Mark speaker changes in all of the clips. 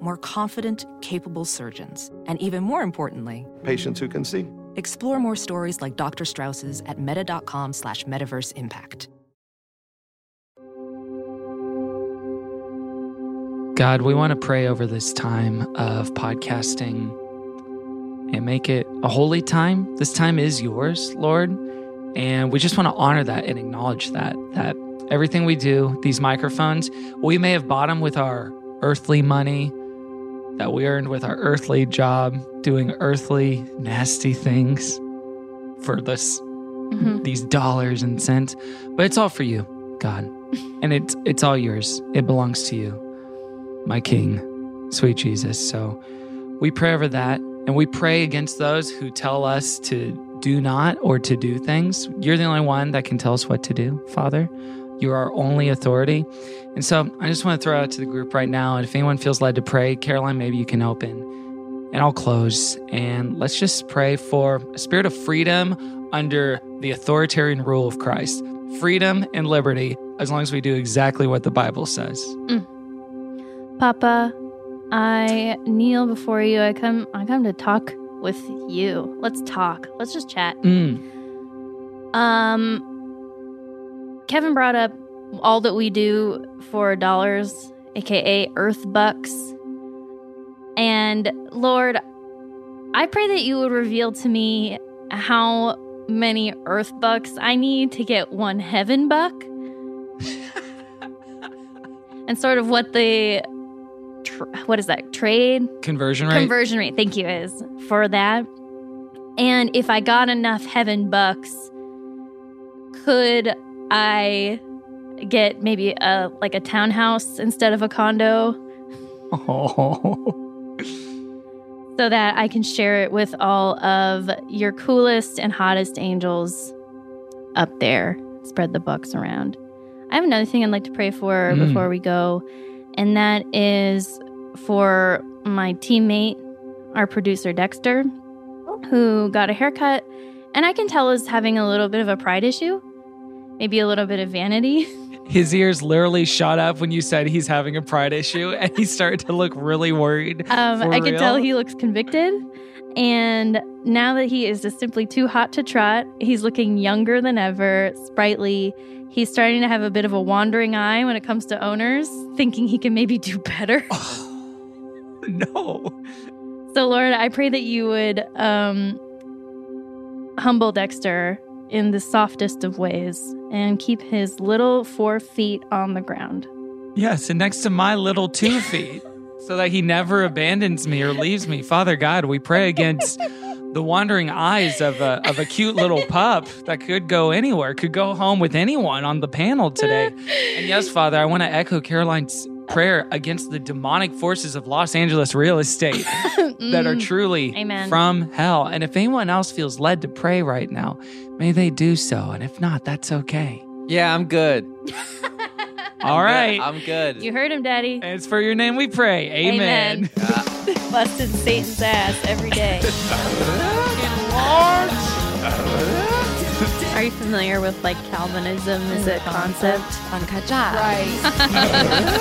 Speaker 1: More confident, capable surgeons. And even more importantly,
Speaker 2: Patients who can see.
Speaker 1: explore more stories like Dr. Strauss's at meta.com slash metaverse impact.
Speaker 3: God, we want to pray over this time of podcasting and make it a holy time. This time is yours, Lord. And we just want to honor that and acknowledge that, that everything we do, these microphones, we may have bought them with our earthly money that we earned with our earthly job, doing earthly nasty things for this, these dollars and cents. But it's all for you, God. and it's it's all yours. It belongs to you my King, sweet Jesus. So we pray over that and we pray against those who tell us to do not or to do things. You're the only one that can tell us what to do, Father. You're our only authority. And so I just want to throw out to the group right now. And if anyone feels led to pray, Caroline, maybe you can open and I'll close. And let's just pray for a spirit of freedom under the authoritarian rule of Christ freedom and liberty, as long as we do exactly what the Bible says.
Speaker 4: Papa, I kneel before you. I come I come to talk with you. Let's talk. Let's just chat.
Speaker 3: Mm,
Speaker 4: Um Kevin brought up all that we do for dollars, aka earth bucks. And Lord, I pray that you would reveal to me how many earth bucks I need to get one heaven buck. and sort of what the tr- what is that? Trade
Speaker 3: conversion rate.
Speaker 4: conversion rate thank you is for that and if i got enough heaven bucks could i get maybe a like a townhouse instead of a condo
Speaker 3: Oh,
Speaker 4: so that i can share it with all of your coolest and hottest angels up there spread the bucks around i have another thing i'd like to pray for
Speaker 3: Mm.
Speaker 4: before we go and that is for my teammate our producer Dexter, who got a haircut, and I can tell is having a little bit of a pride issue, maybe a little bit of vanity.
Speaker 3: his ears literally shot up when you said he's having a pride issue, and he started to look really worried.
Speaker 4: Um,
Speaker 3: For
Speaker 4: I can tell
Speaker 3: real?
Speaker 4: he looks convicted, and now that he is just simply too hot to trot, he's looking younger than ever, sprightly. He's starting to have a bit of a wandering eye when it comes to owners, thinking he can maybe do better.
Speaker 3: no,
Speaker 4: So, Lord, I pray that you would um, humble Dexter in the softest of ways and keep his little four feet on the ground.
Speaker 3: yes, and next to my little two feet, so that he never abandons me or leaves me. Father God, we pray against the wandering eyes of a of a cute little pup that could go anywhere, could go home with anyone on the panel today. And yes, Father, I want to echo Caroline's prayer against the demonic forces of Los Angeles real estate. that are
Speaker 4: Mm.
Speaker 3: truly
Speaker 4: Amen.
Speaker 3: from hell. And if anyone else feels led to pray right now, may they do so. And if not, that's okay.
Speaker 5: Yeah, I'm good.
Speaker 3: All right.
Speaker 5: I'm good.
Speaker 4: You heard him, Daddy.
Speaker 3: And it's for your name we pray. Amen.
Speaker 4: Busted Satan's ass every day.
Speaker 6: Are you familiar with like Calvinism as a concept?
Speaker 1: Uncut job. Right.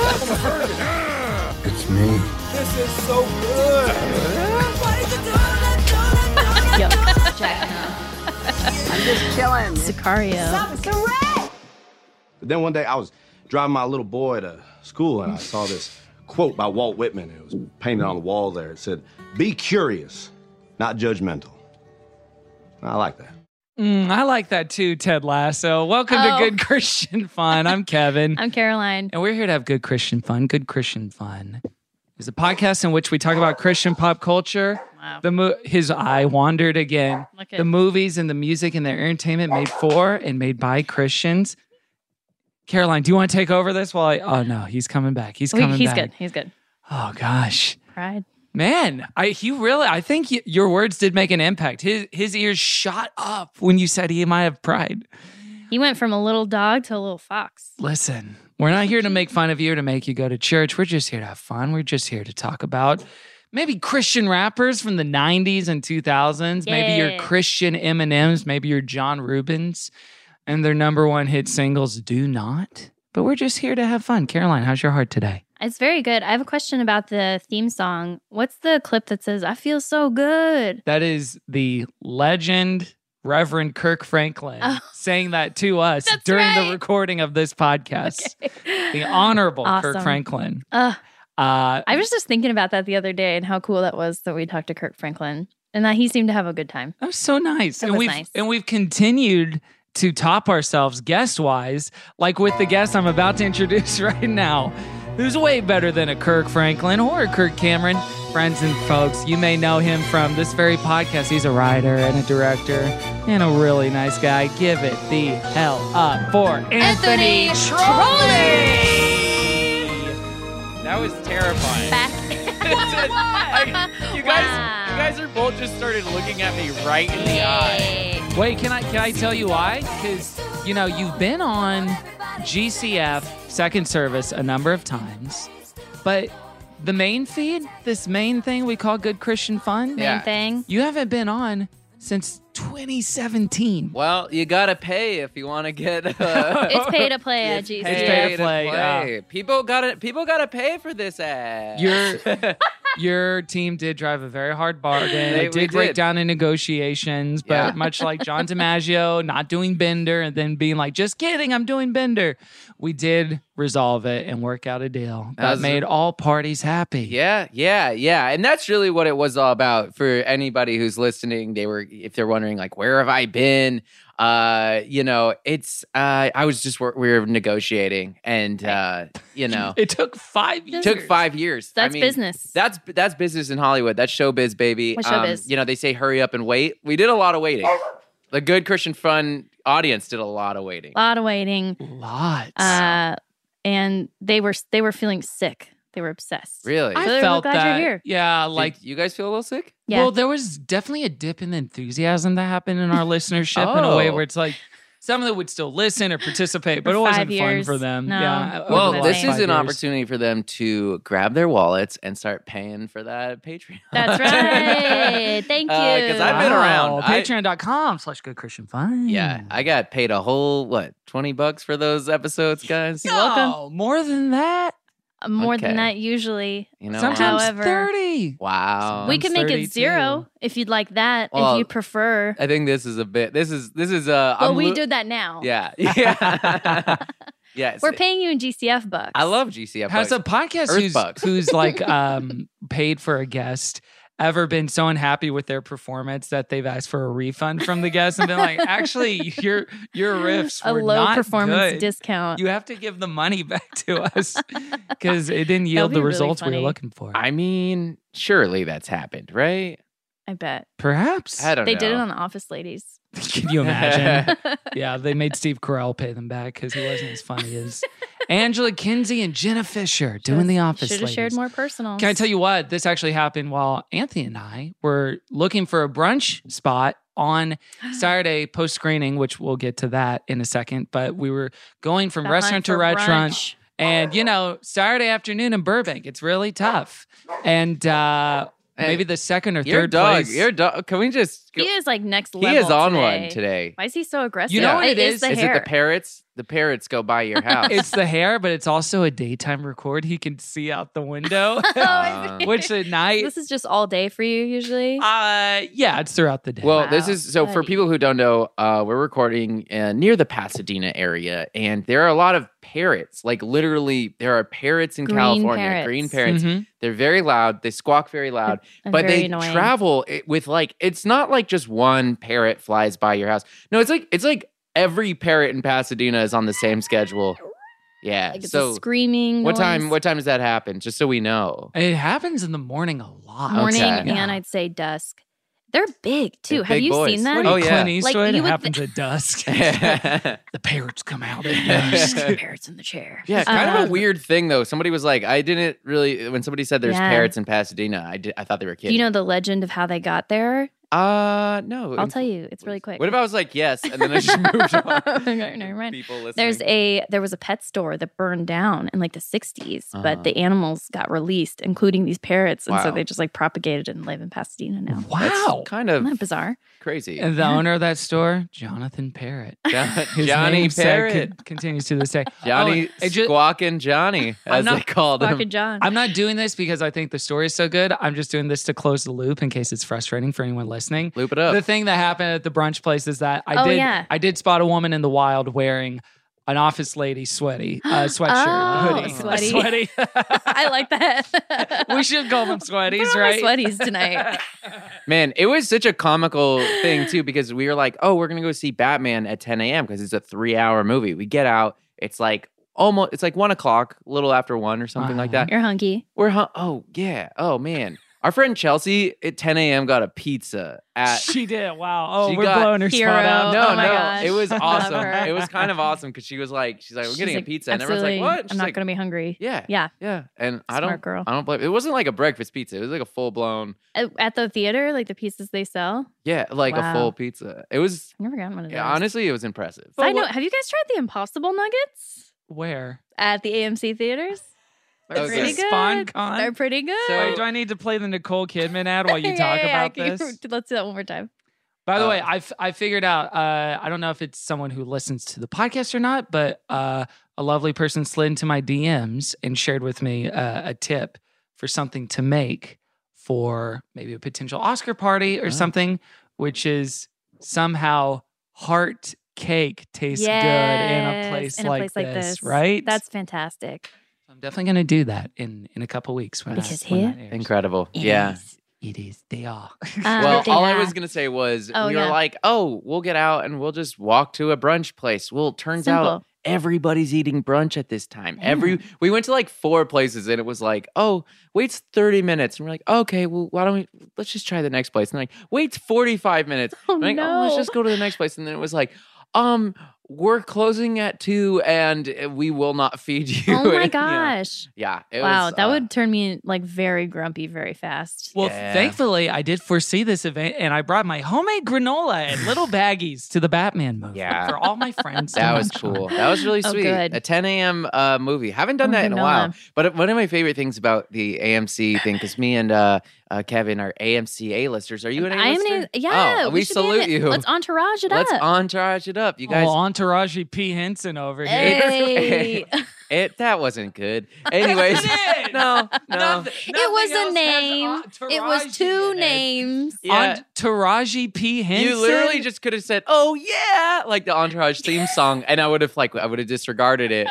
Speaker 4: Sicario.
Speaker 7: But then one day I was driving my little boy to school and I saw this quote by Walt Whitman. It was painted on the wall there. It said, Be curious, not judgmental. I like that.
Speaker 3: Mm, I like that too, Ted Lasso. Welcome
Speaker 4: Oh.
Speaker 3: to Good Christian Fun. I'm Kevin.
Speaker 4: I'm Caroline.
Speaker 3: and we're here to have good Christian fun. Good Christian Fun is a podcast in which we talk about Christian pop culture.
Speaker 4: Wow.
Speaker 3: The mo- his eye wandered again.
Speaker 4: Look at-
Speaker 3: The movies and the music and the entertainment made for and made by Christians. Caroline, do you want to take over this? While I, oh no, he's coming back. He's
Speaker 4: We-
Speaker 3: coming
Speaker 4: he's
Speaker 3: back.
Speaker 4: good. He's good.
Speaker 3: Oh gosh,
Speaker 4: Pride.
Speaker 3: Man, I he really I think y- your words did make an impact. His his ears shot up when you said he might have pride.
Speaker 4: He went from a little dog to a little fox.
Speaker 3: Listen, we're not here to make fun of you or to make you go to church. We're just here to have fun. We're just here to talk about maybe Christian rappers from the 90s and 2000s, maybe your
Speaker 4: Yeah.
Speaker 3: Christian M&Ms, maybe your John Rubens and their number one hit singles do not. But we're just here to have fun. Caroline, how's your heart today?
Speaker 4: It's very good. I have a question about the theme song. What's the clip that says, I feel so good?
Speaker 3: That is the legend Reverend Kirk Franklin
Speaker 4: Oh.
Speaker 3: saying that to us
Speaker 4: That's
Speaker 3: during
Speaker 4: right.
Speaker 3: the recording of this podcast. The Honorable Kirk
Speaker 4: Awesome.
Speaker 3: Franklin.
Speaker 4: Ugh.
Speaker 3: Uh,
Speaker 4: I was just thinking about that the other day and how cool that was that we talked to Kirk Franklin and that he seemed to have a good time.
Speaker 3: That was so nice.
Speaker 4: That
Speaker 3: and
Speaker 4: was
Speaker 3: we've
Speaker 4: nice.
Speaker 3: and we've continued to top ourselves guest wise, like with the guest I'm about to introduce right now, who's way better than a Kirk Franklin or a Kirk Cameron. Friends and folks, you may know him from this very podcast. He's a writer and a director and a really nice guy. Give it the hell up for Anthony, Trolley. That was terrifying. I- you guys, you guys are both just started looking at me right in the eye. Wait, can I can I tell you why? Because you know you've been on GCF Second Service a number of times, but the main feed, this main thing we call Good Christian Fun,
Speaker 4: Main thing.
Speaker 3: you haven't been on since 2017.
Speaker 5: Well, you gotta pay if you want to get. Uh,
Speaker 4: It's pay to play at GCF.
Speaker 3: It's pay to play,
Speaker 5: People gotta people gotta pay for this ad.
Speaker 3: Your your team did drive a very hard bargain.
Speaker 5: They-
Speaker 3: It
Speaker 5: we
Speaker 3: did break
Speaker 5: did.
Speaker 3: down in negotiations, but
Speaker 5: Yeah.
Speaker 3: much like John DiMaggio not doing Bender and then being like, "Just kidding, I'm doing Bender," we did resolve it and work out a deal that,
Speaker 5: That was-
Speaker 3: made all parties happy.
Speaker 5: yeah, yeah, yeah, and that's really what it was all about for anybody who's listening. They were, if they're wondering, like, where have I been? Uh, you know, it's. Uh, I was just wor- we were negotiating, and uh, you know,
Speaker 3: It took five years.
Speaker 5: took five years. I
Speaker 4: That's
Speaker 5: mean,
Speaker 4: business.
Speaker 5: That's that's business in Hollywood. That's showbiz, baby. Um,
Speaker 4: That's showbiz.
Speaker 5: you know, they say hurry up and wait. We did a lot of waiting. The good Christian Fun audience did a lot of waiting.
Speaker 4: a lot of waiting.
Speaker 3: Lots.
Speaker 4: Uh, and they were they were feeling sick. They were obsessed.
Speaker 5: Really?
Speaker 3: I
Speaker 4: So they're
Speaker 3: felt
Speaker 4: glad you're
Speaker 3: that.
Speaker 4: here.
Speaker 3: Yeah,
Speaker 5: Did
Speaker 3: like.
Speaker 5: you guys feel a little sick?
Speaker 4: Yeah.
Speaker 3: Well, there was definitely a dip in the enthusiasm that happened in our listenership in a way
Speaker 5: Oh.
Speaker 3: where it's like some of them would still listen or participate, but
Speaker 4: For
Speaker 3: it wasn't
Speaker 4: five years.
Speaker 3: fun for them.
Speaker 4: No.
Speaker 3: Yeah.
Speaker 4: Well,
Speaker 3: over
Speaker 5: Well,
Speaker 3: the
Speaker 4: Wasn't
Speaker 5: this
Speaker 3: last
Speaker 5: is
Speaker 4: that
Speaker 5: an
Speaker 3: five years.
Speaker 5: opportunity for them to grab their wallets and start paying for that Patreon.
Speaker 4: That's right. Thank you.
Speaker 5: Uh, 'cause I've been
Speaker 3: Wow.
Speaker 5: around. I-
Speaker 3: Patreon.com slash good Christian fun.
Speaker 5: yeah, I got paid a whole what twenty bucks for those episodes, guys.
Speaker 3: no, more than that.
Speaker 4: More
Speaker 5: Okay.
Speaker 4: than that usually.
Speaker 5: You know,
Speaker 3: Sometimes
Speaker 5: wow.
Speaker 4: However-
Speaker 3: 30.
Speaker 5: wow.
Speaker 4: we
Speaker 3: I'm
Speaker 4: could make it
Speaker 3: 32.
Speaker 4: zero if you'd like that.
Speaker 5: Well,
Speaker 4: if you prefer.
Speaker 3: uh,
Speaker 5: I think this is a bit. This is this is uh.
Speaker 4: Well,
Speaker 5: I'm
Speaker 4: we
Speaker 5: lo-
Speaker 4: did that now.
Speaker 5: Yeah, yeah, yes.
Speaker 4: We're paying you in GCF bucks.
Speaker 5: I love GCF.
Speaker 3: Has a
Speaker 5: bucks.
Speaker 3: podcast
Speaker 5: Earth
Speaker 3: who's,
Speaker 5: bucks.
Speaker 3: who's like um, paid for a guest ever been so unhappy with their performance that they've asked for a refund from the guest and been like, actually, your your riffs
Speaker 4: a
Speaker 3: were
Speaker 4: low
Speaker 3: not
Speaker 4: performance
Speaker 3: good.
Speaker 4: discount.
Speaker 3: You have to give the money back to us because it didn't yield
Speaker 4: be
Speaker 3: the
Speaker 4: really
Speaker 3: results we
Speaker 4: funny.
Speaker 3: were looking for.
Speaker 5: I mean, surely that's happened, right?
Speaker 4: I bet
Speaker 3: Perhaps.
Speaker 5: I don't
Speaker 4: they
Speaker 5: know.
Speaker 4: did it on the Office Ladies.
Speaker 3: Can you imagine? Oh, Yeah, they made Steve Carell pay them back because he wasn't as funny as Angela Kinsey and Jenna Fisher doing The Office.
Speaker 4: Should have shared
Speaker 3: ladies.
Speaker 4: more personal.
Speaker 3: Can I tell you what? This actually happened while Anthony and I were looking for a brunch spot on Saturday post screening, which we'll get to that in a second. But we were going from
Speaker 4: The hunt
Speaker 3: restaurant to
Speaker 4: for
Speaker 3: restaurant.
Speaker 4: brunch.
Speaker 3: And, you know, Saturday afternoon in Burbank, it's really tough. And uh,
Speaker 5: Hey,
Speaker 3: maybe the second or
Speaker 5: Your
Speaker 3: third
Speaker 5: dog,
Speaker 3: place.
Speaker 5: your dog. Can we just?
Speaker 4: He is like next level.
Speaker 5: he is on
Speaker 4: today.
Speaker 5: one today.
Speaker 4: Why is he so aggressive?
Speaker 3: You know what
Speaker 4: it
Speaker 3: it
Speaker 4: is.
Speaker 3: is?
Speaker 4: The
Speaker 5: is
Speaker 4: hair.
Speaker 5: it the parrots? The parrots go by your house.
Speaker 3: it's the hair, but it's also a daytime record. He can see out the window.
Speaker 5: Um,
Speaker 3: which at night
Speaker 4: Oh, this is just all day for you usually.
Speaker 3: uh yeah it's throughout the day
Speaker 5: Well, this
Speaker 4: Wow,
Speaker 5: is so for
Speaker 4: buddy.
Speaker 5: people who don't know, uh, we're recording uh, near the Pasadena area, and there are a lot of parrots. Like literally, there are parrots in
Speaker 4: Green
Speaker 5: California.
Speaker 4: parrots.
Speaker 5: Green parrots.
Speaker 3: Mhm.
Speaker 5: They're very loud. They squawk very loud,
Speaker 4: And
Speaker 5: but
Speaker 4: very
Speaker 5: they
Speaker 4: annoying.
Speaker 5: travel it with like it's not like just one parrot flies by your house. No, it's like it's like every parrot in Pasadena is on the same schedule. Yeah.
Speaker 4: Like it's a
Speaker 5: so
Speaker 4: screaming.
Speaker 5: what time?
Speaker 4: noise.
Speaker 5: What time does that happen? Just so we know.
Speaker 3: it happens in the morning a lot
Speaker 4: morning?
Speaker 5: Okay.
Speaker 4: And I'd say dusk. They're big too.
Speaker 5: They're
Speaker 4: Have
Speaker 5: big
Speaker 4: you
Speaker 5: boys.
Speaker 4: seen
Speaker 3: What
Speaker 4: them?
Speaker 3: are
Speaker 5: Oh,
Speaker 3: you,
Speaker 5: yeah.
Speaker 3: Clint
Speaker 5: Like,
Speaker 3: Eastwood?
Speaker 4: you
Speaker 3: it
Speaker 4: would
Speaker 3: happens at dusk. the parrots come out at dusk.
Speaker 4: Parrots in the chair.
Speaker 5: Yeah, kind of
Speaker 4: Um,
Speaker 5: a weird thing though. Somebody was like, I didn't really when somebody said there's
Speaker 4: Yeah.
Speaker 5: parrots in Pasadena, I did I thought they were
Speaker 4: Do
Speaker 5: kidding.
Speaker 4: you know the legend of how they got there?
Speaker 5: uh no.
Speaker 4: I'll tell you. It's really quick.
Speaker 5: What if I was like yes and then I just moved on?
Speaker 4: Okay, never mind.
Speaker 5: People listening.
Speaker 4: There's a there was a pet store that burned down in like the 60s,
Speaker 5: Uh-huh.
Speaker 4: but the animals got released, including these parrots, and so
Speaker 5: Wow.
Speaker 4: they just like propagated and live in Pasadena now.
Speaker 5: That's
Speaker 3: Wow.
Speaker 5: kind
Speaker 4: Isn't that
Speaker 5: of
Speaker 4: bizarre?
Speaker 5: crazy.
Speaker 3: And the owner of that store, Jonathan Parrott.
Speaker 5: John-
Speaker 3: His
Speaker 5: Johnny
Speaker 3: name said-
Speaker 5: Parrot.
Speaker 3: con- continues to this day.
Speaker 5: Johnny
Speaker 3: Oh, it ju-
Speaker 5: Squawking Johnny, as they
Speaker 3: not
Speaker 5: called
Speaker 4: Fucking
Speaker 5: him.
Speaker 4: John.
Speaker 3: I'm not doing this because I think the story is so good. I'm just doing this to close the loop in case it's frustrating for anyone listening.
Speaker 5: Loop it up.
Speaker 3: The thing that happened at the brunch place is that I
Speaker 4: Oh,
Speaker 3: did
Speaker 4: yeah.
Speaker 3: I did spot a woman in the wild wearing an office lady sweaty uh, sweatshirt
Speaker 4: Oh,
Speaker 3: hoodie.
Speaker 4: sweaty.
Speaker 3: A sweaty.
Speaker 4: I like that.
Speaker 3: we should call them
Speaker 4: Put
Speaker 3: sweaties,
Speaker 4: on my
Speaker 3: right?
Speaker 4: sweaties tonight.
Speaker 5: Man, it was such a comical thing too because we were like, oh, we're gonna go see Batman at 10 a.m. because it's a three-hour movie. We get out, it's like almost, it's like one o'clock, a little after one or something like
Speaker 3: Uh-huh.
Speaker 5: that.
Speaker 4: You're hunky.
Speaker 5: We're hung- oh yeah, oh man, our friend Chelsea at 10 a.m. got a pizza at.
Speaker 3: she did. Wow. Oh,
Speaker 5: She
Speaker 3: we're
Speaker 5: got
Speaker 3: blowing her
Speaker 4: hero.
Speaker 3: spot
Speaker 5: No,
Speaker 3: out.
Speaker 4: Oh
Speaker 5: no,
Speaker 4: my gosh.
Speaker 5: it was
Speaker 4: Love
Speaker 5: awesome.
Speaker 4: her.
Speaker 5: It was kind of awesome because she was like, she's like, we're
Speaker 4: She's
Speaker 5: getting
Speaker 4: like,
Speaker 5: a pizza, and everyone's like,
Speaker 4: "Absolutely,
Speaker 5: what? And
Speaker 4: I'm
Speaker 5: she's
Speaker 4: not
Speaker 5: like,
Speaker 4: going to be hungry.
Speaker 5: Yeah,
Speaker 4: Yeah.
Speaker 5: yeah. And I
Speaker 4: Smart
Speaker 5: don't,
Speaker 4: girl.
Speaker 5: I don't blame. It wasn't like a breakfast pizza. It was like a full blown,
Speaker 4: At, at the theater, like the pieces they sell.
Speaker 5: yeah, like
Speaker 4: Wow.
Speaker 5: a full pizza. It was
Speaker 4: I've never gotten one of those.
Speaker 5: Yeah, honestly, it was impressive.
Speaker 4: I know. Have you guys tried the Impossible Nuggets
Speaker 3: Where?
Speaker 4: at the AMC theaters? They're
Speaker 5: Okay.
Speaker 4: pretty
Speaker 3: Is this
Speaker 4: good.
Speaker 3: SpawnCon?
Speaker 4: They're pretty good.
Speaker 5: So-
Speaker 3: Wait, do I need to play the Nicole Kidman ad while you
Speaker 4: Yeah,
Speaker 3: talk
Speaker 4: yeah, yeah.
Speaker 3: about
Speaker 4: Can you-
Speaker 3: this?
Speaker 4: Let's do that one more time.
Speaker 3: By the
Speaker 5: Uh,
Speaker 3: way, I f- I figured out. Uh, I don't know if it's someone who listens to the podcast or not, but uh, a lovely person slid into my DMs and shared with me uh, a tip for something to make for maybe a potential Oscar party or
Speaker 5: Oh.
Speaker 3: something, which is somehow heart cake tastes good in a
Speaker 4: Yes,
Speaker 3: place,
Speaker 4: in a
Speaker 3: like,
Speaker 4: place
Speaker 3: this,
Speaker 4: like this.
Speaker 3: right?
Speaker 4: That's fantastic.
Speaker 3: I'm definitely going to do that in in a couple weeks when I-
Speaker 4: Because
Speaker 3: when
Speaker 4: here-
Speaker 3: that airs.
Speaker 5: Incredible.
Speaker 4: It
Speaker 5: yeah.
Speaker 4: is.
Speaker 3: it is. They are.
Speaker 4: Uh,
Speaker 5: Well,
Speaker 4: they
Speaker 5: all I
Speaker 4: are.
Speaker 5: was going to say was
Speaker 4: Oh,
Speaker 5: we
Speaker 4: yeah.
Speaker 5: were like, oh, we'll get out and we'll just walk to a brunch place. Well, it turns out
Speaker 4: Simple.
Speaker 5: everybody's eating brunch at this time. Every we went to like four places and it was like, oh, waits 30 minutes. And we're like, okay, well, why don't we let's just try the next place? And like, waits 45 minutes.
Speaker 4: Oh,
Speaker 5: I'm like,
Speaker 4: no.
Speaker 5: oh, let's just go to the next place. And then it was like, um, we're closing at two and uh, we will not feed you.
Speaker 4: Oh my
Speaker 5: And, you know,
Speaker 4: gosh.
Speaker 5: Yeah. it
Speaker 4: wow,
Speaker 5: was,
Speaker 4: that
Speaker 5: uh,
Speaker 4: would turn me like very grumpy very fast.
Speaker 3: Well,
Speaker 5: Yeah.
Speaker 3: thankfully, I did foresee this event, and I brought my homemade granola and little baggies to the Batman movie
Speaker 5: Yeah.
Speaker 3: for all my friends. to
Speaker 5: That was
Speaker 3: munch on.
Speaker 5: cool. That was really
Speaker 4: Oh,
Speaker 5: sweet.
Speaker 4: good.
Speaker 5: A 10 a.m. Uh, movie. Haven't done
Speaker 4: Oh,
Speaker 5: that
Speaker 4: good
Speaker 5: in
Speaker 4: to
Speaker 5: a
Speaker 4: know
Speaker 5: while.
Speaker 4: them.
Speaker 5: But one of my favorite things about the AMC thing, because me and uh, uh, Kevin are AMC A-listers. Are you an
Speaker 4: I am
Speaker 5: A-lister?
Speaker 4: an- yeah.
Speaker 5: Oh, we,
Speaker 4: we should be in
Speaker 5: salute
Speaker 4: it.
Speaker 5: you.
Speaker 4: Let's entourage it
Speaker 5: Let's
Speaker 4: up.
Speaker 5: entourage it up. You guys,
Speaker 3: Oh, entourage P. Henson over here.
Speaker 4: Hey.
Speaker 5: it that wasn't good. Anyways,
Speaker 3: Yes, it is.
Speaker 5: no, no.
Speaker 3: Nothing-
Speaker 4: it was
Speaker 3: nothing
Speaker 4: a
Speaker 3: else has
Speaker 4: name. It
Speaker 3: entourage-y
Speaker 4: was two
Speaker 3: in it.
Speaker 4: names.
Speaker 5: Yeah.
Speaker 3: Entourage P. Henson.
Speaker 5: You literally just could have said, "Oh yeah," like the entourage theme song, and I would have like I would have disregarded it.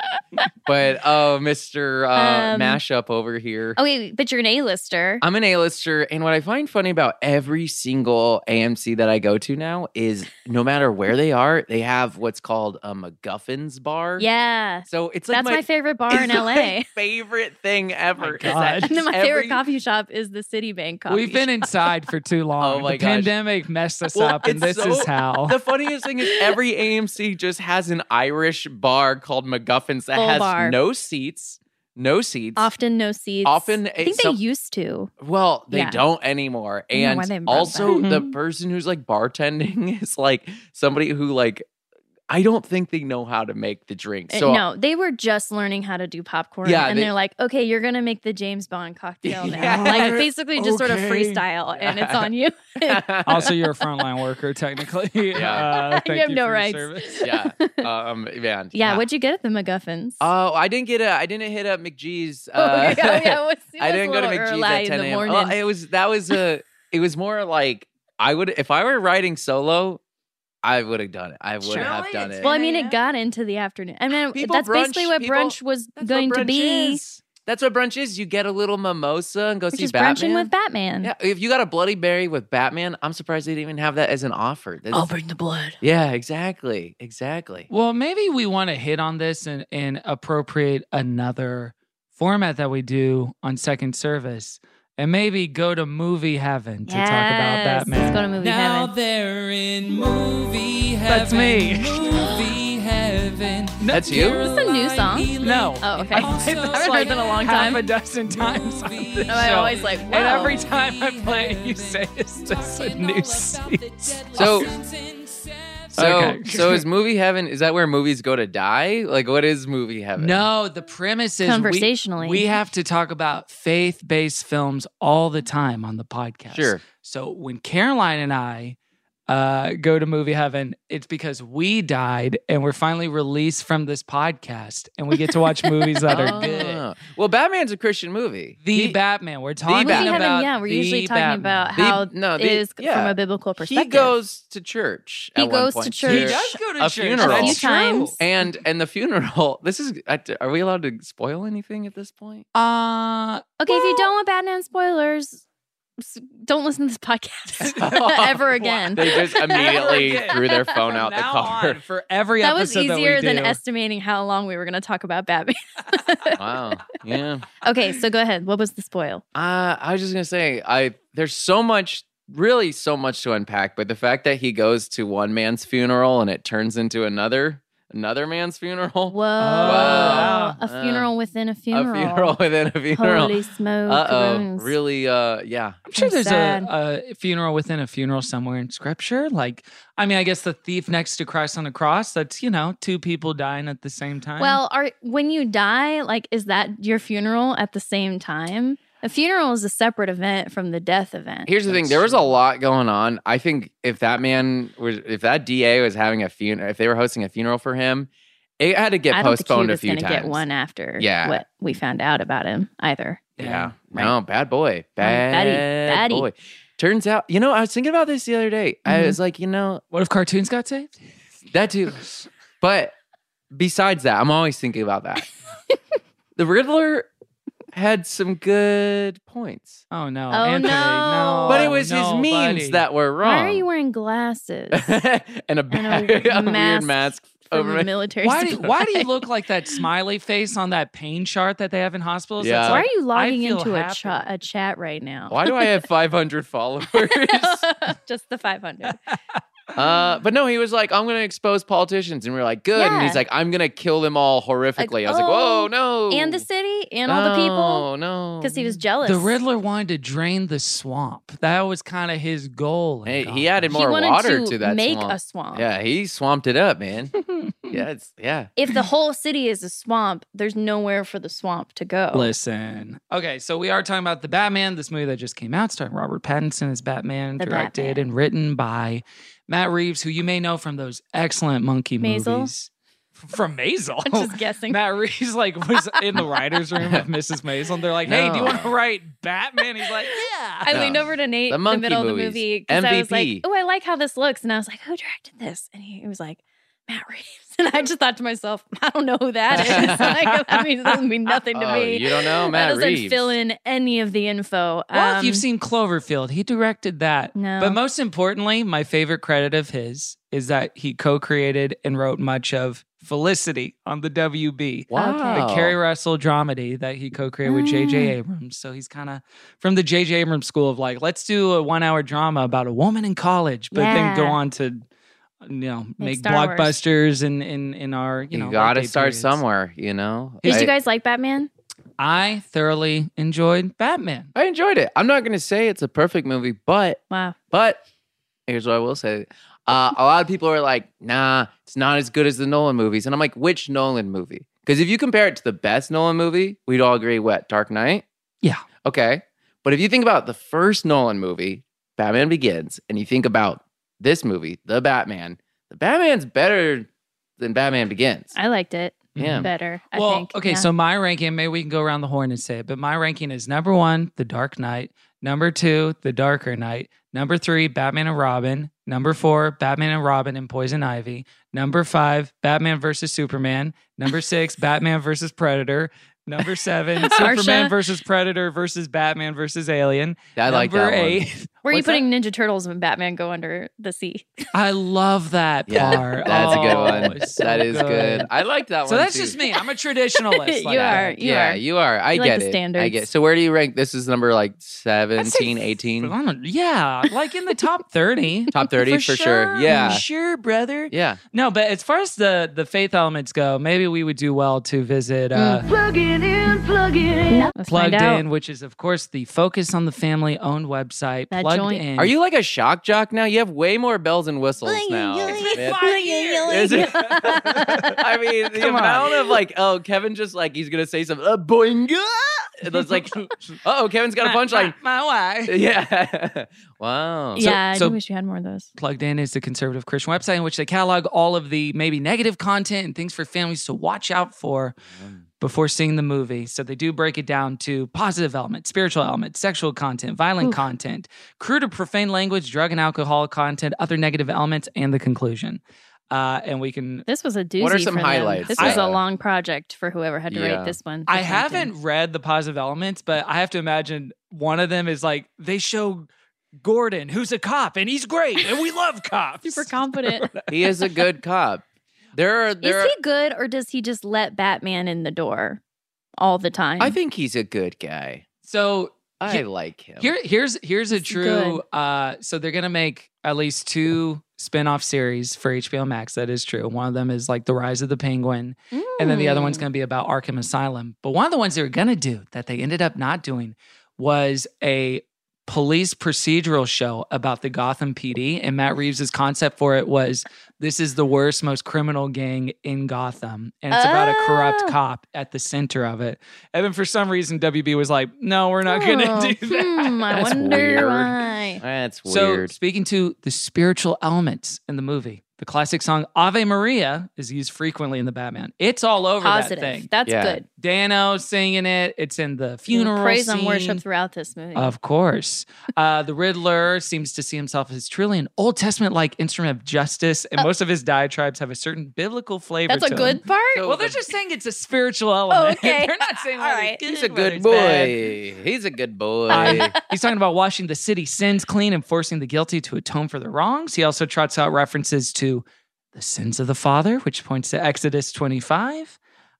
Speaker 5: But oh, Mister uh,
Speaker 4: Um,
Speaker 5: Mashup over here.
Speaker 4: Oh wait, but you're an A-lister.
Speaker 5: I'm an A-lister, and what I find funny about every single AMC that I go to now is no matter where they are, they have what's called a MacGuffin's bar.
Speaker 4: yeah.
Speaker 5: So it's like
Speaker 4: That's my, favorite bar
Speaker 5: it's
Speaker 4: in
Speaker 5: my
Speaker 4: LA.
Speaker 5: favorite thing ever. is that
Speaker 3: God.
Speaker 4: and then my
Speaker 5: every-
Speaker 4: favorite coffee shop is the Citibank coffee.
Speaker 3: We've been
Speaker 4: shop.
Speaker 3: inside for too long.
Speaker 5: Oh my
Speaker 3: the
Speaker 5: gosh.
Speaker 3: pandemic messed us
Speaker 5: Well,
Speaker 3: up, and this
Speaker 5: it's
Speaker 3: is
Speaker 5: so-
Speaker 3: how.
Speaker 5: The funniest thing is every AMC just has an Irish bar called MacGuffin's that
Speaker 4: Full
Speaker 5: has
Speaker 4: bar.
Speaker 5: no seats, no seats.
Speaker 4: often no seats.
Speaker 5: Often
Speaker 4: I think
Speaker 5: it's
Speaker 4: they
Speaker 5: some-
Speaker 4: used to.
Speaker 5: Well, they
Speaker 4: Yeah.
Speaker 5: don't anymore.
Speaker 4: I don't know why
Speaker 5: And
Speaker 4: they brought
Speaker 5: also
Speaker 3: that.
Speaker 5: the
Speaker 3: Mhm.
Speaker 5: person who's like bartending is like somebody who like I don't think they know how to make the drink.
Speaker 4: Uh,
Speaker 5: So
Speaker 4: no, they were just learning how to do popcorn.
Speaker 5: Yeah,
Speaker 4: and
Speaker 5: they-
Speaker 4: they, are like, okay, you're going to make the James Bond cocktail now.
Speaker 5: Yeah.
Speaker 4: Like basically just sort of
Speaker 3: Okay.
Speaker 4: freestyle and it's on you.
Speaker 5: Um,
Speaker 3: also, you're a frontline worker, technically.
Speaker 5: Yeah.
Speaker 3: Uh, thank
Speaker 4: have
Speaker 3: you for
Speaker 4: no
Speaker 3: your
Speaker 4: rights.
Speaker 3: service.
Speaker 5: yeah. Um man.
Speaker 4: yeah, what'd you get at the MacGuffins?
Speaker 5: Oh, I didn't get a I didn't hit up McGee's uh,
Speaker 4: oh, yeah, yeah, it was, it
Speaker 5: I
Speaker 4: was
Speaker 5: didn't
Speaker 4: a
Speaker 5: go to
Speaker 4: little
Speaker 5: McGee's
Speaker 4: early
Speaker 5: at
Speaker 4: in
Speaker 5: 10
Speaker 4: the
Speaker 5: a.m.
Speaker 4: morning.
Speaker 5: Oh, it was that was a it was more like I would if I were writing solo, I would have done it. I would have
Speaker 3: Surely
Speaker 5: done
Speaker 3: it's
Speaker 5: it.
Speaker 4: well, I mean,
Speaker 6: 10
Speaker 4: it
Speaker 6: a.m.
Speaker 4: got into the afternoon. I mean,
Speaker 5: People
Speaker 4: that's
Speaker 5: brunch-
Speaker 4: basically what
Speaker 5: people-
Speaker 4: brunch was
Speaker 5: That's what
Speaker 4: going to
Speaker 5: brunch
Speaker 4: be,
Speaker 5: is. That's what brunch is. You get a little mimosa and go
Speaker 4: which
Speaker 5: see
Speaker 4: is
Speaker 5: Batman.
Speaker 4: brunching with Batman.
Speaker 5: Yeah, if you got a Bloody Berry with Batman, I'm surprised they didn't even have that as an offer. That's-
Speaker 4: bring the blood.
Speaker 5: yeah, exactly, exactly.
Speaker 3: Well, maybe we want to hit on this and, and appropriate another format that we do on second service and maybe go to movie heaven to
Speaker 4: yes.
Speaker 3: talk about
Speaker 4: Let's
Speaker 3: Batman.
Speaker 4: go to movie
Speaker 8: now
Speaker 4: heaven.
Speaker 8: they're in movie heaven.
Speaker 3: That's me.
Speaker 8: Movie heaven.
Speaker 5: That's you?
Speaker 4: Is this a new song?
Speaker 3: No.
Speaker 4: Oh, okay.
Speaker 3: I've played this
Speaker 8: I
Speaker 4: haven't heard
Speaker 3: like
Speaker 4: that in a long
Speaker 3: half
Speaker 4: time.
Speaker 3: a dozen times. On this
Speaker 8: No,
Speaker 4: I'm
Speaker 3: show.
Speaker 4: always like,
Speaker 3: and
Speaker 4: whoa.
Speaker 3: every time I play it, you say, "Is this a new season?"
Speaker 5: So- So,
Speaker 3: Okay.
Speaker 5: so is movie heaven? Is that where movies go to die? Like, what is movie heaven?
Speaker 3: No, the premise is we-
Speaker 4: Conversationally.
Speaker 3: We, have to talk about faith-based films all the time on the podcast.
Speaker 5: sure.
Speaker 3: So when Caroline and I uh, go to movie heaven, it's because we died and we're finally released from this podcast, and we get to watch movies that are
Speaker 4: Ah.
Speaker 3: good.
Speaker 5: Oh. Well, Batman's a Christian movie.
Speaker 3: The
Speaker 5: He-
Speaker 3: Batman. We're talking
Speaker 4: movie
Speaker 5: Batman.
Speaker 3: about.
Speaker 4: heaven, yeah, we're
Speaker 3: the
Speaker 4: usually
Speaker 3: Batman.
Speaker 4: talking about
Speaker 5: The-
Speaker 4: how
Speaker 5: no, the-
Speaker 4: it is
Speaker 5: yeah.
Speaker 4: from a biblical perspective.
Speaker 5: He goes to church.
Speaker 4: He
Speaker 5: at one
Speaker 4: goes to
Speaker 5: point.
Speaker 4: church.
Speaker 3: He does go to
Speaker 5: A
Speaker 3: church.
Speaker 5: funeral.
Speaker 4: a few
Speaker 5: That's
Speaker 3: true.
Speaker 4: times.
Speaker 5: And and the funeral. This is. Are we allowed to spoil anything at this point?
Speaker 3: Uh,
Speaker 4: Okay, if you don't want Batman spoilers, s- don't listen to this podcast ever again.
Speaker 5: They just immediately
Speaker 3: Again.
Speaker 5: threw their phone out the
Speaker 3: now
Speaker 5: car.
Speaker 3: on, for every
Speaker 4: That was
Speaker 3: episode
Speaker 4: easier
Speaker 3: that we
Speaker 4: than
Speaker 3: do.
Speaker 4: estimating how long we were going to talk about Batman.
Speaker 5: Wow. Yeah.
Speaker 4: okay, so go ahead. What was the spoil?
Speaker 5: Uh, I was just gonna say, I there's so much, really so much to unpack. But the fact that he goes to one man's funeral and it turns into another another man's funeral,
Speaker 4: Whoa.
Speaker 3: wow.
Speaker 4: A
Speaker 5: Uh,
Speaker 4: funeral within a
Speaker 5: Oh, a
Speaker 4: funeral.
Speaker 5: funeral within a funeral.
Speaker 4: Holy smoke.
Speaker 5: Uh oh,
Speaker 4: groans.
Speaker 5: really? Uh, yeah.
Speaker 3: I'm sure there's
Speaker 4: Sad.
Speaker 3: a, a funeral within a funeral somewhere in scripture. Like, I mean, I guess the thief next to Christ on the cross, that's, you know, two people dying at the same time.
Speaker 4: Well, are when you die, like is that your funeral at the same time? A funeral is a separate event from the death event.
Speaker 5: Here's the thing:
Speaker 3: That's
Speaker 5: there was a
Speaker 3: true.
Speaker 5: lot going on. I think if that man was, if that DA was having a funeral, if they were hosting a funeral for him, it had to get
Speaker 4: I don't think he
Speaker 5: postponed
Speaker 4: was
Speaker 5: a few
Speaker 4: gonna
Speaker 5: times.
Speaker 4: get one after
Speaker 5: Yeah.
Speaker 4: what we found out about him either.
Speaker 5: Yeah.
Speaker 4: Right.
Speaker 5: No, bad boy. Bad
Speaker 4: batty, batty.
Speaker 5: boy. Turns out, you know, I was thinking about this the other day. I
Speaker 4: Mhm.
Speaker 5: was like, you know,
Speaker 3: what if cartoons got saved?
Speaker 5: that too. But besides that, I'm always thinking about that. the Riddler had some good points.
Speaker 3: Oh, no.
Speaker 4: Oh,
Speaker 3: Anthony,
Speaker 4: no.
Speaker 3: no.
Speaker 5: But it was his
Speaker 3: Oh, no,
Speaker 5: memes
Speaker 3: buddy.
Speaker 5: that were wrong.
Speaker 4: Why are you wearing glasses?
Speaker 5: and a,
Speaker 4: And
Speaker 5: bag- a weird
Speaker 4: mask
Speaker 5: mask
Speaker 4: from
Speaker 5: over
Speaker 4: the
Speaker 5: it.
Speaker 4: military.
Speaker 3: Why do, why do you
Speaker 4: supply?
Speaker 3: look like that smiley face on that pain chart that they have in hospitals?
Speaker 5: Yeah.
Speaker 3: That's
Speaker 4: Why
Speaker 3: like,
Speaker 4: are you
Speaker 3: I
Speaker 4: logging
Speaker 3: feel
Speaker 4: into a,
Speaker 3: happy.
Speaker 4: cha- a chat right now?
Speaker 5: Why do I have 500 followers?
Speaker 4: Just the 500.
Speaker 5: Uh, but no, he was like, I'm going to expose politicians. And we were like, good. And
Speaker 4: Yeah.
Speaker 5: he's like, I'm going to kill them all horrifically. I was like,
Speaker 4: oh,
Speaker 5: whoa, no.
Speaker 4: and the city and all the people
Speaker 5: No, no.
Speaker 4: because he was jealous.
Speaker 3: The Riddler wanted to drain the swamp. That was kind of his goal. in
Speaker 5: Hey, he
Speaker 3: Gotham.
Speaker 5: added
Speaker 4: He
Speaker 5: more
Speaker 4: wanted
Speaker 5: water to, that
Speaker 4: make
Speaker 5: swamp.
Speaker 4: a swamp.
Speaker 5: Yeah, he swamped it up, man. yeah, it's yeah.
Speaker 4: If the whole city is a swamp, there's nowhere for the swamp to go.
Speaker 3: Listen. Okay, so we are talking about the Batman, this movie that just came out, starring Robert Pattinson as Batman,
Speaker 4: The
Speaker 3: directed
Speaker 4: Batman.
Speaker 3: and written by Matt Reeves, who you may know from those excellent monkey
Speaker 4: Maisel?
Speaker 3: movies. F- From Maisel.
Speaker 4: I'm just guessing.
Speaker 3: Matt Reeves like was in the writers' room with Mrs. Maisel, and they're like, "Hey, do you
Speaker 5: No.
Speaker 3: want to write Batman?" He's like, "Yeah."
Speaker 4: I
Speaker 5: No.
Speaker 4: leaned over to Nate
Speaker 5: The
Speaker 4: in the
Speaker 5: monkey
Speaker 4: middle of the
Speaker 5: movies.
Speaker 4: movie because I was like,
Speaker 5: MVP.
Speaker 4: "Oh, I like how this looks," and I was like, "Who directed this?" And he, he was like, "Matt Reeves." And I just thought to myself, "I don't know who that is. like, that means that doesn't mean nothing to
Speaker 5: Oh,
Speaker 4: me.
Speaker 5: you don't know Matt
Speaker 4: that doesn't
Speaker 5: Reeves.
Speaker 4: fill in any of the info."
Speaker 3: Well, if you've
Speaker 4: Um,
Speaker 3: seen Cloverfield, he directed that.
Speaker 4: No.
Speaker 3: But most importantly, my favorite credit of his is that he co-created and wrote much of Felicity on the WB.
Speaker 5: Wow.
Speaker 3: the Carrie Russell dramedy that he co-created with J.J. Abrams. So he's kind of from the J.J. Abrams school of like, let's do a one-hour drama about a woman in college, but then go
Speaker 4: Yeah.
Speaker 3: on to, you know, make,
Speaker 4: Star Wars.
Speaker 3: blockbusters in in in our you
Speaker 5: You,
Speaker 3: know.
Speaker 5: gotta
Speaker 3: late
Speaker 5: start
Speaker 3: periods.
Speaker 5: somewhere, you know.
Speaker 4: did
Speaker 5: I,
Speaker 4: you guys like Batman?
Speaker 3: I thoroughly enjoyed Batman.
Speaker 5: I enjoyed it. I'm not gonna say it's a perfect movie, but
Speaker 4: Wow.
Speaker 5: but here's what I will say. Uh, a lot of people are like, nah, it's not as good as the Nolan movies. And I'm like, which Nolan movie? Because if you compare it to the best Nolan movie, we'd all agree what? Dark Knight?
Speaker 3: Yeah.
Speaker 5: Okay. But if you think about the first Nolan movie, Batman Begins, and you think about this movie, The Batman, The Batman's better than Batman Begins.
Speaker 4: I liked it
Speaker 5: Yeah.
Speaker 4: better. I
Speaker 3: well,
Speaker 4: think.
Speaker 3: okay,
Speaker 4: Yeah.
Speaker 3: so my ranking, maybe we can go around the horn and say it, but my ranking is number one, The Dark Knight. Number two, The Darker Knight. Number three, Batman and Robin. Number four, Batman and Robin and Poison Ivy. Number five, Batman versus Superman. Number six, Batman versus Predator. Number seven, Superman
Speaker 4: Marsha.
Speaker 3: versus Predator versus Batman versus Alien.
Speaker 5: I like
Speaker 3: Number
Speaker 5: that one.
Speaker 3: eight,
Speaker 4: Where are you
Speaker 5: What's that?
Speaker 4: putting Ninja Turtles when Batman go under the sea?
Speaker 3: I love that
Speaker 5: Yeah,
Speaker 3: part.
Speaker 5: that's a good
Speaker 3: Oh,
Speaker 5: one.
Speaker 3: it's so
Speaker 5: that is good. I like that
Speaker 3: So
Speaker 5: one.
Speaker 3: that's
Speaker 5: too.
Speaker 3: just me. I'm a traditionalist. like
Speaker 4: You
Speaker 3: that.
Speaker 4: are. You
Speaker 5: yeah,
Speaker 4: are.
Speaker 5: you are. I
Speaker 4: You like
Speaker 5: get
Speaker 4: the
Speaker 5: it. I
Speaker 4: standards.
Speaker 5: get. So where do you rank? This is number like
Speaker 3: I'd say
Speaker 5: 17,
Speaker 3: f-
Speaker 5: 18,
Speaker 3: I don't- Yeah, like in the top 30.
Speaker 5: Mm-hmm. top 30 for, sure.
Speaker 3: For
Speaker 5: Yeah.
Speaker 3: sure, brother.
Speaker 5: Yeah.
Speaker 3: No, but as far as the the faith elements go, maybe we would do well to visit uh,
Speaker 4: Let's
Speaker 3: Plugged
Speaker 4: Mm, find out.
Speaker 3: In, which is of course the focus on the family owned website.
Speaker 4: That
Speaker 3: Plugged
Speaker 4: joint.
Speaker 3: In.
Speaker 5: Are you like a shock jock now? You have way more bells and whistles now. man. Is it- I mean, the
Speaker 3: Come on.
Speaker 5: amount of like, oh, Kevin just like he's gonna say something, uh, boinga. And It's like, oh, Kevin's got a punchline.
Speaker 3: My wife.
Speaker 5: yeah. wow.
Speaker 3: So-
Speaker 4: yeah, I
Speaker 3: so-
Speaker 4: do wish we had more of those.
Speaker 3: Plugged In is the conservative Christian website in which they catalog all of the maybe negative content and things for families to watch out for before seeing the movie. So they do break it down to positive elements, spiritual elements, sexual content, violent
Speaker 4: Oof.
Speaker 3: content, crude or profane language, drug and alcohol content, other negative elements, and the conclusion. Uh, and we can
Speaker 4: This was a doozy.
Speaker 5: What are some
Speaker 4: for them.
Speaker 5: highlights,
Speaker 4: This was
Speaker 5: uh,
Speaker 4: a long project for whoever had to
Speaker 5: Yeah.
Speaker 4: write this one. for
Speaker 3: I
Speaker 4: Plugged In.
Speaker 3: haven't read the positive elements, but I have to imagine one of them is like they show Gordon, who's a cop, and he's great, and we love cops.
Speaker 4: Super confident.
Speaker 5: He is a good cop. There are there
Speaker 4: Is
Speaker 5: are,
Speaker 4: he good or does he just let Batman in the door all the time?
Speaker 5: I think he's a good guy.
Speaker 3: So
Speaker 5: I
Speaker 3: He-
Speaker 5: like him.
Speaker 3: here, here's here's a
Speaker 4: It's
Speaker 3: true. Uh, so they're gonna make at least two spin-off series for HBO Max. That is true. One of them is like the Rise of the Penguin, and then the other one's
Speaker 4: Mm.
Speaker 3: gonna be about Arkham Asylum. But one of the ones they were gonna do that they ended up not doing was a police procedural show about the Gotham PD. And Matt Reeves' concept for it was this is the worst, most criminal gang in Gotham. And it's about a corrupt
Speaker 4: Oh.
Speaker 3: cop at the center of it. And then for some reason, WB was like, no, we're not going
Speaker 4: Oh,
Speaker 3: to do that.
Speaker 4: hmm, I
Speaker 5: That's
Speaker 4: wonder
Speaker 5: weird.
Speaker 4: why.
Speaker 5: That's
Speaker 3: So,
Speaker 5: weird.
Speaker 3: speaking to the spiritual elements in the movie, the classic song Ave Maria is used frequently in the Batman. It's all over that
Speaker 4: Positive.
Speaker 3: thing.
Speaker 4: That's
Speaker 5: Yeah.
Speaker 4: good.
Speaker 3: Dano singing it. It's in the funeral
Speaker 4: praise
Speaker 3: scene.
Speaker 4: and worship throughout this movie.
Speaker 3: Of course. Uh, the Riddler seems to see himself as truly an Old Testament like instrument of justice, and most of his diatribes have a certain biblical flavor.
Speaker 4: Uh, That's
Speaker 3: to
Speaker 4: a good
Speaker 3: them.
Speaker 4: part.
Speaker 3: Well, they're just saying it's a spiritual element.
Speaker 4: okay.
Speaker 3: they're not saying
Speaker 4: All
Speaker 3: whether
Speaker 4: right.
Speaker 3: it's
Speaker 5: he's a
Speaker 3: whether
Speaker 5: good
Speaker 3: it's
Speaker 5: boy.
Speaker 3: bad.
Speaker 5: He's a good boy.
Speaker 3: Uh, he's talking about washing the city sins clean and forcing the guilty to atone for their wrongs. He also trots out references to the sins of the father, which points to Exodus 25,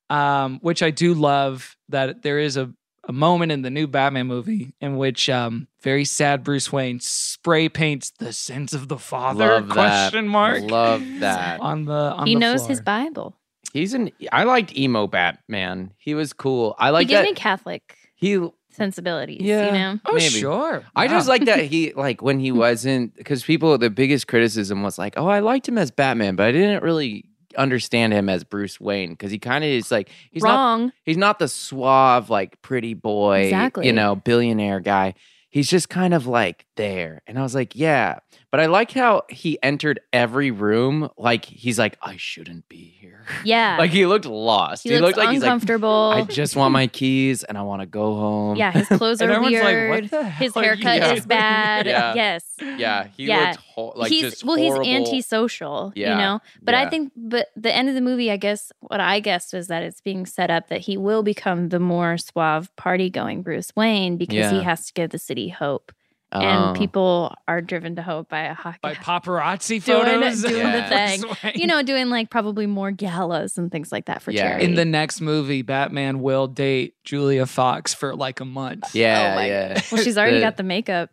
Speaker 3: um, which I do love that there is a, a moment in the new Batman movie in which um, very sad Bruce Wayne spray paints the sins of the father
Speaker 5: Love that.
Speaker 3: question mark
Speaker 5: Love that.
Speaker 3: on the on
Speaker 4: he
Speaker 3: the
Speaker 4: knows
Speaker 3: floor.
Speaker 4: his Bible.
Speaker 5: He's an. I liked emo Batman. He was cool. I
Speaker 4: he
Speaker 5: like
Speaker 4: gives
Speaker 5: that.
Speaker 4: me Catholic
Speaker 5: He.
Speaker 4: sensibilities.
Speaker 5: Yeah.
Speaker 4: You know?
Speaker 3: Oh
Speaker 5: Maybe.
Speaker 3: sure.
Speaker 5: I just
Speaker 3: Wow.
Speaker 5: like that he like when he wasn't because people the biggest criticism was like, oh, I liked him as Batman, but I didn't really understand him as Bruce Wayne because he kind of is like he's not
Speaker 4: Wrong.
Speaker 5: he's not the suave like pretty boy
Speaker 4: Exactly.
Speaker 5: you know billionaire guy. He's just kind of like there, and I was like, yeah. But I like how he entered every room like he's like I shouldn't be here.
Speaker 4: yeah.
Speaker 5: Like he looked lost.
Speaker 4: he,
Speaker 5: He,
Speaker 4: looks
Speaker 5: looked like he's like
Speaker 4: uncomfortable.
Speaker 5: I just want my keys and I want to go home.
Speaker 4: yeah, his clothes
Speaker 3: and
Speaker 4: are
Speaker 3: everyone's
Speaker 4: weird.
Speaker 3: like, what the hell
Speaker 4: his
Speaker 3: are you
Speaker 4: haircut
Speaker 5: Yeah.
Speaker 4: is bad.
Speaker 5: Yeah.
Speaker 4: Yes.
Speaker 5: Yeah. He
Speaker 4: Yeah.
Speaker 5: looked ho- like
Speaker 4: he's
Speaker 5: just
Speaker 4: well,
Speaker 5: horrible.
Speaker 4: he's antisocial,
Speaker 5: Yeah,
Speaker 4: you know. But
Speaker 5: yeah.
Speaker 4: I think, but the end of the movie, I guess what I guessed was that it's being set up that he will become the more suave, party-going Bruce Wayne because
Speaker 5: Yeah.
Speaker 4: he has to give the city hope,
Speaker 5: Oh.
Speaker 4: and people are driven to hope by a hockey,
Speaker 3: by paparazzi
Speaker 4: Doing-
Speaker 3: photos
Speaker 4: doing
Speaker 5: the
Speaker 3: of
Speaker 4: thing.
Speaker 3: Bruce Wayne.
Speaker 4: you know, doing like probably more galas and things like that for
Speaker 5: Yeah.
Speaker 4: charity.
Speaker 3: in the next movie, Batman will date Julia Fox for like a month.
Speaker 5: Yeah.
Speaker 4: Oh my
Speaker 5: yeah.
Speaker 4: well, she's already
Speaker 5: the-
Speaker 4: got the makeup.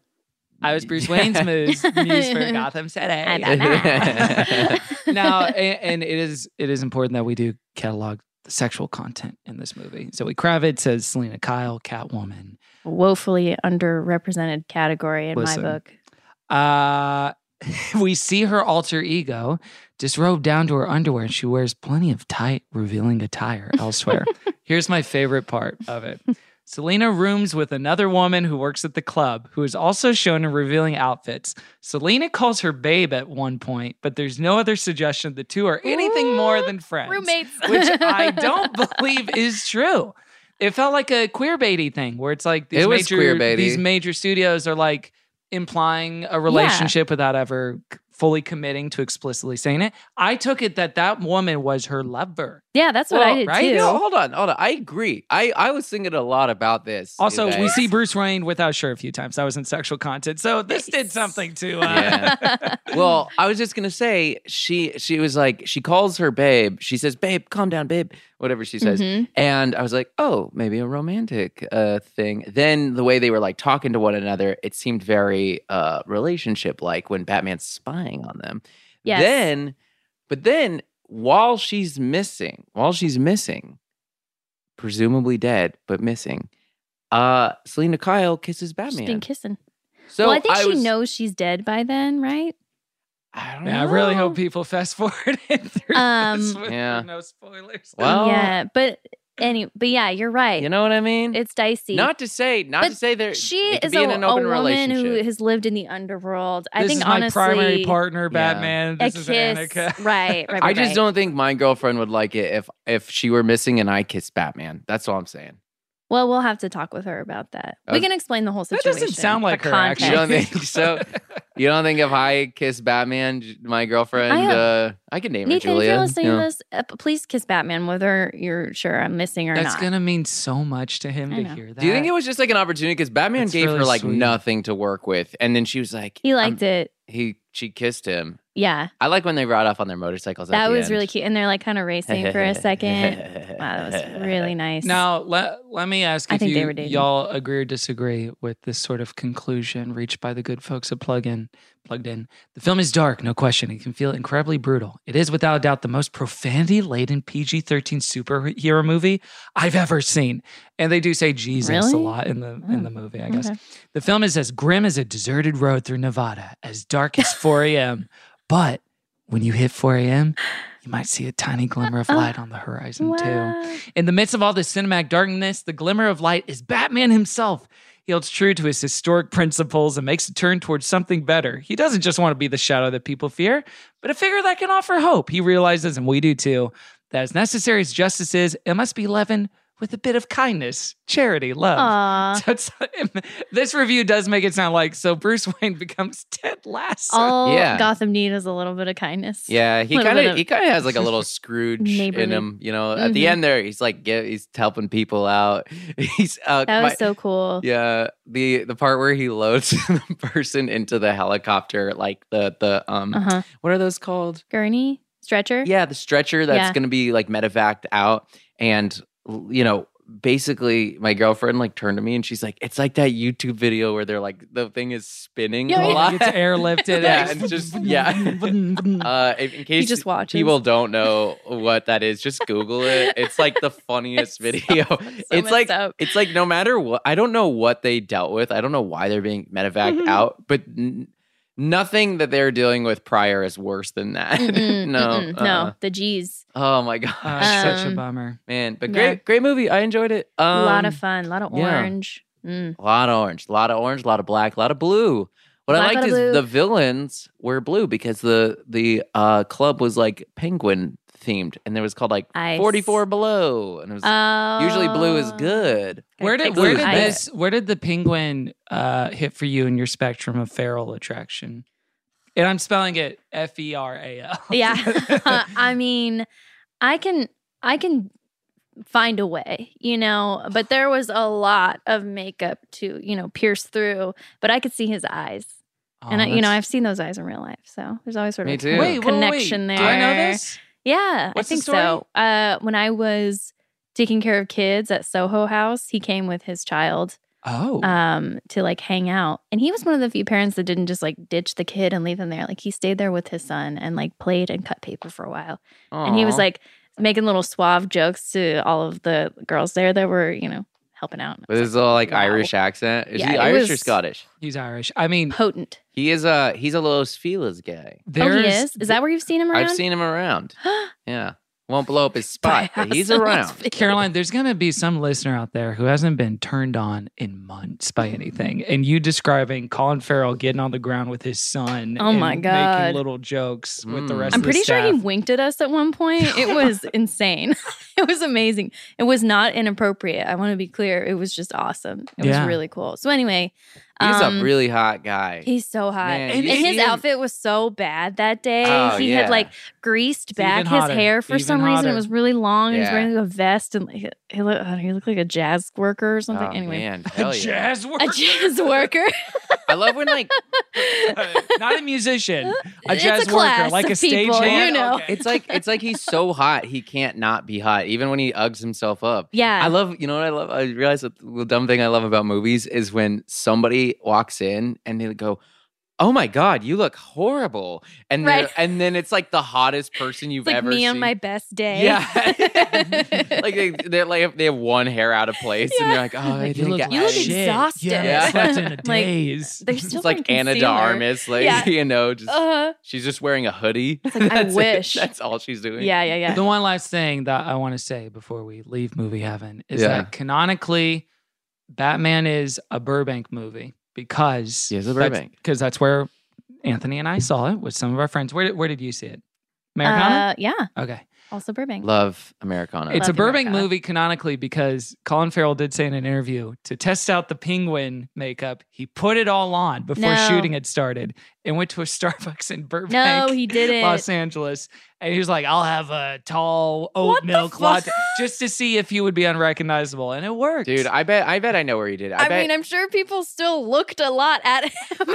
Speaker 3: I was Bruce Wayne's muse, muse for Gotham
Speaker 4: I
Speaker 3: City.
Speaker 4: got that.
Speaker 3: now, and, and it is it is important that we do catalog the sexual content in this movie. Zoe Kravitz says Selena Kyle, Catwoman.
Speaker 4: woefully underrepresented category in
Speaker 3: Listen.
Speaker 4: my book.
Speaker 3: Uh, we see her alter ego disrobed down to her underwear, and she wears plenty of tight, revealing attire elsewhere. Here's my favorite part of it. Selena rooms with another woman who works at the club, who is also shown in revealing outfits. Selena calls her babe at one point, but there's no other suggestion the two are anything more than friends.
Speaker 4: Roommates,
Speaker 3: which I don't believe is true. It felt like a queer baity thing where it's like these
Speaker 5: It was
Speaker 3: major
Speaker 5: queerbaity.
Speaker 3: these major studios are like implying a relationship without ever c- fully committing to explicitly saying it. I took it that that woman was her lover
Speaker 4: Yeah, that's what I
Speaker 3: Well,
Speaker 4: did
Speaker 3: right?
Speaker 4: too.
Speaker 3: No,
Speaker 5: No, hold on, hold on. I agree. I I was thinking a lot about this.
Speaker 3: Also,
Speaker 5: today.
Speaker 3: we see Bruce Wayne without shirt a few times. That was in sexual content. So this did something to. Uh,
Speaker 5: Yeah. well, I was just gonna say she she was like she calls her babe. She says, "Babe, calm down, babe," whatever she says.
Speaker 4: Mhm.
Speaker 5: And I was like, "Oh, maybe a romantic uh, thing." Then the way they were like talking to one another, it seemed very uh, relationship like when Batman's spying on them.
Speaker 4: Yes.
Speaker 5: Then, but then while she's missing, while she's missing, presumably dead but missing, uh, Selena Kyle kisses
Speaker 4: She's
Speaker 5: Batman.
Speaker 4: been kissing.
Speaker 5: so
Speaker 4: well, I think she
Speaker 5: was-
Speaker 4: knows she's dead by then, right?
Speaker 5: I don't
Speaker 3: Yeah, I
Speaker 5: know.
Speaker 3: really hope people fast forward it through this
Speaker 4: Um,
Speaker 3: with
Speaker 5: Yeah.
Speaker 3: no spoilers.
Speaker 5: Well,
Speaker 4: yeah, but any, but yeah, you're right.
Speaker 5: Oh. You know what I mean?
Speaker 4: it's dicey.
Speaker 5: Not to say, not
Speaker 4: But
Speaker 5: to say there.
Speaker 4: she
Speaker 5: it could
Speaker 4: is
Speaker 5: be
Speaker 4: a,
Speaker 5: in an
Speaker 4: a
Speaker 5: open
Speaker 4: woman who
Speaker 5: relationship.
Speaker 4: has lived in the underworld. I
Speaker 3: this
Speaker 4: think
Speaker 3: is my
Speaker 4: honestly,
Speaker 3: primary partner,
Speaker 5: yeah.
Speaker 3: Batman.
Speaker 4: a
Speaker 3: This is
Speaker 4: kiss,
Speaker 3: Annika.
Speaker 4: right? Right.
Speaker 5: I
Speaker 4: right,
Speaker 5: just
Speaker 4: right.
Speaker 5: don't think my girlfriend would like it if if she were missing and I kissed Batman. That's all I'm saying.
Speaker 4: Well, we'll have to talk with her about that.
Speaker 5: Okay.
Speaker 4: We can explain the whole
Speaker 3: That
Speaker 4: situation.
Speaker 3: doesn't sound
Speaker 4: the
Speaker 3: like her,
Speaker 4: context.
Speaker 3: actually.
Speaker 5: You don't think so? You don't think if I kiss Batman, j- my girlfriend,
Speaker 4: I am-
Speaker 5: uh, I could name
Speaker 4: Nathan,
Speaker 5: her Julia.
Speaker 4: if you're listening
Speaker 5: Yeah.
Speaker 4: to this, uh, p- please kiss Batman, whether you're sure I'm missing or
Speaker 3: That's
Speaker 4: not.
Speaker 3: gonna mean so much to him
Speaker 4: I
Speaker 3: to
Speaker 4: know.
Speaker 3: hear that.
Speaker 5: Do you think it was just like an opportunity? Because Batman
Speaker 3: That's
Speaker 5: gave
Speaker 3: really
Speaker 5: her like
Speaker 3: sweet.
Speaker 5: nothing to work with, and then she was like,
Speaker 4: he liked it.
Speaker 5: He she kissed him.
Speaker 4: Yeah,
Speaker 5: I like when they ride off on their motorcycles. at
Speaker 4: that
Speaker 5: the
Speaker 4: was
Speaker 5: end.
Speaker 4: really cute. And they're like kind of racing for a second. Wow, that was really nice.
Speaker 3: Now let let me ask
Speaker 4: I
Speaker 3: if
Speaker 4: think they
Speaker 3: you
Speaker 4: were dating.
Speaker 3: y'all agree or disagree with this sort of conclusion reached by the good folks at Plug In. Plugged in. The film is dark, no question. It can feel incredibly brutal. It is without a doubt the most profanity laden PG thirteen superhero movie I've ever seen. And they do say Jesus a
Speaker 4: Really?
Speaker 3: lot in the in
Speaker 4: Oh,
Speaker 3: the movie, I guess.
Speaker 4: okay.
Speaker 3: The film is as grim as a deserted road through Nevada, as dark as 4 a.m. but when you hit 4 a.m., you might see a tiny glimmer of
Speaker 4: Oh.
Speaker 3: light on the horizon too.
Speaker 4: Wow.
Speaker 3: In the midst of all this cinematic darkness, the glimmer of light is Batman himself. He holds true to his historic principles and makes a turn towards something better. He doesn't just want to be the shadow that people fear, but a figure that can offer hope. He realizes, and we do too, that as necessary as justice is, it must be leavened with a bit of kindness, charity,
Speaker 5: Um,
Speaker 3: love.
Speaker 4: Aw.
Speaker 3: So it's- this review does make it sound like so Bruce Wayne becomes Ted Lasso.
Speaker 4: All
Speaker 5: Yeah.
Speaker 4: Gotham need is a little bit of kindness.
Speaker 5: Yeah, he
Speaker 4: Little
Speaker 5: kind
Speaker 4: bit
Speaker 5: of
Speaker 4: of
Speaker 5: he kind of has like a little Scrooge in
Speaker 4: neighborly.
Speaker 5: him, you know. At the
Speaker 4: Mhm.
Speaker 5: end there, he's like give, he's helping people out. He's uh,
Speaker 4: That was
Speaker 5: my-
Speaker 4: so cool.
Speaker 5: yeah. The the part where he loads the person into the helicopter, like the the um,
Speaker 4: Uh huh.
Speaker 5: what are those called?
Speaker 4: Gurney stretcher.
Speaker 5: Yeah, the stretcher that's
Speaker 4: Yeah.
Speaker 5: gonna be like medevaced out, and l- you know. Basically, my girlfriend like turned to me and she's like, "It's like that YouTube video where they're like the thing is spinning
Speaker 4: Yeah,
Speaker 5: a
Speaker 4: yeah.
Speaker 5: lot."
Speaker 3: It's airlifted.
Speaker 5: Yeah, and just- yeah. Uh, if- in case
Speaker 4: just watches.
Speaker 5: people don't know what that is, just Google it. It's like the funniest
Speaker 4: It's so-
Speaker 5: video.
Speaker 4: so
Speaker 5: it's like
Speaker 4: messed up.
Speaker 5: it's like no matter what, I don't know what they dealt with. I don't know why they're being medevac
Speaker 4: Mm-hmm.
Speaker 5: out, but n- nothing that they're dealing with prior is worse than that.
Speaker 4: Mm-mm,
Speaker 5: no,
Speaker 4: mm-mm,
Speaker 5: uh-uh.
Speaker 4: no, the G's.
Speaker 5: Oh my god,
Speaker 3: Oh, it's such a
Speaker 4: Um,
Speaker 3: bummer.
Speaker 5: man! But
Speaker 4: yeah.
Speaker 5: great, great movie. I enjoyed it. Um,
Speaker 4: A lot of fun, a lot of
Speaker 5: yeah.
Speaker 4: orange. Mm.
Speaker 5: A lot of orange, a lot of orange, a lot of black, a lot of blue. What
Speaker 4: Black,
Speaker 5: I liked
Speaker 4: lot
Speaker 5: is
Speaker 4: of blue.
Speaker 5: the villains were blue because the the uh, club was like penguin themed, and it was called like
Speaker 4: Ice.
Speaker 5: forty four below, and it was
Speaker 4: Oh,
Speaker 5: usually blue is good.
Speaker 4: I
Speaker 3: Where
Speaker 4: picked
Speaker 3: did where
Speaker 4: the
Speaker 3: did
Speaker 4: ice.
Speaker 3: this where did the penguin uh, hit for you in your spectrum of feral attraction? And I'm spelling it F E R A L.
Speaker 4: Yeah, uh, I mean, I can, I can find a way, you know. But there was a lot of makeup to, you know, pierce through. But I could see his eyes,
Speaker 3: Oh,
Speaker 4: and I, you know, I've
Speaker 3: that's-
Speaker 4: seen those eyes in real life. So there's always sort
Speaker 5: Me
Speaker 4: of
Speaker 5: too.
Speaker 4: a
Speaker 5: Wait,
Speaker 4: connection
Speaker 3: wait,
Speaker 4: there.
Speaker 3: Do I know this?
Speaker 4: Yeah,
Speaker 3: What's
Speaker 4: I
Speaker 3: the
Speaker 4: think so. Uh, when I was taking care of kids at Soho House, he came with his child
Speaker 3: Oh,
Speaker 4: um, to like hang out, and he was one of the few parents that didn't just like ditch the kid and leave him there. Like he stayed there with his son and like played and cut paper for a while, and he was
Speaker 5: Aw.
Speaker 4: like making little suave jokes to all of the girls there that were you know helping out.
Speaker 5: with his little like
Speaker 4: Wow.
Speaker 5: Irish accent. Is
Speaker 4: Yeah,
Speaker 5: he
Speaker 4: it
Speaker 5: Irish or
Speaker 4: was-
Speaker 5: Scottish?
Speaker 3: he's Irish. I mean,
Speaker 4: Potent.
Speaker 5: He is a he's a little Sfila's guy.
Speaker 4: Oh,
Speaker 3: there's
Speaker 4: he is. Is that where you've seen him around?
Speaker 5: I've seen him around. Yeah, won't blow up his spot, but he's around.
Speaker 3: Caroline, there's going to be some listener out there who hasn't been turned on in months by anything. And you describing Colin Farrell getting on the ground with his son.
Speaker 4: Oh my
Speaker 3: and
Speaker 4: God.
Speaker 3: Making little jokes with the
Speaker 5: Mm.
Speaker 3: rest
Speaker 4: I'm
Speaker 3: of
Speaker 4: pretty
Speaker 3: the
Speaker 4: sure he
Speaker 3: staff.
Speaker 4: winked at us at one point. It was insane. It was amazing. It was not inappropriate. I want to be clear. It was just awesome. It
Speaker 3: Yeah.
Speaker 4: was really cool. So anyway,
Speaker 5: He's
Speaker 4: Um,
Speaker 5: a really hot guy.
Speaker 4: He's so hot.
Speaker 5: Man,
Speaker 4: and
Speaker 5: you
Speaker 4: his
Speaker 5: see him-
Speaker 4: outfit was so bad that day.
Speaker 5: Oh,
Speaker 4: he
Speaker 5: yeah.
Speaker 4: had like greased
Speaker 3: It's
Speaker 4: back
Speaker 3: even
Speaker 4: his
Speaker 3: hotter.
Speaker 4: hair for
Speaker 3: Even
Speaker 4: some reason.
Speaker 3: hotter.
Speaker 4: It was really long and he was
Speaker 5: Yeah.
Speaker 4: wearing like, a vest and like, he, looked, he looked like a jazz worker or something.
Speaker 5: Oh,
Speaker 4: anyway,
Speaker 5: man, hell yeah.
Speaker 3: Jazz
Speaker 4: a
Speaker 3: worker.
Speaker 4: jazz worker.
Speaker 5: I love when like
Speaker 3: Not a musician. A
Speaker 4: It's
Speaker 3: jazz
Speaker 4: a class
Speaker 3: worker, like a
Speaker 4: of people,
Speaker 3: stage hand.
Speaker 4: you know.
Speaker 3: Okay.
Speaker 5: it's like it's like he's so hot he can't not be hot even when he ugs himself up.
Speaker 4: yeah.
Speaker 5: I love you know what I love. I realize that the dumb thing I love about movies is when somebody walks in and they go. Oh my God, you look horrible, and
Speaker 4: Right.
Speaker 5: they're- and then it's like the hottest person you've
Speaker 4: it's like
Speaker 5: ever
Speaker 4: me
Speaker 5: seen.
Speaker 4: on my best day.
Speaker 5: Yeah. like they, they're like they have one hair out of place, and you're like, oh, I
Speaker 3: Like,
Speaker 5: didn't get
Speaker 4: You look
Speaker 5: shit."
Speaker 3: shit.
Speaker 4: exhausted.
Speaker 3: Yeah, I slept in a
Speaker 4: Like,
Speaker 3: daze.
Speaker 4: They're still
Speaker 5: It's like Anna de Armas, like
Speaker 4: Yeah.
Speaker 5: you know, just
Speaker 4: Uh,
Speaker 5: she's just wearing a hoodie.
Speaker 4: like, I
Speaker 5: That's it.
Speaker 4: wish.
Speaker 5: That's all she's doing.
Speaker 4: yeah, yeah, yeah.
Speaker 3: The one last thing that I want to say before we leave movie heaven is
Speaker 5: Yeah.
Speaker 3: that canonically, Batman is a Burbank movie because
Speaker 5: He is a Burbank.
Speaker 3: because that's, where Anthony and I saw it with some of our friends. Where did, where did you see it? Americana.
Speaker 4: Uh, yeah.
Speaker 3: okay,
Speaker 4: Also Burbank.
Speaker 5: Love Americana.
Speaker 3: it's a
Speaker 4: love
Speaker 3: Burbank
Speaker 4: Americana.
Speaker 3: movie canonically because Colin Farrell did say in an interview to test out the penguin makeup, he put it all on before
Speaker 4: No.
Speaker 3: shooting had started and went to a Starbucks in Burbank.
Speaker 4: no, he didn't.
Speaker 3: Los Angeles, and he was like, "I'll have a tall oat
Speaker 4: What the
Speaker 3: milk
Speaker 4: fuck?
Speaker 3: latte," just to see if he would be unrecognizable, and it worked.
Speaker 5: Dude, I bet I bet I know where he did. it. I,
Speaker 4: I,
Speaker 5: bet
Speaker 4: mean, I'm sure people still looked a lot at him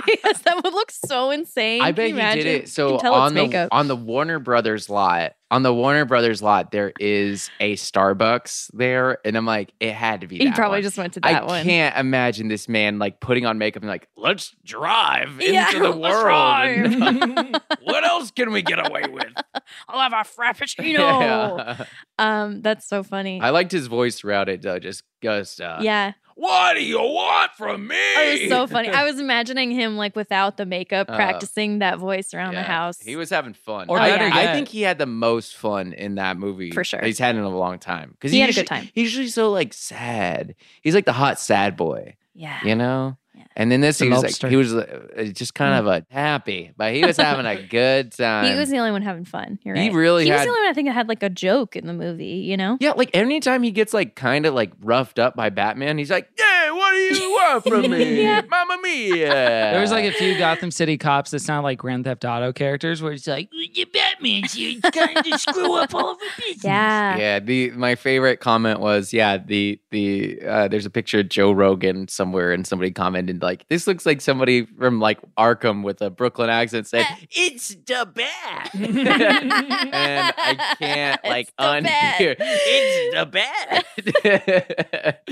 Speaker 4: because that would look so insane.
Speaker 5: I
Speaker 4: Can
Speaker 5: bet
Speaker 4: you
Speaker 5: he
Speaker 4: imagine?
Speaker 5: did
Speaker 4: You
Speaker 5: it.
Speaker 4: can
Speaker 5: So
Speaker 4: tell it's
Speaker 5: on the
Speaker 4: makeup.
Speaker 5: on the Warner Brothers lot, on the Warner Brothers lot, there is a Starbucks there, and I'm like, it had to be.
Speaker 4: he
Speaker 5: that
Speaker 4: probably
Speaker 5: one.
Speaker 4: just went to
Speaker 5: I
Speaker 4: that one.
Speaker 5: can't imagine this man like putting on makeup and like, let's drive
Speaker 4: Yeah,
Speaker 5: into the
Speaker 4: let's
Speaker 5: world. and- what else can we get away with?
Speaker 4: I'll have a frappuccino.
Speaker 5: Yeah.
Speaker 4: Um, that's so funny.
Speaker 5: I liked his voice throughout it though. Just just uh,
Speaker 4: yeah, Oh,
Speaker 5: What do you want from me?
Speaker 4: it was so funny. I was imagining him like without the makeup,
Speaker 5: Uh,
Speaker 4: practicing that voice around
Speaker 5: Yeah,
Speaker 4: the house.
Speaker 5: He was having fun.
Speaker 3: Or
Speaker 5: I,
Speaker 4: better
Speaker 5: I
Speaker 3: yet-
Speaker 5: think he had the most fun in that movie.
Speaker 4: For sure.
Speaker 5: that He's had in a long time. Because
Speaker 4: He had a good time.
Speaker 5: He's usually so like sad. He's like the hot sad boy,
Speaker 4: yeah.
Speaker 5: you know?
Speaker 4: Ah, Yeah.
Speaker 5: And then this,
Speaker 3: The Mm.
Speaker 5: he was like,
Speaker 3: lobster.
Speaker 5: he was uh, just kind of a happy, but he was having a good time.
Speaker 4: He was the only one having fun. You're right.
Speaker 5: He really
Speaker 4: He was
Speaker 5: had-
Speaker 4: the only one I think that had like a joke in the movie. You know.
Speaker 5: yeah, like anytime he gets like kind of like roughed up by Batman, he's like, "Yeah, what do you want from me,
Speaker 4: Yeah.
Speaker 5: Mamma Mia?" There
Speaker 3: There was
Speaker 5: uh,
Speaker 3: like a few Gotham City cops that sound like Grand Theft Auto characters, where it's like, "You Batman's here trying to screw up all of our business."
Speaker 4: Yeah.
Speaker 5: Yeah, the my favorite comment was yeah the the uh, there's a picture of Joe Rogan somewhere and somebody commented like this looks like somebody from like Arkham with a Brooklyn accent said
Speaker 4: Uh,
Speaker 5: it's the bat and I can't
Speaker 4: It's
Speaker 5: like
Speaker 4: the bat.
Speaker 5: unhear it's the bat.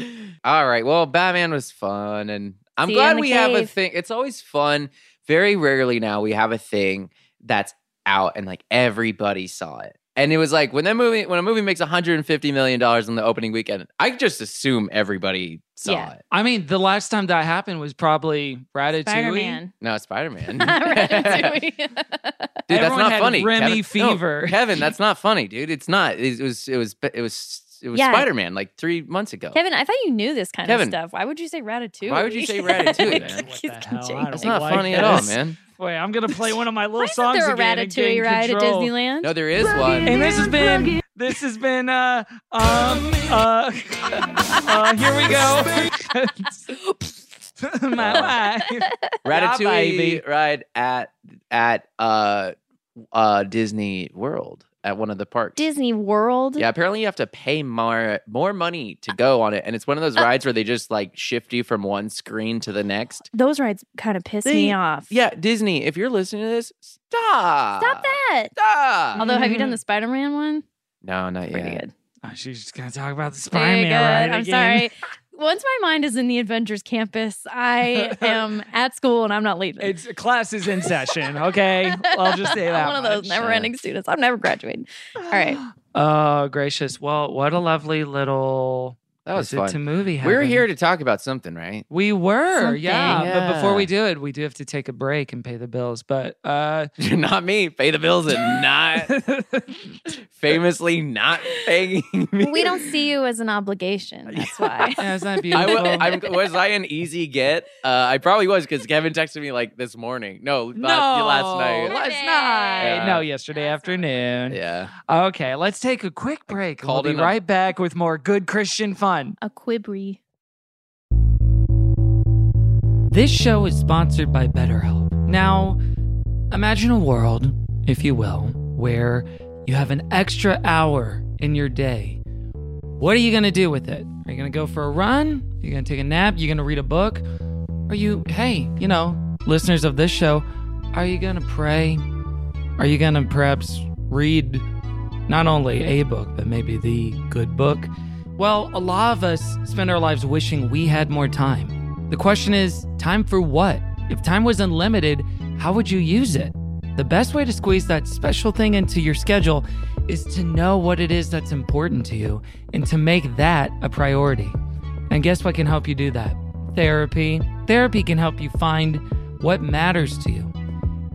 Speaker 5: All right, well Batman was fun and I'm
Speaker 4: See you in
Speaker 5: glad
Speaker 4: the
Speaker 5: we have a
Speaker 4: cave.
Speaker 5: thing. It's always fun. Very rarely now we have a thing that's out and like everybody saw it. And it was like when that movie when a movie makes 150 million dollars on the opening weekend, I just assume everybody saw
Speaker 4: Yeah.
Speaker 5: it.
Speaker 3: I mean, the last time that happened was probably Ratatouille.
Speaker 4: Spider-Man.
Speaker 5: No, Spider-Man. Dude,
Speaker 4: Ratatouille.
Speaker 5: that's
Speaker 3: Everyone
Speaker 5: not
Speaker 3: had
Speaker 5: funny.
Speaker 3: Remy
Speaker 5: Kevin- no,
Speaker 3: fever.
Speaker 5: Kevin, that's not funny, dude. It's not. It, was it was it was it was
Speaker 4: Yeah.
Speaker 5: Spider-Man like 3 months ago.
Speaker 4: Kevin, I thought you knew this kind
Speaker 5: Kevin.
Speaker 4: of stuff. Why would you say ratatouille?
Speaker 5: Why would you say ratatouille, man?
Speaker 4: Like,
Speaker 3: What
Speaker 4: he's
Speaker 3: the hell? I
Speaker 4: joking.
Speaker 5: that's
Speaker 3: don't
Speaker 5: not
Speaker 3: like
Speaker 5: funny at all,
Speaker 3: this.
Speaker 5: man.
Speaker 3: Wait, I'm gonna play one of my little
Speaker 4: Why
Speaker 3: songs
Speaker 4: isn't there
Speaker 3: again.
Speaker 4: a
Speaker 3: and gain
Speaker 4: ratatouille ride
Speaker 3: control.
Speaker 4: at Disneyland?
Speaker 5: No, there is one.
Speaker 3: And this has been this has been uh um uh, uh here we go. My life.
Speaker 5: Ratatouille
Speaker 3: Yeah, baby.
Speaker 5: ride at at uh uh Disney World at one of the parks.
Speaker 4: Disney World.
Speaker 5: yeah, apparently you have to pay more more money to go on it, and it's one of
Speaker 4: Uh,
Speaker 5: those rides where they just like shift you from one screen to the next.
Speaker 4: Those rides kind of piss
Speaker 5: They-
Speaker 4: me off.
Speaker 5: Yeah, Disney, if you're listening to this, stop.
Speaker 4: Stop that.
Speaker 5: Stop.
Speaker 4: Although, have you done the Spider Man one?
Speaker 5: no, not
Speaker 4: Pretty
Speaker 5: yet.
Speaker 4: good.
Speaker 3: Oh, she's just gonna talk about the
Speaker 4: Very
Speaker 3: Spider-Man
Speaker 4: good.
Speaker 3: ride
Speaker 4: I'm
Speaker 3: again.
Speaker 4: sorry. Once my mind is in the Avengers campus, I am at school and I'm not leaving.
Speaker 3: It's classes in session. Okay, I'll just say that.
Speaker 4: I'm one of those
Speaker 3: much.
Speaker 4: never ending students. I'm never graduating. All right.
Speaker 3: Oh gracious! Well, what a lovely little
Speaker 5: That was
Speaker 3: visit to
Speaker 5: fun.
Speaker 3: movie.
Speaker 5: We're
Speaker 3: heaven.
Speaker 5: here to talk about something, right?
Speaker 3: We were, yeah,
Speaker 5: Something.
Speaker 3: But before we
Speaker 5: Yeah.
Speaker 3: do it, we do have to take a break and pay the bills. But uh,
Speaker 5: not me. Pay the bills and not famously not paying. me.
Speaker 4: We don't see you as an obligation. That's why.
Speaker 3: yeah, isn't that
Speaker 5: I
Speaker 3: beautiful?
Speaker 5: wa- I'm, was I an easy get? Uh, I probably was because Kevin texted me like this morning. No, last,
Speaker 3: no,
Speaker 5: last night.
Speaker 3: last
Speaker 4: Today.
Speaker 3: night.
Speaker 5: Yeah.
Speaker 3: No, yesterday afternoon.
Speaker 5: Yeah.
Speaker 3: Okay, let's take a quick break. and We'll
Speaker 5: called
Speaker 3: be
Speaker 5: in a-
Speaker 3: right back with more good Christian fun.
Speaker 4: A quibri.
Speaker 3: This show is sponsored by BetterHelp. Now, imagine a world, if you will, where you have an extra hour in your day. What are you going to do with it? Are you going to go for a run? Are you going to take a nap? Are you going to read a book? Are you, hey, you know, listeners of this show, are you going to pray? Are you going to perhaps read not only a book, but maybe the good book? Well, a lot of us spend our lives wishing we had more time. The question is time for what? If time was unlimited, how would you use it? The best way to squeeze that special thing into your schedule is to know what it is that's important to you and to make that a priority. And guess what can help you do that? Therapy. Therapy can help you find what matters to you.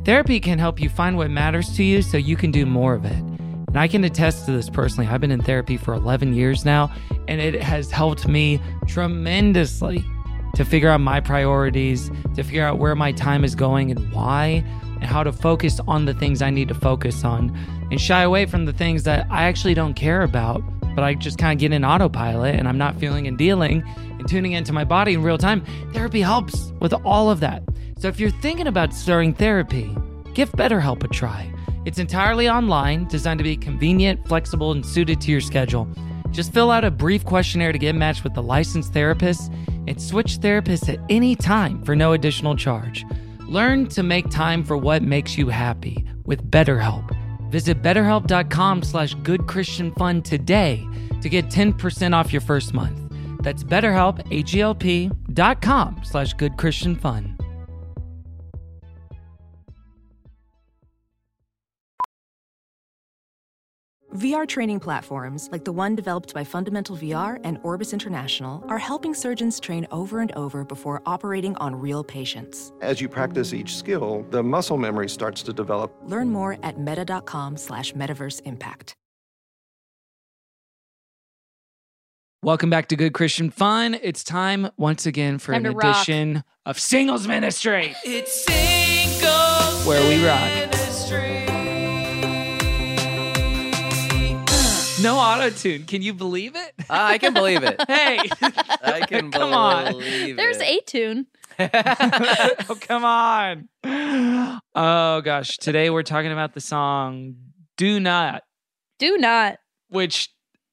Speaker 3: Therapy can help you find what matters to you so you can do more of it. And I can attest to this personally. I've been in therapy for 11 years now, and it has helped me tremendously to figure out my priorities, to figure out where my time is going and why, and how to focus on the things I need to focus on and shy away from the things that I actually don't care about, but I just kind of get in autopilot and I'm not feeling and dealing and tuning into my body in real time. Therapy helps with all of that. So if you're thinking about starting therapy, give BetterHelp a try. It's entirely online, designed to be convenient, flexible, and suited to your schedule. Just fill out a brief questionnaire to get matched with a licensed therapist and switch therapists at any time for no additional charge. Learn to make time for what makes you happy with BetterHelp. Visit betterhelp.com slash goodchristianfun today to get 10% off your first month. That's betterhelp, H-E-L-P dot com slash goodchristianfun.
Speaker 1: VR training platforms, like the one developed by Fundamental VR and Orbis International, are helping surgeons train over and over before operating on real patients.
Speaker 2: As you practice each skill, the muscle memory starts to develop.
Speaker 1: Learn more at meta.com slash metaverse impact.
Speaker 3: Welcome back to Good Christian Fun. It's time once again for
Speaker 4: Time
Speaker 3: an
Speaker 4: to rock.
Speaker 3: edition of Singles Ministry,
Speaker 8: It's single
Speaker 3: where we rock.
Speaker 8: ministry.
Speaker 3: No auto tune. Can you believe it?
Speaker 5: Uh, I can believe it.
Speaker 3: hey.
Speaker 5: I can
Speaker 3: Come on.
Speaker 5: believe
Speaker 4: There's
Speaker 5: it.
Speaker 4: a tune.
Speaker 3: oh, come on. Oh, gosh. Today we're talking about the song Do Not,
Speaker 4: Do not.
Speaker 3: which,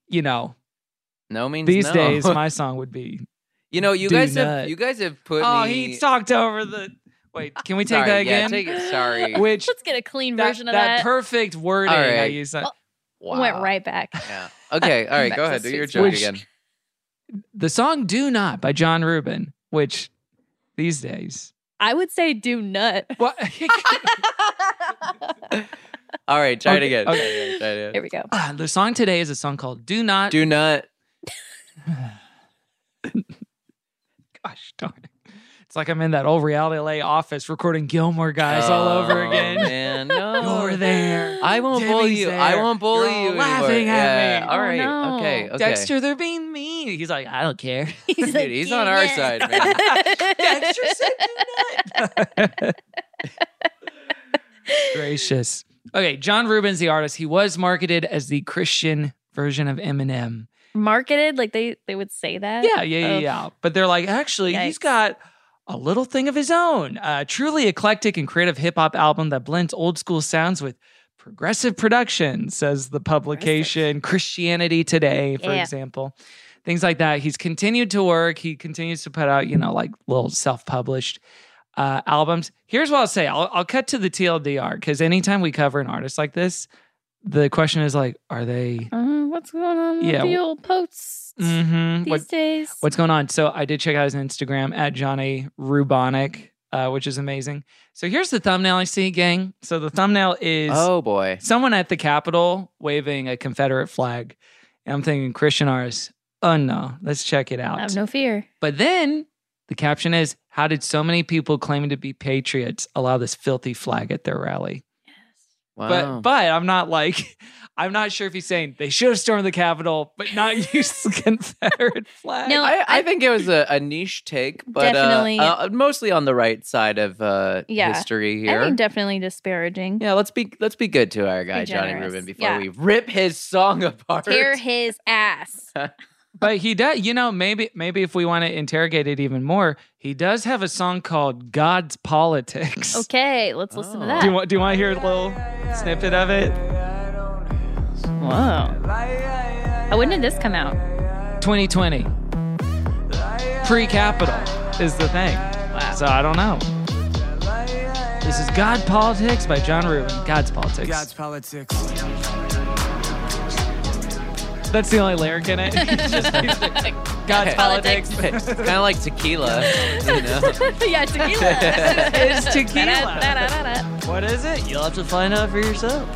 Speaker 3: you know,
Speaker 5: No means
Speaker 3: these
Speaker 5: no.
Speaker 3: days my song would be.
Speaker 5: you know, you
Speaker 3: Do
Speaker 5: guys
Speaker 3: not.
Speaker 5: have you guys have put
Speaker 3: Oh,
Speaker 5: me.
Speaker 3: he talked over the. Wait, can we take that
Speaker 5: Sorry, Yeah,
Speaker 3: again?
Speaker 5: take it. Sorry.
Speaker 3: Which
Speaker 4: Let's get a clean
Speaker 3: that,
Speaker 4: version of
Speaker 3: that
Speaker 4: that.
Speaker 3: perfect wording
Speaker 5: All
Speaker 3: I
Speaker 5: right.
Speaker 3: use that.
Speaker 4: Went right back.
Speaker 5: Yeah. Okay. All right. Go
Speaker 4: That's
Speaker 5: ahead.
Speaker 4: a
Speaker 5: Do your
Speaker 4: sweet
Speaker 5: joke
Speaker 3: Which-
Speaker 5: again.
Speaker 3: The song Do Not by John Rubin, which these days.
Speaker 4: I would say do nut.
Speaker 3: What?
Speaker 5: All right. Try
Speaker 3: Okay,
Speaker 5: it again.
Speaker 3: okay.
Speaker 5: Try it again. Try it
Speaker 4: Here
Speaker 5: again.
Speaker 4: we go.
Speaker 3: Ah, the song today is a song called Do Not
Speaker 5: Do not.
Speaker 3: gosh darn it. It's like I'm in that old reality LA office recording Gilmore guys all over
Speaker 5: Oh,
Speaker 3: again.
Speaker 5: Man, no.
Speaker 3: You're there.
Speaker 5: I won't bully
Speaker 3: Jimmy's
Speaker 5: you. I
Speaker 3: there.
Speaker 5: won't bully
Speaker 3: You're all
Speaker 5: you. anymore.
Speaker 3: laughing at
Speaker 5: Yeah,
Speaker 3: me.
Speaker 5: All
Speaker 4: Oh,
Speaker 5: right.
Speaker 4: no.
Speaker 5: Okay. Okay.
Speaker 3: Dexter, they're being mean. He's like, I don't care.
Speaker 4: He's,
Speaker 5: Dude, he's on our side, man.
Speaker 3: Dexter said do not. Gracious. Okay, John Rubin's the artist. He was marketed as the Christian version of Eminem.
Speaker 4: Marketed like they they would say that.
Speaker 3: Yeah, yeah, yeah,
Speaker 4: Oh,
Speaker 3: yeah. But they're like, actually, he's
Speaker 4: Yikes.
Speaker 3: got a little thing of his own. A truly eclectic and creative hip hop album that blends old school sounds with progressive production, says the publication Christianity Today, for
Speaker 4: Yeah.
Speaker 3: example. Things like that. He's continued to work. He continues to put out, you know, like little self published uh, albums. Here's what I'll say I'll, I'll cut to the TLDR because anytime we cover an artist like this, the question is like, are they.
Speaker 4: Uh, what's going
Speaker 3: Yeah,
Speaker 4: on with the
Speaker 3: w-
Speaker 4: old posts
Speaker 3: Mm-hmm.
Speaker 4: these days?
Speaker 3: What's going on? So I did check out his Instagram at Johnny Rubonic, uh, which is amazing. So here's the thumbnail I see, gang. So the thumbnail is
Speaker 5: Oh boy.
Speaker 3: someone at the Capitol waving a Confederate flag. And I'm thinking Christian artist. Oh no, let's check it
Speaker 4: I
Speaker 3: out.
Speaker 4: have no fear.
Speaker 3: But then the caption is, "How did so many people claiming to be patriots allow this filthy flag at their rally?"
Speaker 5: Wow.
Speaker 3: But but I'm not like I'm not sure if he's saying they should have stormed the Capitol, but not used the Confederate flag.
Speaker 4: No,
Speaker 5: I, I
Speaker 4: I-
Speaker 5: think it was a, a niche take, but uh,
Speaker 4: Definitely.
Speaker 5: uh, mostly on the right side of uh,
Speaker 4: Yeah.
Speaker 5: history
Speaker 4: I
Speaker 5: here.
Speaker 4: think definitely disparaging.
Speaker 5: yeah, let's be let's be good to our guy Johnny
Speaker 4: generous.
Speaker 5: Rubin before
Speaker 4: Yeah.
Speaker 5: we rip his song apart.
Speaker 4: Tear his ass.
Speaker 3: but he does. You know, maybe maybe if we want to interrogate it even more, he does have a song called "God's Politics."
Speaker 4: Okay, let's listen to
Speaker 5: Oh.
Speaker 4: that.
Speaker 3: Do you want? Do you want to hear a little snippet of it?
Speaker 4: Whoa. Oh, when did this come out?
Speaker 3: 2020, pre-capital is the thing. So I don't know. This is God Politics by John Rubin. God's Politics.
Speaker 8: God's politics.
Speaker 3: That's the only lyric in it. He's just- he's like, God's Politics.
Speaker 5: it's kind of like tequila, you know?
Speaker 4: yeah, tequila.
Speaker 3: It's tequila.
Speaker 4: Da-da-da-da-da.
Speaker 3: What is it? You'll have to find out for yourself.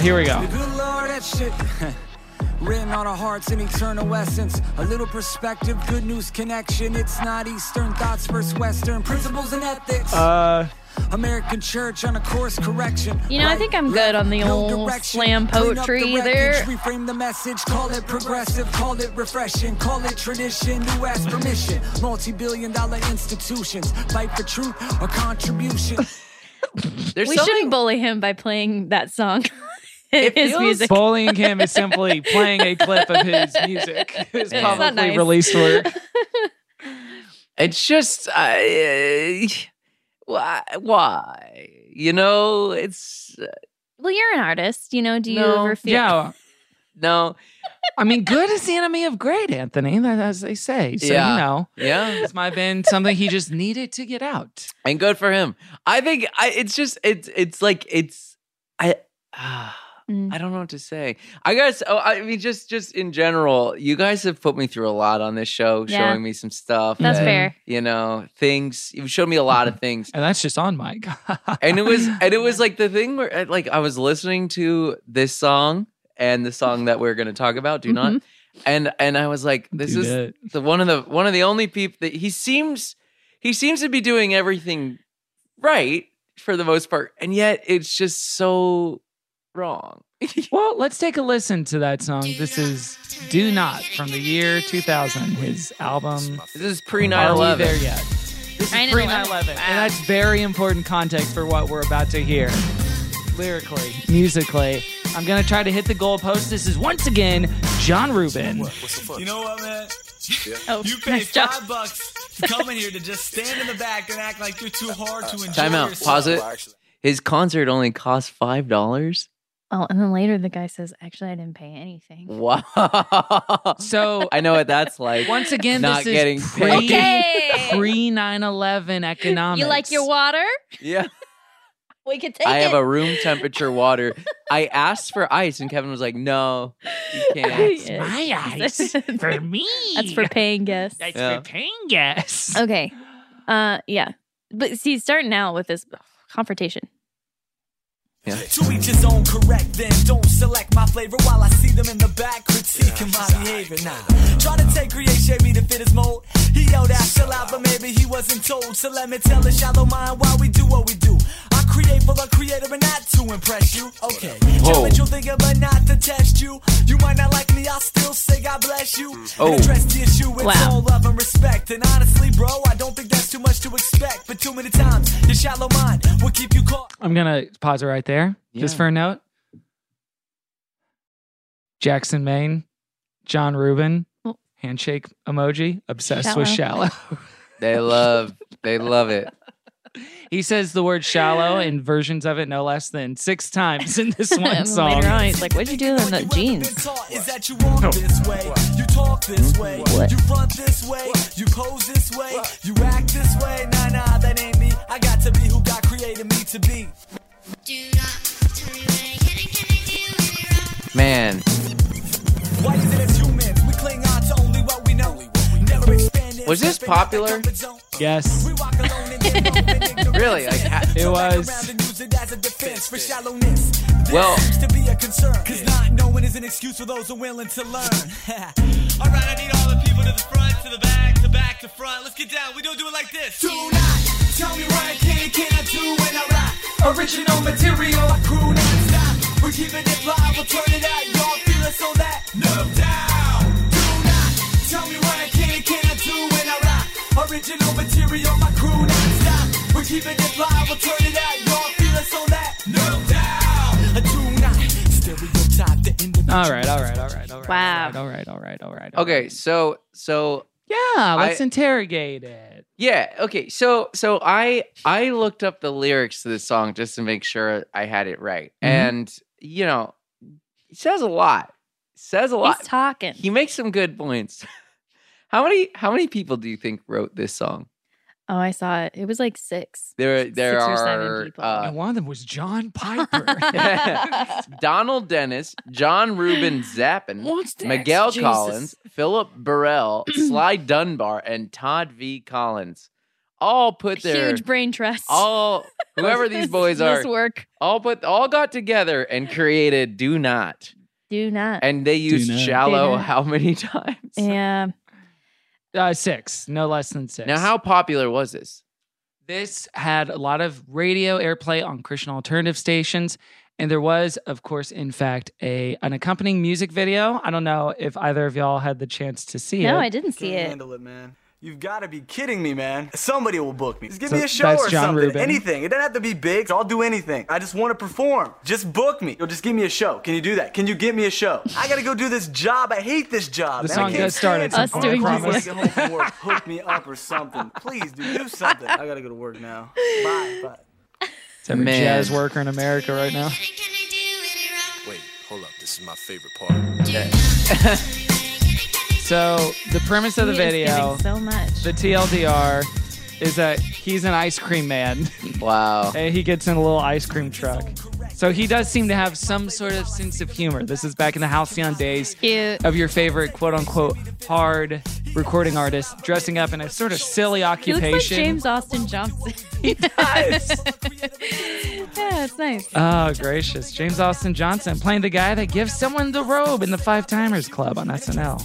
Speaker 3: Here we go.
Speaker 8: The good Lord, that shit. Written on our hearts in eternal essence. A little perspective, good news connection. It's not Eastern thoughts versus Western principles and ethics.
Speaker 3: Uh,
Speaker 8: American church on a course correction.
Speaker 4: You know, I
Speaker 8: Right,
Speaker 4: think I'm good on the
Speaker 8: left, no
Speaker 4: old
Speaker 8: direction.
Speaker 4: slam
Speaker 8: Clean up
Speaker 4: poetry
Speaker 8: the
Speaker 4: there.
Speaker 8: wreckage, Reframe the message, call it progressive, call it refreshing, call it tradition, new ass permission. Multi billion dollar institutions fight for truth or contribution.
Speaker 5: There's
Speaker 4: We
Speaker 5: something-
Speaker 4: shouldn't bully him by playing that song. His
Speaker 5: feels-
Speaker 4: music.
Speaker 3: bullying him is simply playing a clip of his music, his
Speaker 5: Yeah. It's not
Speaker 3: publicly
Speaker 4: nice.
Speaker 3: released work.
Speaker 5: It's just, I, uh, why, why? You know, it's
Speaker 4: Well, you're an artist, you know. Do you
Speaker 5: No.
Speaker 4: ever feel?
Speaker 3: Yeah,
Speaker 5: no,
Speaker 3: I mean, good is the enemy of great, Anthony, that- as they say. So
Speaker 5: Yeah.
Speaker 3: you know,
Speaker 5: yeah,
Speaker 3: this might have been something he just needed to get out.
Speaker 5: and good for him. I think I, it's just it's it's like it's I. ah,
Speaker 4: Mm.
Speaker 5: I don't know what to say. I guess oh, I mean just just in general, you guys have put me through a lot on this show,
Speaker 4: Yeah.
Speaker 5: showing me some stuff.
Speaker 4: That's
Speaker 5: that,
Speaker 4: fair.
Speaker 5: You know, things you've shown me a lot of things.
Speaker 3: And that's just on Mike.
Speaker 5: and it was and it was like the thing where uh, like I was listening to this song and the song that we're going to talk about, do not.
Speaker 4: Mm-hmm.
Speaker 5: And and I was like this
Speaker 3: Do
Speaker 5: is
Speaker 3: that.
Speaker 5: the one of the one of the only people that he seems he seems to be doing everything right for the most part and yet it's just so wrong.
Speaker 3: Well, let's take a listen to that song. This is Do Not from the year 2000, his album.
Speaker 5: This is pre
Speaker 3: Are
Speaker 5: 9
Speaker 3: we
Speaker 5: 11.
Speaker 3: there yet? This
Speaker 4: I
Speaker 3: is
Speaker 4: know
Speaker 3: pre
Speaker 4: it.
Speaker 3: 9 11. And that's very important context for what we're about to hear. Lyrically, musically, I'm going to try to hit the goalpost. This is once again John Rubin.
Speaker 8: You know what, man?
Speaker 4: Oh,
Speaker 8: You pay
Speaker 4: nice job.
Speaker 8: five bucks to come in here to just stand in the back and act like you're too hard to enjoy
Speaker 5: Time out.
Speaker 8: yourself.
Speaker 5: Pause it. His concert only cost five dollars.
Speaker 4: Oh, and then later the guy says, "Actually, I didn't pay anything."
Speaker 5: Wow.
Speaker 3: So,
Speaker 5: I know what that's like.
Speaker 3: once again,
Speaker 5: Not
Speaker 3: this is
Speaker 5: getting
Speaker 3: pre,
Speaker 5: paid.
Speaker 4: Okay.
Speaker 3: pre 9/11
Speaker 5: Mm.
Speaker 3: economics.
Speaker 4: You like your water?
Speaker 5: yeah.
Speaker 4: We could take
Speaker 5: I
Speaker 4: it.
Speaker 5: have a room temperature water. I asked for ice, and Kevin was like, "No, you can't."
Speaker 3: That's my eyes for me.
Speaker 4: That's for paying guests.
Speaker 3: That's
Speaker 5: Yeah.
Speaker 3: for paying guests.
Speaker 4: Okay. Uh, yeah. But see, starting out with this confrontation.
Speaker 8: To each his own correct, then don't select my flavor while I see them in the back critiquing my behavior. Now, try to take create me to fit his mold. He yelled out, chill out, but maybe he wasn't told. So let me tell a shallow mind why we do what we do. I create for the creator and not to impress you. Okay,
Speaker 5: Whoa.
Speaker 8: challenge your thinking, but not to test you. You might not like me, I'll still say God bless you.
Speaker 5: Oh.
Speaker 8: And address the issue with
Speaker 4: Wow.
Speaker 8: all love and respect. And honestly, bro, I don't think that's too much to expect. But too many times, your shallow mind will keep you caught.
Speaker 3: I'm gonna pause it right there, just
Speaker 5: Yeah.
Speaker 3: for a note. Jackson, Maine, John Rubin,
Speaker 4: Oh.
Speaker 3: handshake emoji, obsessed with
Speaker 4: Shallow.
Speaker 3: shallow.
Speaker 5: They love, they love it.
Speaker 3: he says the word shallow in versions of it no less than six times in this one
Speaker 4: And
Speaker 3: song.
Speaker 4: Later on, he's like, "What'd you do in the jeans?"
Speaker 8: Is that Oh. you walk this way, you talk this way, you front this way, you pose this way, you act this way. Nah, nah, that ain't me. I got to be who God created me to be.
Speaker 5: Man,
Speaker 8: Why is it as humans we cling on to only what we know? Never expanding.
Speaker 5: Was this popular?
Speaker 3: Yes.
Speaker 8: We walk alone in the room in ignorance.
Speaker 5: Really, like, ha-
Speaker 3: It
Speaker 8: So back
Speaker 3: was.
Speaker 8: around and use it as a defense for shallowness. This
Speaker 5: Well-
Speaker 8: seems to be a concern. Cause not knowing is an excuse for those unwilling to learn. Alright, I need all the people to the front, to the back, to back, to front. Let's get down. We don't do it like this. Do not tell me what I can and cannot do when I rock. Original material, I crew not stop. We're keeping it live, we'll turn it out. Y'all feel it so that no doubt. Do not tell me what I can and cannot do when I rock. Original material, my crew not stop. We're keeping it live, we'll turn it out. Y'all feel it so that no doubt. I do not stereotype not the individual.
Speaker 3: All right, all right, all right, all right.
Speaker 4: Wow.
Speaker 3: All right, all right, all right. All right all
Speaker 5: Okay,
Speaker 3: right.
Speaker 5: so so
Speaker 3: Yeah, let's
Speaker 5: I-
Speaker 3: interrogate it.
Speaker 5: yeah, okay. So so I I looked up the lyrics to this song just to make sure I had it right.
Speaker 4: Mm-hmm.
Speaker 3: Mhm.
Speaker 5: And you know, he says a lot. Says a lot.
Speaker 4: He's talking.
Speaker 5: he makes some good points. how many how many people do you think wrote this song?
Speaker 4: oh, I saw it. It was like six.
Speaker 5: There
Speaker 4: Six
Speaker 5: there
Speaker 4: or seven
Speaker 5: are
Speaker 4: people.
Speaker 3: and
Speaker 5: uh,
Speaker 3: one of them was John Piper.
Speaker 5: Donald Dennis, John Reuben Zappin,
Speaker 3: What's next?
Speaker 5: Miguel
Speaker 3: Jesus.
Speaker 5: Collins, Philip Burrell, Sly Dunbar, and Todd V. Collins all put their
Speaker 4: Huge brain trust.
Speaker 5: all whoever these
Speaker 4: This-
Speaker 5: boys
Speaker 4: This
Speaker 5: are
Speaker 4: work.
Speaker 5: all put all got together and created "Do Not,"
Speaker 4: Do not.
Speaker 5: and they used
Speaker 3: Not.
Speaker 5: "Shallow"
Speaker 4: Do Not.
Speaker 5: how many times?
Speaker 4: yeah.
Speaker 3: Uh, six, no less than six.
Speaker 5: Now, how popular was this?
Speaker 3: This had a lot of radio airplay on Christian alternative stations. And there was, of course, in fact, a an accompanying music video. I don't know if either of y'all had the chance to see
Speaker 4: No,
Speaker 3: it.
Speaker 4: I didn't see
Speaker 8: Can't
Speaker 4: it.
Speaker 8: handle it, man. You've got to be kidding me, man. Somebody will book me. Just give
Speaker 3: So
Speaker 8: me a show
Speaker 3: that's
Speaker 8: or
Speaker 3: John
Speaker 8: something.
Speaker 3: Rubin.
Speaker 8: Anything. It doesn't have to be big. I'll do anything. I just want to perform. Just book me. You'll just give me a show. Can you do that? Can you get me a show? I gotta go do this job. I hate this job.
Speaker 3: The
Speaker 8: man.
Speaker 3: song
Speaker 8: I can't
Speaker 3: does start at
Speaker 8: stand
Speaker 4: some
Speaker 8: it.
Speaker 4: point, I
Speaker 8: I want
Speaker 4: promise.
Speaker 8: to get home from work. Hook me up or something. Please do, do something. I gotta go to work now. Bye. Bye.
Speaker 3: It's every
Speaker 5: Man.
Speaker 3: jazz worker in America right now.
Speaker 9: Wait, hold up. This is my favorite part.
Speaker 3: So the premise of the
Speaker 4: He is
Speaker 3: video,
Speaker 4: giving so much.
Speaker 3: the TLDR, is that he's an ice cream man.
Speaker 5: Wow.
Speaker 3: and he gets in a little ice cream truck. So he does seem to have some sort of sense of humor. This is back in the halcyon days
Speaker 4: Cute.
Speaker 3: of your favorite quote unquote hard recording artist dressing up in a sort of silly
Speaker 4: He looks like
Speaker 3: occupation.
Speaker 4: James Austin Johnson.
Speaker 3: He does.
Speaker 4: yeah, it's nice.
Speaker 3: oh gracious. James Austin Johnson playing the guy that gives someone the robe in the Five Timers Club on SNL.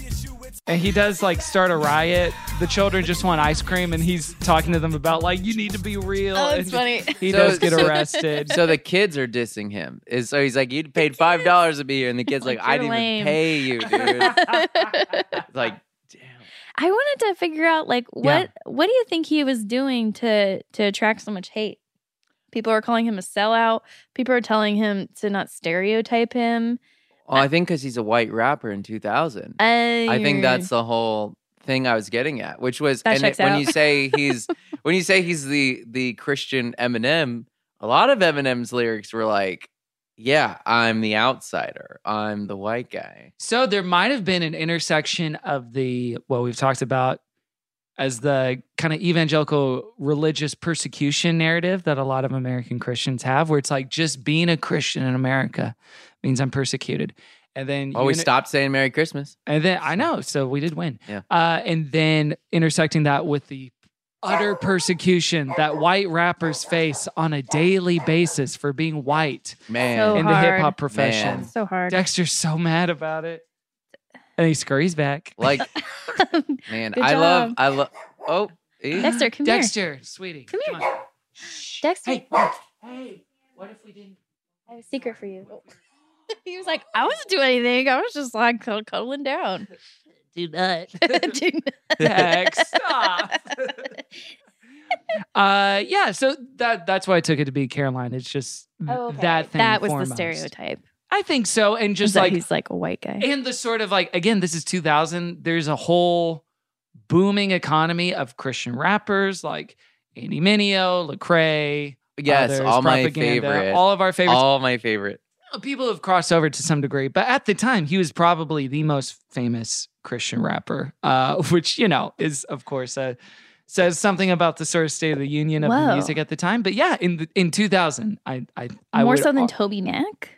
Speaker 3: And he does like start a riot. The children just want ice cream and he's talking to them about like you need to be real.
Speaker 4: Oh,
Speaker 3: And
Speaker 4: it's funny.
Speaker 3: He
Speaker 5: So-
Speaker 3: does get
Speaker 5: so-
Speaker 3: arrested.
Speaker 5: So the kids are dissing him. And so he's like, You paid five dollars to be here. And the kid's like, I
Speaker 4: You're
Speaker 5: didn't
Speaker 4: lame.
Speaker 5: even pay you, dude. like, damn.
Speaker 4: I wanted to figure out like what
Speaker 3: Yeah.
Speaker 4: what do you think he was doing to to attract so much hate? People are calling him a sellout. People are telling him to not stereotype him.
Speaker 5: Well, I think because he's a white rapper in two thousand. I think that's the whole thing I was getting at, which was
Speaker 4: That
Speaker 5: and it-
Speaker 4: checks
Speaker 5: when
Speaker 4: out.
Speaker 5: you say he's when you say he's the the Christian Eminem, a lot of Eminem's lyrics were like, Yeah, I'm the outsider. I'm the white guy.
Speaker 3: So there might have been an intersection of the what we've talked about as the kind of evangelical religious persecution narrative that a lot of American Christians have, where it's like just being a Christian in America means I'm persecuted. And then
Speaker 5: Oh, we
Speaker 3: uni-
Speaker 5: stopped saying Merry Christmas.
Speaker 3: And then I know, so we did win.
Speaker 5: Yeah.
Speaker 3: Uh, and then intersecting that with the utter persecution that white rappers face on a daily basis for being white
Speaker 5: Man.
Speaker 4: So
Speaker 3: in the hip
Speaker 4: hard.
Speaker 3: hop profession.
Speaker 5: Man.
Speaker 4: so hard.
Speaker 3: Dexter's so mad about it. And he scurries back.
Speaker 5: Like, man,
Speaker 4: Good
Speaker 5: I love,
Speaker 4: job.
Speaker 5: I love. Oh, eh?
Speaker 4: Dexter, come
Speaker 3: Dexter, sweetie.
Speaker 4: Come here.
Speaker 3: on.
Speaker 4: here. Dexter,
Speaker 3: Hey, hey, what if we didn't?
Speaker 4: I have a secret for you. he was like, I wasn't doing anything. I was just like cud- cuddling down.
Speaker 3: Do that.
Speaker 4: Do not-
Speaker 3: Dex, stop. uh, yeah, so that that's why I took it to be Caroline. It's just th- that thing.
Speaker 4: Oh, That was
Speaker 3: foremost.
Speaker 4: the stereotype.
Speaker 3: I think so. And just
Speaker 4: that
Speaker 3: like,
Speaker 4: he's like a white guy.
Speaker 3: and the sort of like, again, this is 2000. There's a whole booming economy of Christian rappers like Andy Mineo, Lecrae.
Speaker 5: yes,
Speaker 3: others,
Speaker 5: all my
Speaker 3: Propaganda,
Speaker 5: favorite, all,
Speaker 3: All of our favorites.
Speaker 5: my favorite.
Speaker 3: people have crossed over to some degree, but at the time, he was probably the most famous Christian rapper, uh, which you know is, of course, uh, says something about the sort of state of the union of the
Speaker 4: Whoa.
Speaker 3: music at the time. But yeah, in the, in 2000, I I, I
Speaker 4: More
Speaker 3: would
Speaker 4: so than
Speaker 3: ar-
Speaker 4: Toby Mac,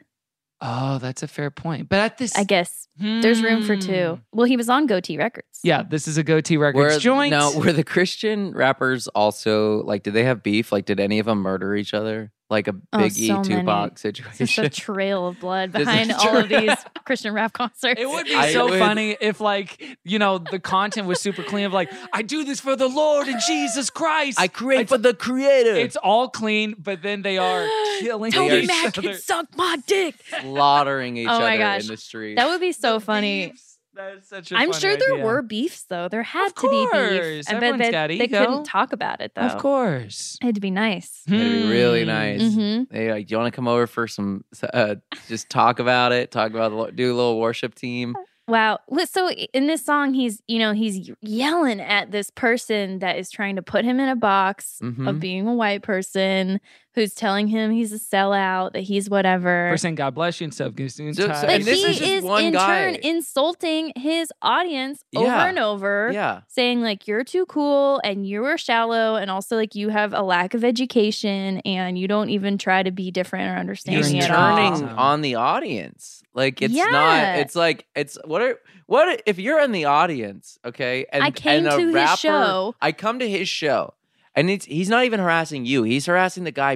Speaker 3: oh, that's a fair point. But at this,
Speaker 4: I guess. There's room for two.
Speaker 3: Hmm.
Speaker 4: Well, he was on Goatee Records.
Speaker 3: Yeah, this is a goatee records
Speaker 5: Were,
Speaker 3: joint.
Speaker 5: Now, were the Christian rappers also like? Did they have beef? Like, did any of them murder each other? Like a
Speaker 4: Oh,
Speaker 5: Big E
Speaker 4: so many.
Speaker 5: Tupac
Speaker 4: It's
Speaker 5: situation.
Speaker 4: just a trail of blood
Speaker 5: Just a
Speaker 4: behind all of
Speaker 3: trail.
Speaker 4: these Christian rap concerts.
Speaker 3: It would be
Speaker 5: I
Speaker 3: so
Speaker 5: would-
Speaker 3: funny if, like, you know, the content was super clean of like, I do this for the Lord and Jesus Christ.
Speaker 5: I create for the creator.
Speaker 3: it's all clean, but then they are killing
Speaker 5: Toby
Speaker 3: each
Speaker 5: Mac
Speaker 4: Mac
Speaker 3: other.
Speaker 4: can suck my dick.
Speaker 5: slaughtering each
Speaker 4: Oh
Speaker 5: other
Speaker 4: my gosh.
Speaker 5: in the street.
Speaker 4: That would be so funny.
Speaker 3: That's such a
Speaker 4: I'm
Speaker 3: funny
Speaker 4: sure there
Speaker 3: idea.
Speaker 4: were beefs though. There had
Speaker 3: Of
Speaker 4: to be
Speaker 3: course,
Speaker 4: beef. I bet
Speaker 3: everyone's
Speaker 4: that
Speaker 3: got
Speaker 4: they
Speaker 3: ego.
Speaker 4: couldn't talk about it though.
Speaker 3: Of course.
Speaker 4: It'd be nice.
Speaker 5: That'd be really
Speaker 3: Hmm.
Speaker 5: nice.
Speaker 4: Mhm.
Speaker 5: They like, do you want to come over for some? Uh, just talk about it. Talk about the, lo- do a little worship team.
Speaker 4: Wow. Well, So in this song, he's you know he's yelling at this person that is trying to put him in a box
Speaker 5: Mhm.
Speaker 4: of being a white person who's telling him he's a sellout, that he's whatever.
Speaker 3: First saying God bless you and stuff. Goose and
Speaker 5: So- so-
Speaker 4: but
Speaker 5: and this
Speaker 4: he
Speaker 5: is
Speaker 4: is,
Speaker 5: just one
Speaker 4: in turn
Speaker 5: guy.
Speaker 4: insulting his audience over
Speaker 5: Yeah.
Speaker 4: and over.
Speaker 5: Yeah.
Speaker 4: saying like you're too cool and you are shallow and also like you have a lack of education and you don't even try to be different or understand
Speaker 3: You're
Speaker 4: me
Speaker 5: He's
Speaker 4: at all.
Speaker 5: turning on the audience. Like it's
Speaker 4: Yeah.
Speaker 5: not. It's like it's what are what are- if you're in the audience? Okay, and
Speaker 4: I came
Speaker 5: and a
Speaker 4: to his
Speaker 5: rapper,
Speaker 4: show.
Speaker 5: I come to his show, and it's he's not even harassing you. He's harassing the guy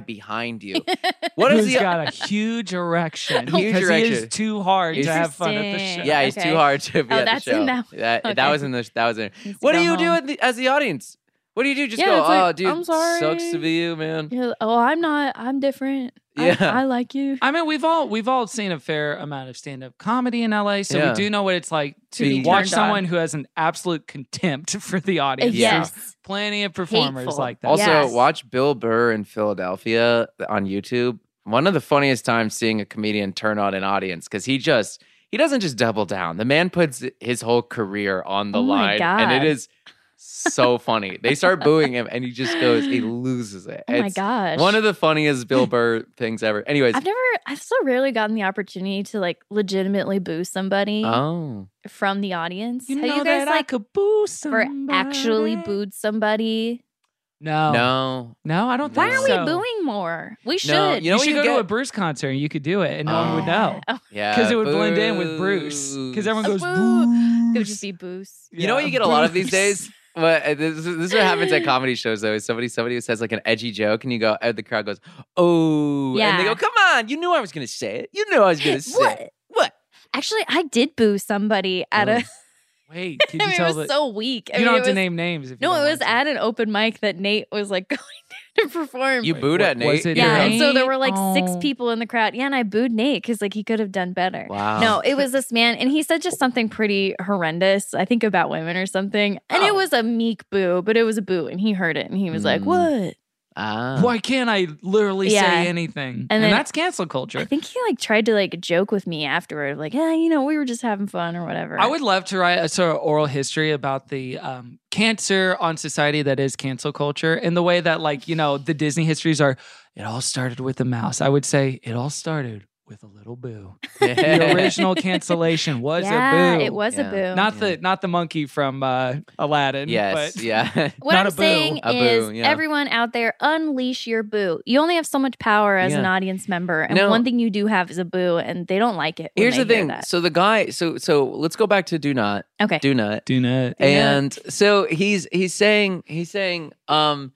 Speaker 5: behind you. what is
Speaker 3: Who's
Speaker 5: the?
Speaker 3: got a huge erection
Speaker 5: Huge
Speaker 3: because he is
Speaker 5: erection.
Speaker 3: too hard to
Speaker 5: He's-
Speaker 3: have fun at the show.
Speaker 4: Interesting.
Speaker 5: Yeah, he's
Speaker 4: Okay.
Speaker 5: too hard to be
Speaker 4: Oh,
Speaker 5: at
Speaker 4: that's
Speaker 5: the show.
Speaker 4: in that-
Speaker 5: that,
Speaker 4: okay.
Speaker 5: that was in the that was in.
Speaker 4: Needs to
Speaker 5: What do
Speaker 4: go
Speaker 5: you do
Speaker 4: home.
Speaker 5: at the, as the audience? What do you do? Just
Speaker 4: Yeah,
Speaker 5: go,
Speaker 4: it's like,
Speaker 5: oh, dude,
Speaker 4: "I'm
Speaker 5: sucks to
Speaker 4: sorry."
Speaker 5: be you, man.
Speaker 4: You're like, oh, I'm not. I'm different. I-
Speaker 5: Yeah.
Speaker 4: I, like you.
Speaker 3: I mean, we've all we've all seen a fair amount of stand up comedy in LA, so
Speaker 5: Yeah.
Speaker 3: we do know what it's like to
Speaker 5: Be
Speaker 3: watch
Speaker 4: turned on.
Speaker 3: someone who has an absolute contempt for the audience.
Speaker 5: Yeah.
Speaker 3: There's
Speaker 4: Yes.
Speaker 3: plenty of performers
Speaker 4: Hateful.
Speaker 3: like that.
Speaker 5: Also,
Speaker 4: Yes.
Speaker 5: watch Bill Burr in Philadelphia on YouTube. One of the funniest times seeing a comedian turn on an audience because he just he doesn't just double down. The man puts his whole career on the
Speaker 4: Oh my
Speaker 5: line, and
Speaker 4: God.
Speaker 5: it is so funny. They start booing him, and he just goes, he loses it.
Speaker 4: Oh my
Speaker 5: it's
Speaker 4: gosh.
Speaker 5: one of the funniest Bill Burr things ever. Anyways,
Speaker 4: I've never. I've so rarely gotten the opportunity to like legitimately boo somebody
Speaker 5: oh,
Speaker 4: from the audience.
Speaker 3: You
Speaker 4: Have
Speaker 3: know
Speaker 4: you guys
Speaker 3: that I
Speaker 4: like
Speaker 3: could boo
Speaker 4: ever actually
Speaker 3: somebody.
Speaker 4: booed somebody? Oh.
Speaker 3: No, no,
Speaker 5: no,
Speaker 3: I don't think
Speaker 4: Why are we
Speaker 3: so.
Speaker 4: booing more? We should.
Speaker 5: No,
Speaker 3: You,
Speaker 5: You know
Speaker 3: should
Speaker 5: what you
Speaker 3: go to
Speaker 5: get-
Speaker 3: a Bruce concert and you could do it, and no one would
Speaker 5: Oh.
Speaker 3: know
Speaker 5: yeah,
Speaker 3: because it would blend in with Bruce. Because everyone goes,
Speaker 4: Boo. It would
Speaker 3: "Bruce."
Speaker 4: just be boos.
Speaker 5: You know what you
Speaker 3: Yeah,
Speaker 5: get a lot of these
Speaker 3: boobs.
Speaker 5: days? What uh, this, is- this is what happens at comedy shows though. Is somebody somebody who says like an edgy joke and you go, and the crowd goes, oh, and they
Speaker 4: Yeah.
Speaker 5: go, come on, you knew I was gonna say it. You knew I was gonna say it.
Speaker 4: What?
Speaker 5: What?
Speaker 4: Actually, I did boo somebody at a.
Speaker 3: Wait,
Speaker 4: I
Speaker 3: can you
Speaker 4: mean, it
Speaker 3: tell
Speaker 4: was
Speaker 3: that
Speaker 4: so weak. I
Speaker 3: you
Speaker 4: mean,
Speaker 3: don't
Speaker 4: it
Speaker 3: have to
Speaker 4: was-
Speaker 3: name names? If you
Speaker 4: No,
Speaker 3: don't
Speaker 4: it was
Speaker 3: want to.
Speaker 4: at an open mic that Nate was like going there to perform.
Speaker 5: You
Speaker 3: Wait,
Speaker 5: booed
Speaker 3: what-
Speaker 5: at Nate.
Speaker 3: was it
Speaker 4: yeah, and so there
Speaker 3: Nate?
Speaker 4: were like six
Speaker 3: Oh.
Speaker 4: people in the crowd. Yeah, and I booed Nate because like he could have done better.
Speaker 5: Wow.
Speaker 4: No, it was this man, and he said just something pretty horrendous. I think about women or something, and it
Speaker 5: Oh.
Speaker 4: was a meek boo, but it was a boo, and he heard it, and he was like,
Speaker 5: Mm.
Speaker 4: "What?"
Speaker 5: Ah.
Speaker 3: Why can't I literally
Speaker 4: Yeah.
Speaker 3: say anything? And,
Speaker 4: then-
Speaker 3: that's cancel culture.
Speaker 4: I think he like tried to like joke with me afterward, like, "Yeah, you know, we were just having fun or whatever."
Speaker 3: I would love to write a sort of oral history about the um, cancer on society that is cancel culture and the way that, like, you know, the Disney histories are, it all started with a mouse. I would say it all started with a little boo. The original cancellation was
Speaker 4: yeah,
Speaker 3: a boo.
Speaker 4: it was a
Speaker 5: Yeah.
Speaker 4: boo.
Speaker 3: Not the not the monkey from uh, Aladdin.
Speaker 5: Yes.
Speaker 3: but
Speaker 5: Yeah.
Speaker 4: What
Speaker 3: Not
Speaker 4: I'm
Speaker 3: a boo.
Speaker 4: saying
Speaker 5: A boo,
Speaker 4: is,
Speaker 5: yeah.
Speaker 4: everyone out there, unleash your boo. You only have so much power as an
Speaker 5: Yeah.
Speaker 4: audience member, and
Speaker 5: No.
Speaker 4: one thing you do have is a boo, and they don't like it. when
Speaker 5: Here's
Speaker 4: they
Speaker 5: the
Speaker 4: hear
Speaker 5: thing.
Speaker 4: that. Eh.
Speaker 5: So the guy. So so let's go back to do not
Speaker 4: okay,
Speaker 5: do not
Speaker 3: do not.
Speaker 5: and so he's he's saying he's saying um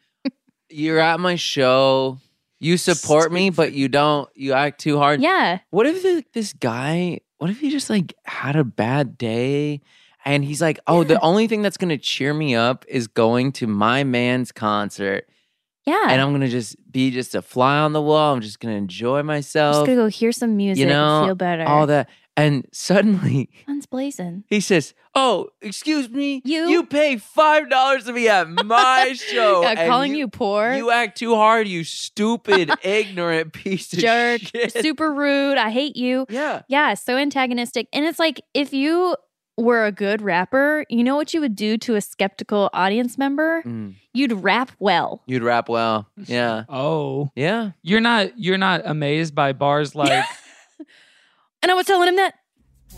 Speaker 5: you're at my show you support me but you don't you act too hard
Speaker 4: yeah,
Speaker 5: what if the, this guy what if he just like had a bad day and he's like oh the only thing that's gonna cheer me up is going to my man's concert
Speaker 4: yeah.
Speaker 5: and i'm gonna just be just a fly on the wall i'm just gonna enjoy
Speaker 4: I'm just
Speaker 5: myself
Speaker 4: gonna go hear some music, and
Speaker 5: know,
Speaker 4: feel better.
Speaker 5: all that and suddenly
Speaker 4: Sun's blazing.
Speaker 5: he says, "Oh, excuse me,
Speaker 4: You-
Speaker 5: pay five dollars to be at my show.
Speaker 4: Yeah,
Speaker 5: and
Speaker 4: calling you, poor,
Speaker 5: You act too hard, you stupid, ignorant piece of
Speaker 4: jerk,
Speaker 5: shit.
Speaker 4: super rude. I hate you.
Speaker 5: yeah,
Speaker 4: Yeah, so antagonistic. And it's like if you were a good rapper, you know what you would do to a skeptical audience member?
Speaker 5: Mm,
Speaker 4: You'd rap well.
Speaker 5: you'd rap well. Yeah,
Speaker 3: oh,
Speaker 5: yeah.
Speaker 3: you're not you're not amazed by bars like
Speaker 4: And I was telling him that.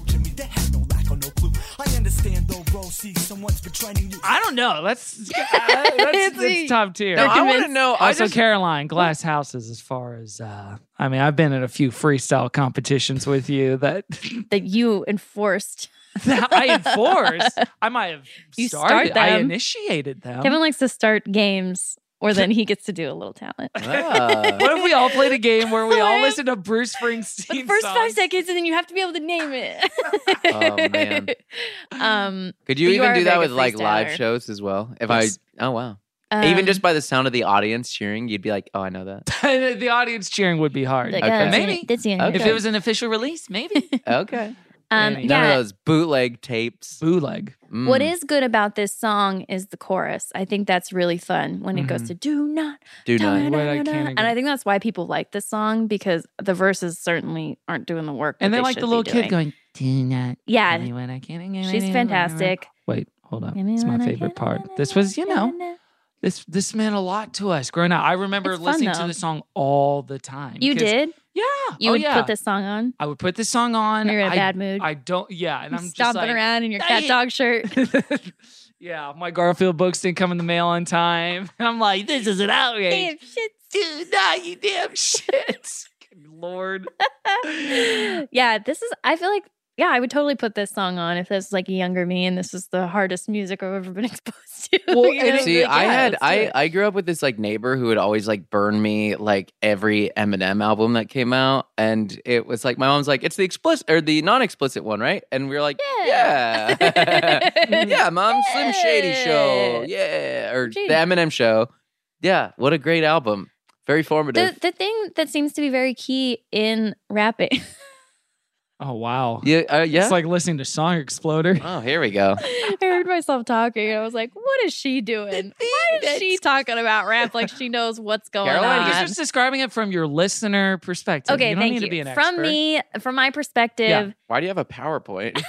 Speaker 8: To me, they had no lack or no clue. I understand though, bro. See, someone's betraying you.
Speaker 3: I don't know. That's uh, that's, that's top tier.
Speaker 5: No, I want to know. I
Speaker 3: also,
Speaker 5: just
Speaker 3: Caroline, glass houses. As far as uh, I mean, I've been in a few freestyle competitions with you that,
Speaker 4: that you enforced.
Speaker 3: that I enforced. I might have
Speaker 4: You
Speaker 3: started.
Speaker 4: start
Speaker 3: I
Speaker 4: them.
Speaker 3: initiated them.
Speaker 4: Kevin likes to start games where then he gets to do a little talent.
Speaker 5: Ah.
Speaker 3: what if we all played a game where we all
Speaker 4: What?
Speaker 3: listen to Bruce
Speaker 4: But the
Speaker 3: Springsteen?
Speaker 4: first five
Speaker 3: songs?
Speaker 4: seconds, and then you have to be able to name it.
Speaker 5: Oh, man.
Speaker 4: Um,
Speaker 5: could you
Speaker 4: But you
Speaker 5: even
Speaker 4: are
Speaker 5: do
Speaker 4: a
Speaker 5: that
Speaker 4: very
Speaker 5: with
Speaker 4: good
Speaker 5: like live
Speaker 4: freestyler.
Speaker 5: shows as well? If
Speaker 3: Yes.
Speaker 5: I, oh wow, even
Speaker 4: um,
Speaker 5: just by the sound of the audience cheering, you'd be like, oh, I know that.
Speaker 3: the audience cheering would be hard.
Speaker 4: like,
Speaker 5: Okay.
Speaker 4: oh, that's the-
Speaker 3: Maybe.
Speaker 4: that's the end.
Speaker 5: Okay.
Speaker 3: If it was an official release, maybe.
Speaker 5: okay,
Speaker 4: Um,
Speaker 3: Annie.
Speaker 4: yeah.
Speaker 5: None of those bootleg tapes.
Speaker 3: Bootleg.
Speaker 5: Mm.
Speaker 4: What is good about this song is the chorus. I think that's really fun when it goes
Speaker 3: Mhm.
Speaker 4: to do not
Speaker 5: do
Speaker 4: Da-
Speaker 5: not?
Speaker 4: da-
Speaker 3: What I
Speaker 4: da- da.
Speaker 3: can't
Speaker 4: And I think that's why people like this song because the verses certainly aren't doing the work.
Speaker 3: And they
Speaker 4: that they
Speaker 3: like the
Speaker 4: should be
Speaker 3: little kid
Speaker 4: doing.
Speaker 3: going, do not
Speaker 4: Yeah.
Speaker 3: tell me when I can't.
Speaker 4: She's fantastic.
Speaker 3: Wait, hold up. It's my favorite part. This was, you know, this this meant a lot to us growing up. I remember
Speaker 4: It's fun,
Speaker 3: listening to
Speaker 4: though.
Speaker 3: this song all the time.
Speaker 4: You
Speaker 3: 'cause-
Speaker 4: did?
Speaker 3: Yeah.
Speaker 4: You
Speaker 3: oh,
Speaker 4: would
Speaker 3: yeah.
Speaker 4: put this song on?
Speaker 3: I would put this song on.
Speaker 4: You're in a
Speaker 3: I,
Speaker 4: bad mood.
Speaker 3: I don't. Yeah, and I'm just
Speaker 4: stomping
Speaker 3: like-
Speaker 4: around in your
Speaker 3: "Dang
Speaker 4: cat
Speaker 3: it."
Speaker 4: dog shirt.
Speaker 3: yeah, my Garfield books didn't come in the mail on time. I'm like, this is an outrage.
Speaker 4: Damn shit.
Speaker 3: Dude, nah, you damn shit. Good Lord.
Speaker 4: yeah, this is. I feel like. Yeah, I would totally put this song on if this was like a younger me, and this was the hardest music I've ever been exposed to.
Speaker 3: Well,
Speaker 4: you
Speaker 3: and
Speaker 4: know?
Speaker 3: it-
Speaker 5: See,
Speaker 3: like,
Speaker 5: I
Speaker 3: yeah,
Speaker 5: had
Speaker 3: let's do
Speaker 5: I
Speaker 3: it.
Speaker 5: I grew up with this like neighbor who would always like burn me like every Eminem album that came out, and it was like my mom's like, "It's the explicit or the non-explicit one, right?" And we were like,
Speaker 4: Yeah.
Speaker 5: "Yeah, yeah, mom, Slim Shady show, yeah, or
Speaker 4: Shady.
Speaker 5: the Eminem show, yeah." What a great album, very formative.
Speaker 4: the the thing that seems to be very key in rapping.
Speaker 3: Oh wow.
Speaker 5: yeah, uh, yeah.
Speaker 3: It's like listening to Song Exploder.
Speaker 5: oh, here we go.
Speaker 4: I heard myself talking, and I was like, "What is she doing? Why is she talking about rap like she knows what's going
Speaker 5: Caroline,
Speaker 4: on?"
Speaker 3: He's just describing it from your listener perspective.
Speaker 4: okay,
Speaker 3: you don't
Speaker 4: thank
Speaker 3: need
Speaker 4: you.
Speaker 3: to be an
Speaker 4: from
Speaker 3: expert.
Speaker 4: me, from my perspective,
Speaker 5: Why do you have a PowerPoint?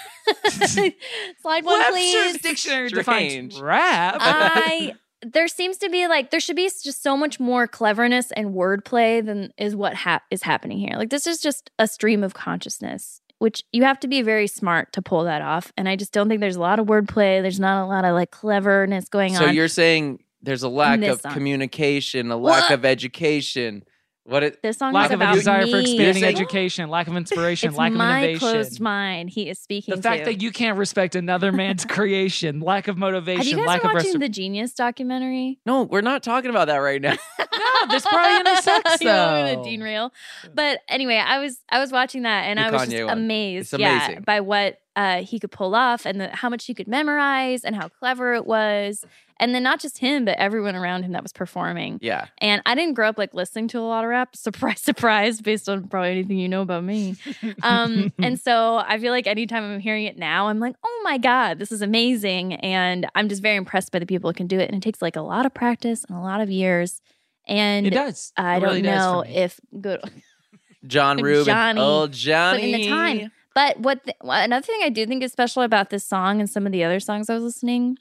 Speaker 4: slide one,
Speaker 3: Webster's
Speaker 4: please.
Speaker 3: dictionary
Speaker 5: Strange.
Speaker 3: defines rap.
Speaker 4: I there seems to be like there should be just so much more cleverness and wordplay than is what hap- is happening here. Like this is just a stream of consciousness, which you have to be very smart to pull that off. And I just don't think there's a lot of wordplay. There's not a lot of like cleverness going
Speaker 5: so
Speaker 4: on.
Speaker 5: you're saying there's a lack
Speaker 4: this
Speaker 5: of
Speaker 4: song.
Speaker 5: communication, a lack
Speaker 4: What?
Speaker 5: of education. What it,
Speaker 4: this song
Speaker 3: lack
Speaker 4: is
Speaker 3: of a
Speaker 4: about
Speaker 3: desire
Speaker 4: me.
Speaker 3: for expanding
Speaker 5: You're saying-
Speaker 3: education, lack of inspiration,
Speaker 4: It's
Speaker 3: lack
Speaker 4: my
Speaker 3: of innovation.
Speaker 4: closed mind. He is speaking.
Speaker 3: the fact
Speaker 4: to.
Speaker 3: that you can't respect another man's creation, lack of
Speaker 4: have you
Speaker 3: motivation,
Speaker 4: guys
Speaker 3: lack
Speaker 4: been
Speaker 3: of
Speaker 4: watching
Speaker 3: reciprocity.
Speaker 4: the Genius documentary?
Speaker 5: No, we're not talking about that right now.
Speaker 3: No, there's probably in the sex,
Speaker 4: You know, in
Speaker 3: though.
Speaker 4: a Dean Rail. But anyway, I was I was watching that and
Speaker 5: The
Speaker 4: I was
Speaker 5: Kanye
Speaker 4: just
Speaker 5: one.
Speaker 4: amazed,
Speaker 5: It's
Speaker 4: yeah,
Speaker 5: amazing.
Speaker 4: by what uh, he could pull off and the, how much he could memorize and how clever it was. And then not just him, but everyone around him that was performing.
Speaker 5: yeah.
Speaker 4: And I didn't grow up like listening to a lot of rap. Surprise, surprise, based on probably anything you know about me. Um, and so I feel like anytime I'm hearing it now, I'm like, oh my God, this is amazing. And I'm just very impressed by the people who can do it. And it takes like a lot of practice and a lot of years. And
Speaker 3: it does.
Speaker 4: I
Speaker 3: It
Speaker 4: don't
Speaker 3: really does for
Speaker 4: know
Speaker 3: me.
Speaker 4: if good,
Speaker 5: John Rubin.
Speaker 4: Johnny.
Speaker 5: Oh,
Speaker 4: but
Speaker 5: Johnny.
Speaker 4: in the time. But what the, well, another thing I do think is special about this song and some of the other songs I was listening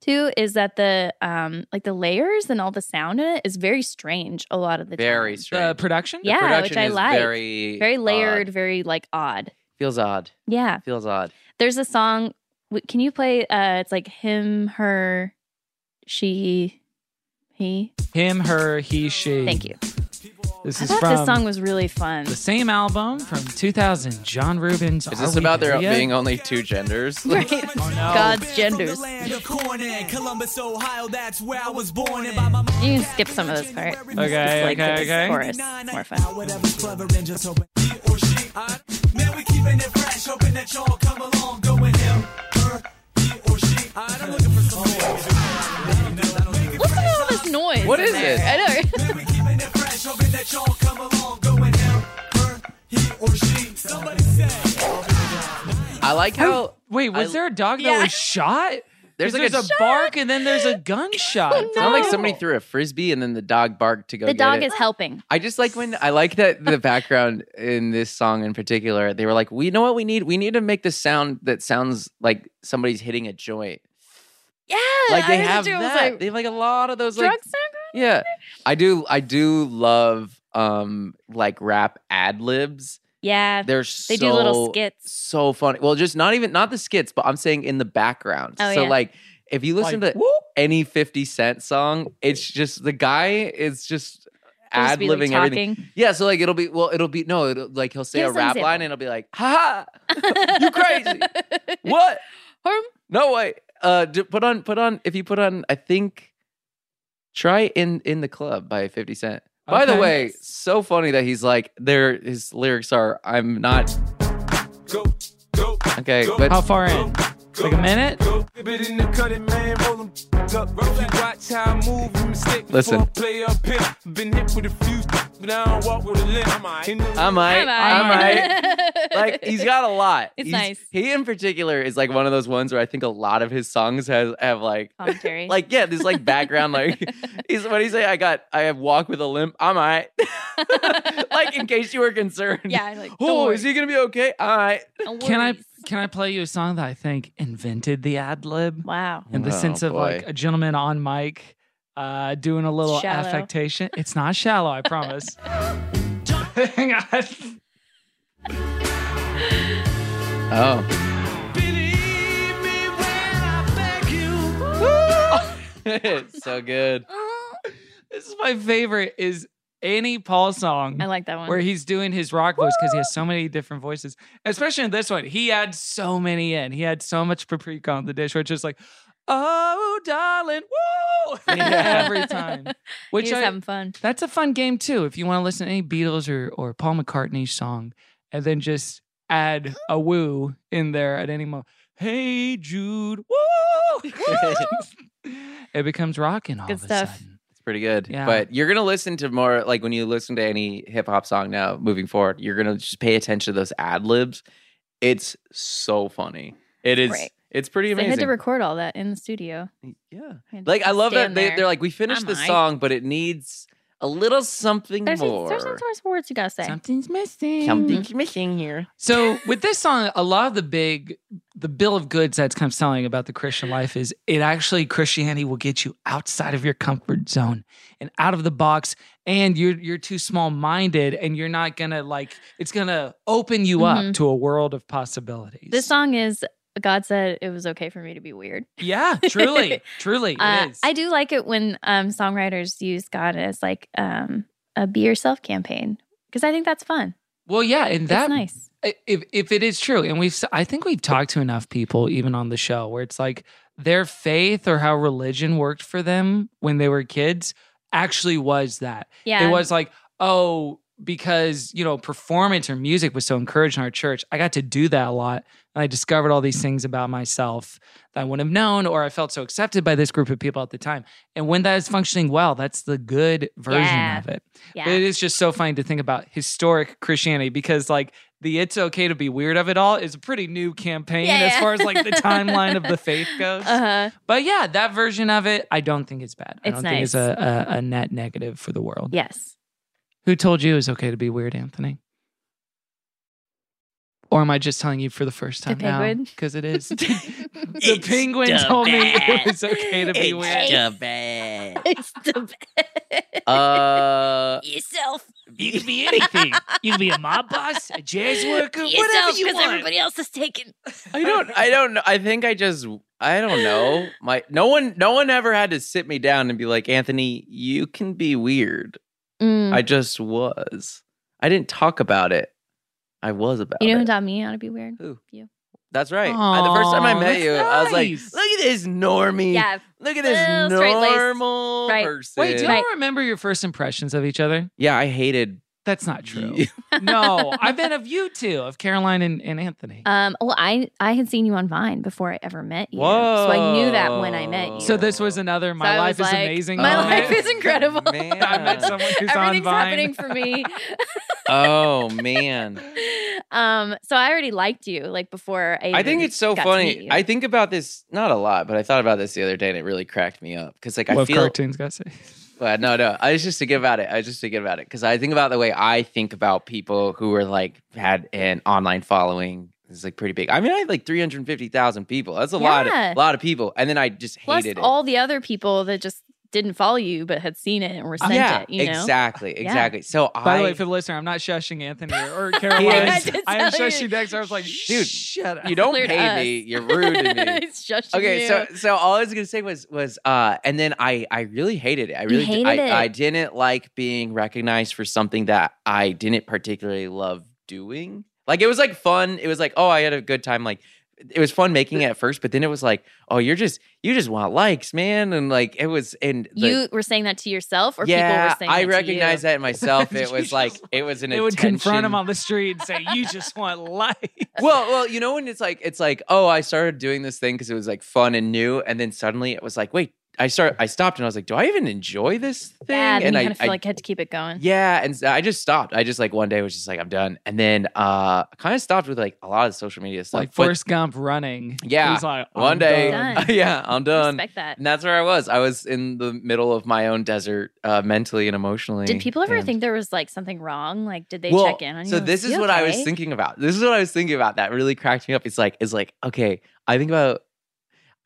Speaker 4: to is that the um like the layers and all the sound in it is very strange a lot of the
Speaker 3: the
Speaker 4: time.
Speaker 5: Very
Speaker 3: uh,
Speaker 5: strange.
Speaker 3: production.
Speaker 4: Yeah,
Speaker 5: Production
Speaker 4: which I
Speaker 5: is
Speaker 4: like.
Speaker 5: Very,
Speaker 4: very layered,
Speaker 5: odd.
Speaker 4: very like odd.
Speaker 5: Feels odd.
Speaker 4: Yeah,
Speaker 5: Feels odd.
Speaker 4: there's a song. w- Can you play? uh It's like him, her, she, he.
Speaker 3: Him, her, he, she.
Speaker 4: Thank you.
Speaker 3: This
Speaker 4: I
Speaker 3: is
Speaker 4: thought
Speaker 3: from
Speaker 4: this song was really fun.
Speaker 3: the same album from 2000. John Rubin's.
Speaker 5: Is
Speaker 3: Are
Speaker 5: this
Speaker 3: We
Speaker 5: about there
Speaker 3: There Yet?
Speaker 5: being only two genders?
Speaker 3: Oh,
Speaker 4: God's genders.
Speaker 8: Columbus, Ohio, that's where I was born. And by my mom-
Speaker 4: You can skip some of this part.
Speaker 3: Okay,
Speaker 4: It's like
Speaker 3: okay,
Speaker 4: the
Speaker 3: okay.
Speaker 4: chorus. More fun.
Speaker 8: Whatever's clever and just hoping he or she. I- Man, we keeping it fresh, hoping that y'all come along, doing him, her, he or she. I- I'm looking for some
Speaker 4: What's all this noise?
Speaker 5: What
Speaker 4: in
Speaker 5: is
Speaker 4: there?
Speaker 5: this?
Speaker 4: I know.
Speaker 8: Man, we keeping it fresh, hoping that y'all come along, doing him, her, he or she. Somebody say.
Speaker 5: I like how
Speaker 3: Wait, was
Speaker 5: I-
Speaker 3: there a dog
Speaker 4: Yeah.
Speaker 3: that was shot?
Speaker 5: There's
Speaker 3: 'Cause
Speaker 5: like a
Speaker 3: there's a bark and then there's a gunshot.
Speaker 4: no.
Speaker 5: it sounded like somebody threw a frisbee and then the dog barked to go
Speaker 4: The
Speaker 5: get
Speaker 4: dog
Speaker 5: it.
Speaker 4: is helping.
Speaker 5: I just like when I like that the background in this song in particular. They were like, "We know what we need. We need to make the sound that sounds like somebody's hitting a joint."
Speaker 4: Yeah,
Speaker 5: Like
Speaker 4: I
Speaker 5: they
Speaker 4: heard
Speaker 5: have
Speaker 4: too. I was
Speaker 5: that.
Speaker 4: like,
Speaker 5: they have like a lot of those
Speaker 4: drug
Speaker 5: like
Speaker 4: sound?
Speaker 5: yeah i do i do love um like rap ad libs
Speaker 4: Yeah,
Speaker 5: they're
Speaker 4: they do little
Speaker 5: so-
Speaker 4: skits.
Speaker 5: so funny well just not even not the skits but i'm saying in the background
Speaker 4: Oh,
Speaker 5: so
Speaker 4: yeah.
Speaker 5: like if you listen
Speaker 3: Like,
Speaker 5: to any 50 cent song it's just the guy is just
Speaker 4: They'll
Speaker 5: ad
Speaker 4: just be, like,
Speaker 5: libbing everything
Speaker 4: talking.
Speaker 5: yeah so like it'll be well it'll be no it'll, like he'll say
Speaker 4: Give
Speaker 5: a
Speaker 4: us an
Speaker 5: rap
Speaker 4: example.
Speaker 5: line and it'll be like ha ha, you crazy what
Speaker 4: Harm.
Speaker 5: no way uh d- put on put on if you put on i think try in in the club by 50 cent by the
Speaker 3: Okay.
Speaker 5: way so funny that he's like there his lyrics are i'm not
Speaker 8: Go, go,
Speaker 5: okay
Speaker 8: Go.
Speaker 5: but
Speaker 3: How far in? It's like a minute.
Speaker 5: Listen. I might.
Speaker 4: Am I?
Speaker 5: I might. like he's got a lot.
Speaker 4: It's
Speaker 5: He's-
Speaker 4: nice.
Speaker 5: He in particular is like one of those ones where I think a lot of his songs has have like
Speaker 4: commentary.
Speaker 5: like yeah, this like background like he's what do you say? I got I have walk with a limp. I'm alright. like in case you were concerned.
Speaker 4: yeah, like
Speaker 5: Oh, is he gonna be okay? All right.
Speaker 3: Can I can I play you a song that I think invented the ad lib
Speaker 4: Wow.
Speaker 3: in the
Speaker 5: Oh,
Speaker 3: sense of like
Speaker 5: boy.
Speaker 3: a gentleman on mic uh, doing a little
Speaker 4: Shallow.
Speaker 3: affectation? It's not shallow, I promise. Hang on.
Speaker 5: Oh. it's so good.
Speaker 3: This is my favorite. Is any Paul song?
Speaker 4: I like that one.
Speaker 3: where he's doing his rock voice because he has so many different voices. Especially in this one, he had so many in. He had so much paprika on the dish, which is like, oh darling, woo
Speaker 5: Yeah.
Speaker 3: every time.
Speaker 4: Which
Speaker 3: Which
Speaker 4: just
Speaker 3: I,
Speaker 4: having fun.
Speaker 3: that's a fun game too. If you want to listen to any Beatles or or Paul McCartney song, and then just add a woo in there at any moment. Hey Jude, woo! it becomes rocking all
Speaker 4: Good
Speaker 3: of a
Speaker 4: stuff.
Speaker 3: sudden.
Speaker 5: It's pretty good.
Speaker 3: Yeah.
Speaker 5: But you're gonna listen to more like when you listen to any hip hop song now moving forward, you're gonna just pay attention to those ad libs. It's so funny. It is
Speaker 4: Right.
Speaker 5: it's pretty
Speaker 4: They
Speaker 5: amazing.
Speaker 4: had to record all that in the studio.
Speaker 5: yeah.
Speaker 4: They had to
Speaker 5: Like I love that
Speaker 4: stand
Speaker 5: they,
Speaker 4: there.
Speaker 5: they're like, we finished the
Speaker 4: I'm aight.
Speaker 5: song, but it needs a little something
Speaker 4: there's,
Speaker 5: more.
Speaker 4: there's some sort of words you gotta say.
Speaker 3: Something's missing.
Speaker 4: Hmm.
Speaker 5: Something's missing here.
Speaker 3: So with this song, a lot of the big, the bill of goods that's kind of selling about the Christian life is it actually Christianity will get you outside of your comfort zone and out of the box, and you're you're too small minded, and you're not gonna like it's gonna open you up
Speaker 4: Mhm.
Speaker 3: to a world of possibilities.
Speaker 4: This song is God said it was okay for me to be weird.
Speaker 3: yeah, truly, truly,
Speaker 4: Uh,
Speaker 3: it is.
Speaker 4: I do like it when um, songwriters use God as like um, a be yourself campaign because I think that's fun.
Speaker 3: well, yeah, and that
Speaker 4: that's nice.
Speaker 3: I- if if it is true and we've s- i think we've talked to enough people even on the show where it's like their faith or how religion worked for them when they were kids actually was that
Speaker 4: Yeah.
Speaker 3: it was like oh because you know performance or music was so encouraged in our church i got to do that a lot and i discovered all these things about myself that i wouldn't have known or i felt so accepted by this group of people at the time and when that is functioning well that's the good version
Speaker 4: Yeah.
Speaker 3: of it
Speaker 4: Yeah.
Speaker 3: it is just so funny to think about historic Christianity because, like, the it's okay to be weird of it all is a pretty new campaign
Speaker 4: Yeah,
Speaker 3: as
Speaker 4: yeah.
Speaker 3: far as like the timeline of the faith goes.
Speaker 4: uh-huh.
Speaker 3: But yeah, that version of it, I don't think it's bad. I
Speaker 4: It's
Speaker 3: don't think it's
Speaker 4: nice.
Speaker 3: a, a, a net negative for the world.
Speaker 4: Yes.
Speaker 3: Who told you it was okay to be weird, Anthony? Or am I just telling you for the first time now?
Speaker 4: penguin?
Speaker 3: Because it is. the penguin told me it was okay to be weird.
Speaker 5: The bad.
Speaker 4: It's the best.
Speaker 5: Uh,
Speaker 4: yourself.
Speaker 3: You can be anything. You can be a mob boss, a jazz worker, whatever you want.
Speaker 4: else is taken.
Speaker 5: I don't. I don't know. I think I just. I don't know. My no one. No one ever had to sit me down and be like, Anthony, you can be weird.
Speaker 4: Mm.
Speaker 5: I
Speaker 4: Mm-hmm.
Speaker 5: just was. I didn't talk about it. I was about
Speaker 4: you know who
Speaker 5: it.
Speaker 4: taught me how to be weird?
Speaker 5: Who?
Speaker 4: You.
Speaker 5: That's right. I- the first time I
Speaker 3: Aw,
Speaker 5: met
Speaker 3: that's
Speaker 5: you, I was like,
Speaker 3: nice.
Speaker 5: look at this normie.
Speaker 4: Yeah.
Speaker 5: Look at this
Speaker 4: Little straight-laced.
Speaker 5: normal
Speaker 4: Right.
Speaker 5: person.
Speaker 3: Wait, do y'all
Speaker 4: Right.
Speaker 3: remember your first impressions of each other?
Speaker 5: Yeah, I hated.
Speaker 3: That's not true. no, I meant of you two, of Caroline and, and Anthony.
Speaker 4: Um, well, I I had seen you on Vine before I ever met you, so I knew that when I met you.
Speaker 3: so this
Speaker 5: Oh.
Speaker 3: was another
Speaker 4: So
Speaker 3: my
Speaker 4: I
Speaker 3: life
Speaker 4: was
Speaker 3: is
Speaker 4: like,
Speaker 3: amazing.
Speaker 4: My
Speaker 5: moment.
Speaker 4: life is incredible.
Speaker 5: Man.
Speaker 3: I met someone who's on
Speaker 4: Everything's
Speaker 3: Vine.
Speaker 4: happening for me.
Speaker 5: oh man.
Speaker 4: um, so I already liked you like before. I,
Speaker 5: I
Speaker 4: even
Speaker 5: think it's so
Speaker 4: got to meet
Speaker 5: funny.
Speaker 4: you.
Speaker 5: I think about this not a lot, but I thought about this the other day and it really cracked me up because like I
Speaker 3: Love
Speaker 5: feel
Speaker 3: cartoons, guys.
Speaker 5: Well, no, no. I was just thinking about it. I was just thinking about it because I think about the way I think about people who are like had an online following. It's like pretty big. I mean, I had like three hundred fifty thousand people. That's a lot,
Speaker 4: Yeah.
Speaker 5: of, lot of people. And then I just hated
Speaker 4: plus
Speaker 5: it.
Speaker 4: all the other people that just didn't follow you but had seen it and were sent
Speaker 5: yeah,
Speaker 4: it. You know,
Speaker 5: exactly,
Speaker 4: Yeah.
Speaker 5: exactly. So
Speaker 3: By
Speaker 5: I,
Speaker 3: the way, for the listener, I'm not shushing Anthony or, or Caroline.
Speaker 5: I had
Speaker 4: to
Speaker 3: I am
Speaker 4: tell you.
Speaker 3: shushing Dexter. I was like, dude,
Speaker 5: Dude,
Speaker 3: shut up.
Speaker 5: you don't
Speaker 4: Clear to
Speaker 5: pay me.
Speaker 4: us.
Speaker 5: You're rude to me.
Speaker 4: it's just
Speaker 5: okay
Speaker 4: you.
Speaker 5: so so all i was gonna say was was uh and then i i really hated it i really did-
Speaker 4: hated
Speaker 5: I,
Speaker 4: it.
Speaker 5: I didn't like being recognized for something that i didn't particularly love doing like it was like fun it was like oh i had a good time like it was fun making it at first, but then it was like, oh, you're just you just want likes, man, and like it was and the-
Speaker 4: you were saying that to yourself, or people
Speaker 5: yeah,
Speaker 4: were saying
Speaker 5: I
Speaker 4: that
Speaker 5: recognize
Speaker 4: to you?
Speaker 5: that in myself. It
Speaker 3: Jesus.
Speaker 5: was like it was an
Speaker 3: They would confront
Speaker 5: attention-
Speaker 3: him on the street and say, "You just want life."
Speaker 5: well, well, you know when it's like it's like oh, I started doing this thing because it was like fun and new, and then suddenly it was like wait, I start I stopped and I was like, do I even enjoy this thing?
Speaker 4: Yeah, then
Speaker 5: and
Speaker 4: you
Speaker 5: I,
Speaker 4: kind of
Speaker 5: I-
Speaker 4: feel like you had to keep it going.
Speaker 5: yeah, and so I just stopped. I just like one day was just like I'm done, and then uh kind of stopped with like a lot of social media stuff.
Speaker 3: like
Speaker 5: but
Speaker 3: Forrest Gump running.
Speaker 5: Yeah,
Speaker 3: He's like,
Speaker 5: one
Speaker 3: "I'm
Speaker 5: day,
Speaker 3: done."
Speaker 4: Done.
Speaker 5: yeah, I'm
Speaker 4: I
Speaker 5: done.
Speaker 4: respect that.
Speaker 5: And that's where I was. I was in the middle of my own desert, uh, mentally and emotionally.
Speaker 4: Did people ever
Speaker 5: and-
Speaker 4: think there was like something wrong? Like, did they
Speaker 5: Well,
Speaker 4: check in on you?
Speaker 5: So
Speaker 4: and
Speaker 5: this
Speaker 4: was,
Speaker 5: is
Speaker 4: "You
Speaker 5: what I was
Speaker 4: okay?"
Speaker 5: thinking about. This is what I was thinking about. That really cracked me up. It's like, it's like, okay, I think about,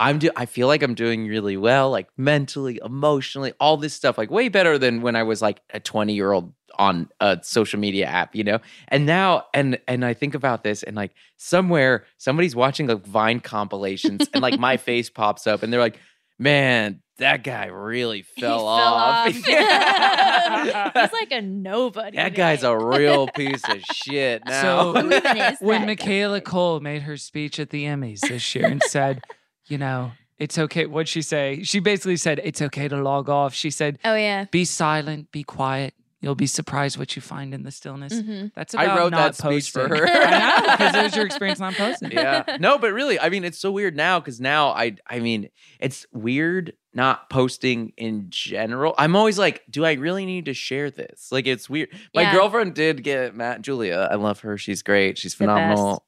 Speaker 5: I'm do, I feel like I'm doing really well, like mentally, emotionally, all this stuff, like way better than when I was like a 20 year old on a social media app, you know. And now, and and I think about this, and like somewhere somebody's watching like Vine compilations, and like my face pops up, and they're like, man. That guy really fell
Speaker 4: he
Speaker 5: off.
Speaker 4: Fell
Speaker 5: Yeah.
Speaker 4: off. He's like a nobody.
Speaker 5: That guy's a
Speaker 4: today.
Speaker 5: real piece of shit. Now.
Speaker 3: So-
Speaker 4: Who even is
Speaker 3: when
Speaker 4: that
Speaker 3: Michaela
Speaker 4: guy?
Speaker 3: Cole made her speech at the Emmys this year and said, you know, it's okay. What'd she say? She basically said, it's okay to log off. She said,
Speaker 4: Oh yeah.
Speaker 3: be silent, be quiet. You'll be surprised what you find in the stillness.
Speaker 4: Mm-hmm.
Speaker 3: That's
Speaker 5: I
Speaker 3: about
Speaker 5: wrote
Speaker 3: not
Speaker 5: that speech for
Speaker 3: posting.
Speaker 5: her.
Speaker 3: I know, because it was your experience not posting.
Speaker 5: yeah. No, but really, I mean, it's so weird now because now I, I mean, it's weird not posting in general. I'm always like, do I really need to share this? Like, it's weird. My
Speaker 4: Yeah.
Speaker 5: girlfriend did get Matt Julia. I love her. She's great. She's
Speaker 4: The best.
Speaker 5: phenomenal.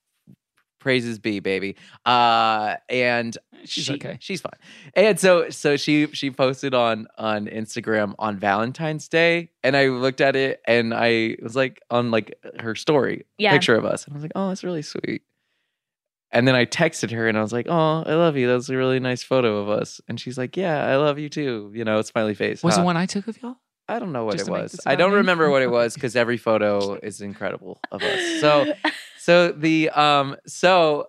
Speaker 5: Praises be, baby. Uh, and
Speaker 3: She's
Speaker 5: she-
Speaker 3: okay.
Speaker 5: She's fine. And so, so she she posted on on Instagram on Valentine's Day, and I looked at it, and I was like on like her story
Speaker 4: Yeah.
Speaker 5: picture of us, and I was like, oh, that's really sweet. And then I texted her, and I was like, oh, I love you. That's a really nice photo of us. And she's like, yeah, I love you too. You know, smiley face.
Speaker 3: Was
Speaker 5: huh?
Speaker 3: the one I took of y'all?
Speaker 5: I don't know what
Speaker 3: Just
Speaker 5: it
Speaker 3: to make
Speaker 5: was.
Speaker 3: this
Speaker 5: I
Speaker 3: about
Speaker 5: don't
Speaker 3: me?
Speaker 5: remember what it was because every photo is incredible of us. So, so the um, so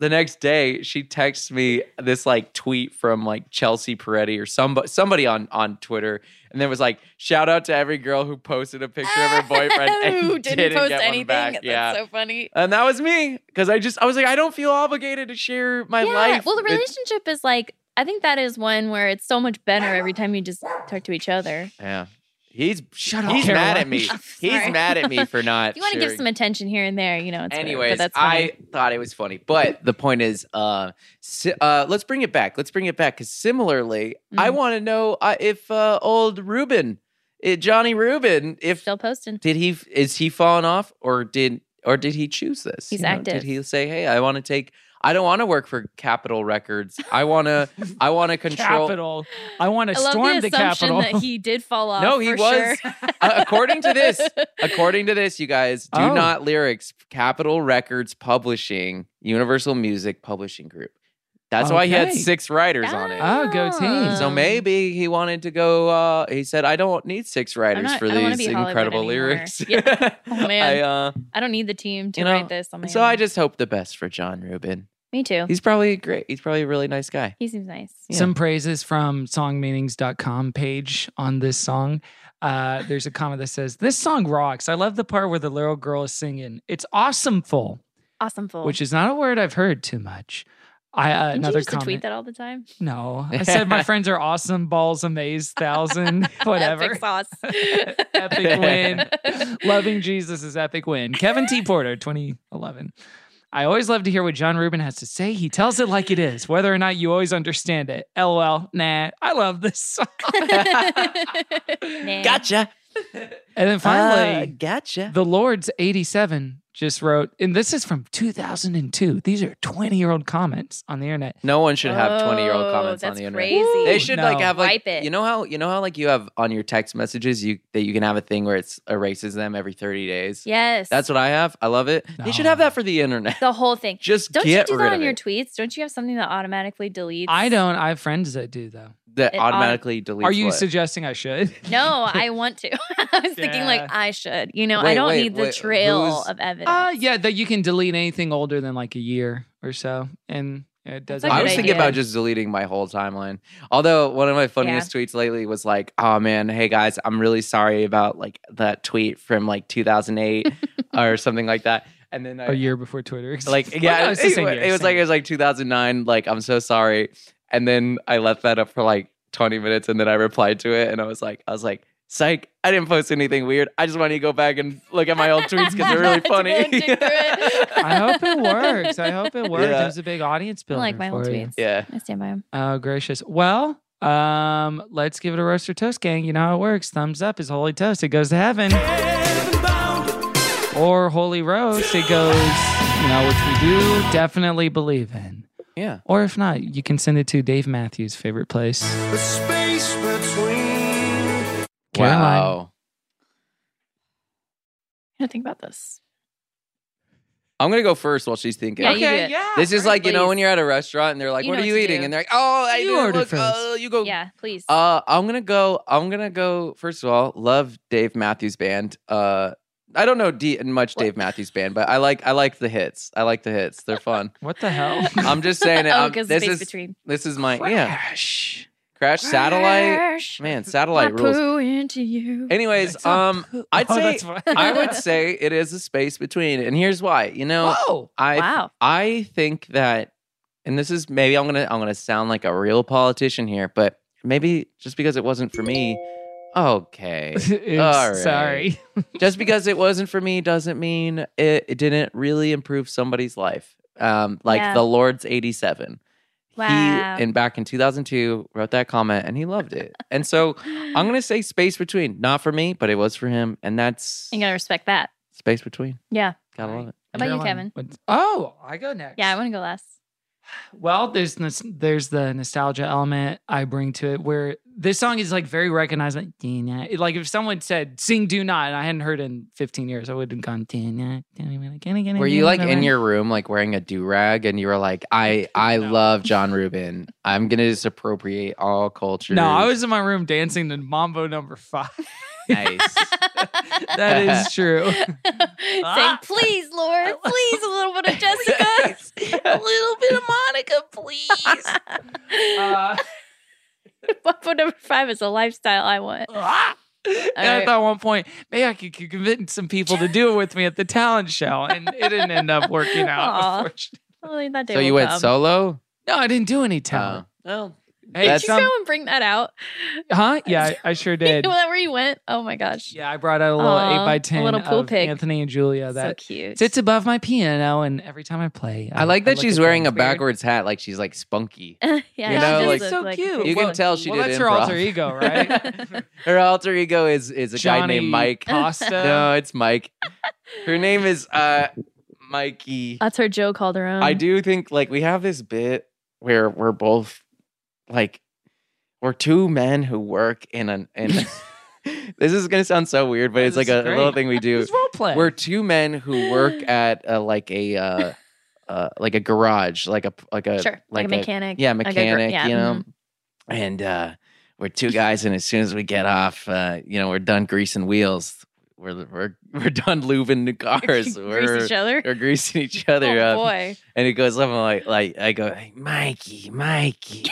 Speaker 5: the next day she texts me this like tweet from like Chelsea Peretti or somebody somebody on on Twitter, and there was like shout out to every girl who posted a picture of her boyfriend and
Speaker 4: Who didn't, post
Speaker 5: get one
Speaker 4: anything?
Speaker 5: back.
Speaker 4: That's
Speaker 5: Yeah.
Speaker 4: so funny.
Speaker 5: and that was me because I just I was like I don't feel obligated to share my
Speaker 4: yeah.
Speaker 5: life.
Speaker 4: Well, the
Speaker 5: with-
Speaker 4: relationship is like I think that is one where it's so much better every time you just talk to each other.
Speaker 5: yeah, he's
Speaker 3: Shut up,
Speaker 5: he's mad at
Speaker 3: Caroline.
Speaker 5: me. He's
Speaker 4: Sorry.
Speaker 5: mad at me for not.
Speaker 4: If you want to give
Speaker 5: sharing.
Speaker 4: some attention here and there, you know. It's
Speaker 5: Anyways,
Speaker 4: weird, but that's
Speaker 5: I
Speaker 4: funny.
Speaker 5: thought it was funny, but the point is, uh, si- uh, let's bring it back. Let's bring it back because similarly, I
Speaker 4: Mhm.
Speaker 5: want to know uh, if uh, old Ruben, eh, Johnny Ruben, if
Speaker 4: still posting.
Speaker 5: did he is he falling off or did or did he choose this?
Speaker 4: He's
Speaker 5: You know,
Speaker 4: active.
Speaker 5: Did he say, "Hey, I want to take"? I don't want to work for Capitol Records. I want to. I want to control.
Speaker 3: Capital. I want to
Speaker 4: I love
Speaker 3: storm
Speaker 4: the
Speaker 3: the,
Speaker 4: assumption
Speaker 3: Capitol.
Speaker 4: that he did fall off.
Speaker 5: No, he
Speaker 4: for
Speaker 5: was.
Speaker 4: sure.
Speaker 5: Uh, according to this, according to this, you guys, do
Speaker 3: Oh.
Speaker 5: not lyrics Capitol Records Publishing, Universal Music Publishing Group. That's why he had
Speaker 3: Okay.
Speaker 5: six writers on
Speaker 4: Ah.
Speaker 5: it.
Speaker 3: Oh, go team.
Speaker 5: So
Speaker 4: Um,
Speaker 5: maybe he wanted to go. Uh, he said, "I don't need six writers
Speaker 4: not-
Speaker 5: for
Speaker 4: I don't wanna
Speaker 5: these
Speaker 4: be Hollywood
Speaker 5: incredible
Speaker 4: anymore."
Speaker 5: lyrics."
Speaker 4: Yeah. Oh, man.
Speaker 5: I, uh,
Speaker 4: I don't need the team to
Speaker 5: You know,
Speaker 4: write this on my
Speaker 5: so
Speaker 4: own.
Speaker 5: I just hope the best for John Rubin.
Speaker 4: Me too.
Speaker 5: He's probably great. He's probably a really nice guy.
Speaker 4: He seems nice.
Speaker 5: Yeah.
Speaker 3: Some praises from songmeanings.com page on this song. Uh, there's a comment that says, This song rocks. I love the part where the little girl is singing. It's awesome full,
Speaker 4: Awesome full.
Speaker 3: which is not a word I've heard too much. I uh,
Speaker 4: Didn't
Speaker 3: another
Speaker 4: you used
Speaker 3: comment.
Speaker 4: to tweet that all the time?
Speaker 3: No, I said my friends are awesome. Balls amazed thousand, whatever.
Speaker 4: Epic sauce.
Speaker 3: Epic win. Loving Jesus is epic win. Kevin T. Porter, 2011. I always love to hear what John Rubin has to say. He tells it like it is, whether or not you always understand it. LOL, nah, I love this song.
Speaker 4: Nah.
Speaker 5: Gotcha.
Speaker 3: And then
Speaker 5: Uh,
Speaker 3: finally,
Speaker 5: gotcha.
Speaker 3: The Lord's 87 just wrote, and this is from 2002. These are 20 year old comments on the internet.
Speaker 5: No one should have twenty-year-old
Speaker 4: Oh,
Speaker 5: comments on
Speaker 4: that's
Speaker 5: the internet.
Speaker 4: Crazy.
Speaker 5: They should like
Speaker 3: No.
Speaker 5: have like
Speaker 4: Wipe it.
Speaker 5: you know how you know how like you have on your text messages you that you can have a thing where it's erases them every 30 days.
Speaker 4: Yes.
Speaker 5: That's what I have. I love it. They should have
Speaker 3: No.
Speaker 5: that for the internet.
Speaker 4: the whole thing.
Speaker 5: Just
Speaker 4: Don't you
Speaker 5: get
Speaker 4: do
Speaker 5: rid
Speaker 4: that on
Speaker 5: of
Speaker 4: your
Speaker 5: it.
Speaker 4: tweets? Don't you have something that automatically deletes?
Speaker 3: I don't. I have friends that do, though.
Speaker 5: that
Speaker 4: It auto-
Speaker 5: automatically deletes.
Speaker 3: Are you
Speaker 5: what?
Speaker 3: suggesting I should?
Speaker 4: No, I want to. I was thinking
Speaker 3: Yeah.
Speaker 4: like I should. You know,
Speaker 5: Wait,
Speaker 4: I don't
Speaker 5: wait,
Speaker 4: need the
Speaker 5: wait,
Speaker 4: trail
Speaker 5: who's- Ah,
Speaker 4: of evidence.
Speaker 3: Uh, yeah, that you can delete anything older than like a year or so, and it
Speaker 4: That's
Speaker 3: doesn't.
Speaker 4: a
Speaker 5: I
Speaker 4: good
Speaker 5: was thinking
Speaker 4: idea.
Speaker 5: about just deleting my whole timeline. Although one of my funniest tweets lately was like, "Oh man, hey guys, I'm really sorry about like that tweet from like 2008 or something like that." And then I,
Speaker 3: a year before Twitter.
Speaker 5: like
Speaker 3: Oh, Well,
Speaker 5: yeah,
Speaker 3: no, it's the
Speaker 5: it,
Speaker 3: same
Speaker 5: wa-
Speaker 3: year,
Speaker 5: it was
Speaker 3: same
Speaker 5: like it
Speaker 3: year.
Speaker 5: was like 2009. Like I'm so sorry, and then I left that up for like 20 minutes, and then I replied to it, and I was like, I was like, psych, I didn't post anything weird. I just wanted to go back and look at my old tweets because they're really
Speaker 4: To go
Speaker 5: funny.
Speaker 4: and dig through it.
Speaker 3: I hope it works. I hope it works.
Speaker 5: Yeah.
Speaker 3: It was a big audience
Speaker 4: I
Speaker 3: builder.
Speaker 4: like my old
Speaker 3: for you.
Speaker 4: tweets.
Speaker 5: yeah,
Speaker 4: I stand by them.
Speaker 3: Oh, gracious. Well, um, let's give it a roast or toast, gang. You know how it works. Thumbs up is holy toast. It goes to heaven. Or holy roast. It goes, you know, which we do definitely believe in.
Speaker 5: yeah.
Speaker 3: Or if not, you can send it to Dave Matthews' favorite place.
Speaker 9: The space between.
Speaker 3: Caroline.
Speaker 5: Wow.
Speaker 4: I gotta think about this.
Speaker 5: I'm gonna go first while she's thinking.
Speaker 4: Yeah, you do it.
Speaker 5: This is like you know
Speaker 4: please.
Speaker 5: when you're at a restaurant and they're like,
Speaker 4: You
Speaker 5: "What
Speaker 4: know
Speaker 5: are
Speaker 4: what
Speaker 5: you
Speaker 4: to
Speaker 5: eating?"
Speaker 4: do.
Speaker 5: And they're like, "Oh, I
Speaker 3: You
Speaker 5: didn't
Speaker 3: order
Speaker 5: look,
Speaker 3: first.
Speaker 5: Oh, you go
Speaker 4: Yeah, please.
Speaker 5: Uh, I'm gonna go. I'm gonna go. First of all, love Dave Matthews Band. Uh, I don't know D- much Dave Matthews Band, but I like I like the hits. I like the hits. They're fun.
Speaker 3: What the hell?
Speaker 5: I'm just saying it.
Speaker 4: oh,
Speaker 5: I'm-
Speaker 4: because
Speaker 5: this
Speaker 4: space
Speaker 5: is
Speaker 4: between.
Speaker 5: this is my yeah.
Speaker 3: Crash.
Speaker 5: Crash satellite.
Speaker 4: Crash,
Speaker 5: Man,
Speaker 4: I
Speaker 5: satellite rules.
Speaker 4: poo into you.
Speaker 5: Anyways,
Speaker 3: That's a
Speaker 5: um,
Speaker 3: poo-
Speaker 5: I'd
Speaker 3: Oh,
Speaker 5: say-
Speaker 3: that's fine.
Speaker 5: I would say it is a space between, and here's why. You know,
Speaker 3: Whoa.
Speaker 5: I
Speaker 4: wow.
Speaker 5: I think that, and this is maybe I'm gonna I'm gonna sound like a real politician here, but maybe just because it wasn't for me. Okay.
Speaker 3: Oops,
Speaker 5: All right.
Speaker 3: Sorry.
Speaker 5: just because it wasn't for me doesn't mean it, it didn't really improve somebody's life. Um, like
Speaker 4: Yeah.
Speaker 5: the Lord's 87.
Speaker 4: Wow.
Speaker 5: He, and back in 2002, wrote that comment and he loved it. and so I'm going to say space between. Not for me, but it was for him. And that's
Speaker 4: You gotta respect that.
Speaker 5: space between.
Speaker 4: Yeah.
Speaker 5: Gotta love it.
Speaker 4: How about you,
Speaker 3: Caroline,
Speaker 4: Kevin?
Speaker 3: what's- Oh, I go next.
Speaker 4: Yeah, I want to go last.
Speaker 3: Well, there's this, there's the nostalgia element I bring to it where this song is like very recognizable. Dina. It- Like if someone said sing do not and I hadn't heard it in 15 years, I would have gone Dina.
Speaker 5: Were
Speaker 3: Were
Speaker 5: you like in your room, like wearing a do rag, and you were like, "I, I
Speaker 3: No.
Speaker 5: love John Rubin. I'm gonna just appropriate all culture."
Speaker 3: No, I was in my room dancing to Mambo number 5.
Speaker 5: nice.
Speaker 3: that is true.
Speaker 4: Saying,
Speaker 3: Ah.
Speaker 4: please, Lord, please, a little bit of Jessica, a little bit of Monica, please.
Speaker 3: Uh,
Speaker 4: Bumpo number five is a lifestyle I want.
Speaker 3: ah. And I
Speaker 4: right.
Speaker 3: thought at one point, maybe I could, could convince some people to do it with me at the talent show, and it didn't end up working out.
Speaker 4: Aw.
Speaker 3: Unfortunately.
Speaker 4: Only that day
Speaker 5: so you
Speaker 4: will
Speaker 5: went
Speaker 4: come.
Speaker 5: solo?
Speaker 3: No, I didn't do any
Speaker 5: Oh.
Speaker 3: talent.
Speaker 5: Well,
Speaker 3: Hey,
Speaker 4: Did
Speaker 5: Oh. that's-
Speaker 4: you
Speaker 3: some-
Speaker 4: go and bring that out?
Speaker 3: huh? Yeah, I, I sure did.
Speaker 4: Is that where you went? Oh my gosh.
Speaker 3: Yeah, I brought out a little
Speaker 4: Aw,
Speaker 3: eight by
Speaker 4: a
Speaker 3: ten,
Speaker 4: little pool
Speaker 3: of
Speaker 4: pic.
Speaker 3: Anthony and Julia
Speaker 4: so
Speaker 3: that
Speaker 4: cute.
Speaker 3: sits above my piano, and every time I play,
Speaker 5: I like that
Speaker 3: look
Speaker 5: she's
Speaker 3: at them.
Speaker 5: wearing a
Speaker 3: It's weird.
Speaker 5: backwards hat, like she's like spunky.
Speaker 4: yeah,
Speaker 5: you
Speaker 4: she
Speaker 5: know,
Speaker 4: just
Speaker 5: like-
Speaker 4: looks
Speaker 3: So cute.
Speaker 5: You can
Speaker 3: Well,
Speaker 5: tell she
Speaker 3: well,
Speaker 5: did
Speaker 3: that's
Speaker 5: improv.
Speaker 3: her alter ego, right?
Speaker 5: Her alter ego is is a guy
Speaker 3: Johnny
Speaker 5: named Mike.
Speaker 3: Costa.
Speaker 5: No, it's Mike. Her name is uh Mikey.
Speaker 4: That's her Joe Calderon.
Speaker 5: I do think like we have this bit where we're both like we're two men who work in an in. this is gonna sound so weird, but
Speaker 4: Oh,
Speaker 3: No,
Speaker 5: it's like
Speaker 3: this
Speaker 5: a,
Speaker 3: is
Speaker 5: a little
Speaker 3: great.
Speaker 5: thing we do.
Speaker 3: It's role play.
Speaker 5: We're two men who work at uh, like a uh, uh, like a garage, like a like a
Speaker 4: Sure. Like, a mechanic.
Speaker 5: yeah
Speaker 4: like a gr-
Speaker 5: mechanic
Speaker 4: yeah,
Speaker 5: you know
Speaker 4: mhm.
Speaker 5: and uh we're two guys and as soon as we get off uh you know we're done greasing wheels we're we're, we're done lubing the cars
Speaker 4: Grease
Speaker 5: we're, uh,
Speaker 4: each other.
Speaker 5: we're greasing each other
Speaker 4: oh
Speaker 5: up
Speaker 4: boy.
Speaker 5: and he goes up and like like i go hey mikey mikey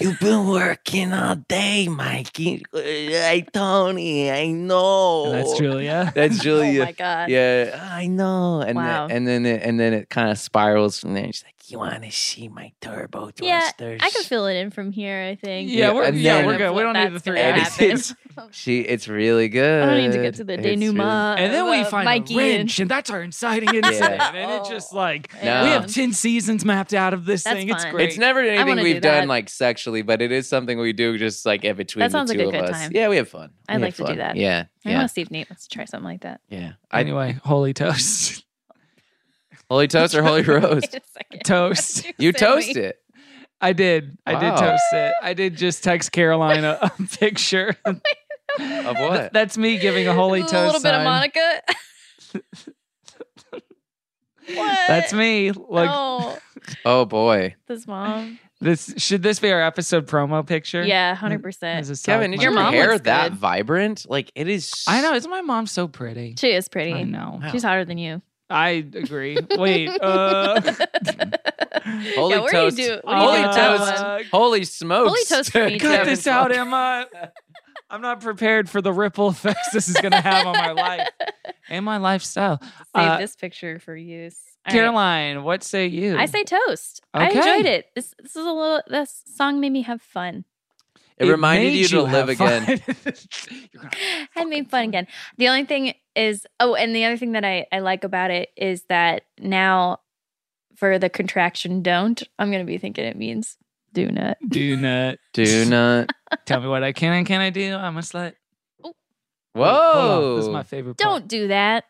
Speaker 5: You've been working all day, Mikey. Uh, Hey, Tony, I know.
Speaker 3: And that's Julia.
Speaker 5: That's
Speaker 4: Oh
Speaker 5: Julia.
Speaker 4: my god.
Speaker 5: Yeah, I know. And
Speaker 4: Wow.
Speaker 5: then, and then it, and then it kind of spirals from there. She's like, "You want to see my turbo
Speaker 4: Yeah,
Speaker 5: thrusters?"
Speaker 4: I can fill it in from here, I think.
Speaker 3: Yeah,
Speaker 5: Yeah,
Speaker 3: we're
Speaker 5: and
Speaker 3: yeah,
Speaker 5: then-
Speaker 3: we're good. We don't need the
Speaker 4: That's
Speaker 3: three.
Speaker 4: gonna
Speaker 5: And
Speaker 3: acts.
Speaker 4: happen.
Speaker 5: it's- she, it's really good.
Speaker 4: I don't need to get to the
Speaker 5: It's really-
Speaker 4: denouement.
Speaker 3: And then we
Speaker 4: of, uh,
Speaker 3: find
Speaker 4: Mikey
Speaker 3: a
Speaker 4: and- Oh.
Speaker 3: wrench, and that's our inciting incident. And it just like
Speaker 5: No.
Speaker 3: we have ten seasons mapped out of this
Speaker 4: That's
Speaker 3: thing. It's
Speaker 4: fun.
Speaker 3: great.
Speaker 5: It's never anything
Speaker 4: wanna do
Speaker 5: we've done
Speaker 4: that.
Speaker 5: like sexually, but it is something we do just like in between
Speaker 4: That
Speaker 5: the
Speaker 4: sounds
Speaker 5: two
Speaker 4: like a
Speaker 5: of
Speaker 4: good
Speaker 5: us.
Speaker 4: time.
Speaker 5: Yeah, we have fun.
Speaker 4: I'd
Speaker 5: We have
Speaker 4: like to do
Speaker 5: fun.
Speaker 4: that.
Speaker 5: Yeah,
Speaker 4: I
Speaker 5: yeah,
Speaker 4: want to see if Nate wants to try something like that.
Speaker 5: yeah. I,
Speaker 3: anyway, holy toast,
Speaker 5: holy toast or holy roast?
Speaker 4: Wait a second.
Speaker 3: toast.
Speaker 4: send me-
Speaker 5: You toast it.
Speaker 3: I did. I
Speaker 5: Wow.
Speaker 3: did toast it. I did just text Caroline a, a picture.
Speaker 5: Of
Speaker 3: Th-
Speaker 5: what?
Speaker 3: That's me giving a holy
Speaker 4: a
Speaker 3: toast.
Speaker 4: little bit of
Speaker 3: sign.
Speaker 4: Monica. what?
Speaker 3: That's me. Like
Speaker 4: No.
Speaker 5: Oh boy,
Speaker 4: this mom.
Speaker 3: this should this be our episode promo picture?
Speaker 4: Yeah, hundred percent.
Speaker 3: As a side
Speaker 5: Kevin, is
Speaker 3: note.
Speaker 5: your
Speaker 4: Your mom
Speaker 5: hair
Speaker 4: looks
Speaker 5: that
Speaker 4: good.
Speaker 5: vibrant? Like it is.
Speaker 3: I know. Isn't my mom so pretty?
Speaker 4: She is
Speaker 3: I
Speaker 4: pretty.
Speaker 3: know.
Speaker 4: She's hotter than you.
Speaker 3: I agree. Wait. Uh,
Speaker 5: Holy
Speaker 4: yeah, where
Speaker 5: toast.
Speaker 4: You do, where
Speaker 5: Holy
Speaker 4: you do
Speaker 5: toast.
Speaker 4: That one?
Speaker 5: Holy smokes!
Speaker 4: toast for me,
Speaker 3: Cut
Speaker 4: Kevin.
Speaker 3: this out, Emma. I'm not prepared for the ripple effects this is going to have on my life and my lifestyle.
Speaker 6: Save
Speaker 3: Uh,
Speaker 6: this picture for use. All right.
Speaker 3: Caroline, what say you?
Speaker 4: I say toast. I
Speaker 3: Okay.
Speaker 4: enjoyed it. This this is a little. This song made me have fun.
Speaker 5: It, reminded
Speaker 3: made
Speaker 5: you to live
Speaker 3: have
Speaker 5: again.
Speaker 3: fun. You're gonna-
Speaker 5: Oh,
Speaker 4: I made fun again. The only thing is, oh, and the other thing that I I like about it is that now, for the contraction "don't," I'm gonna be thinking it means do not.
Speaker 3: do not
Speaker 5: Do not.
Speaker 3: tell me what I can and can I do. I'm a slut. Wait, hold on.
Speaker 5: Whoa.
Speaker 3: This is my favorite part.
Speaker 4: Don't do that.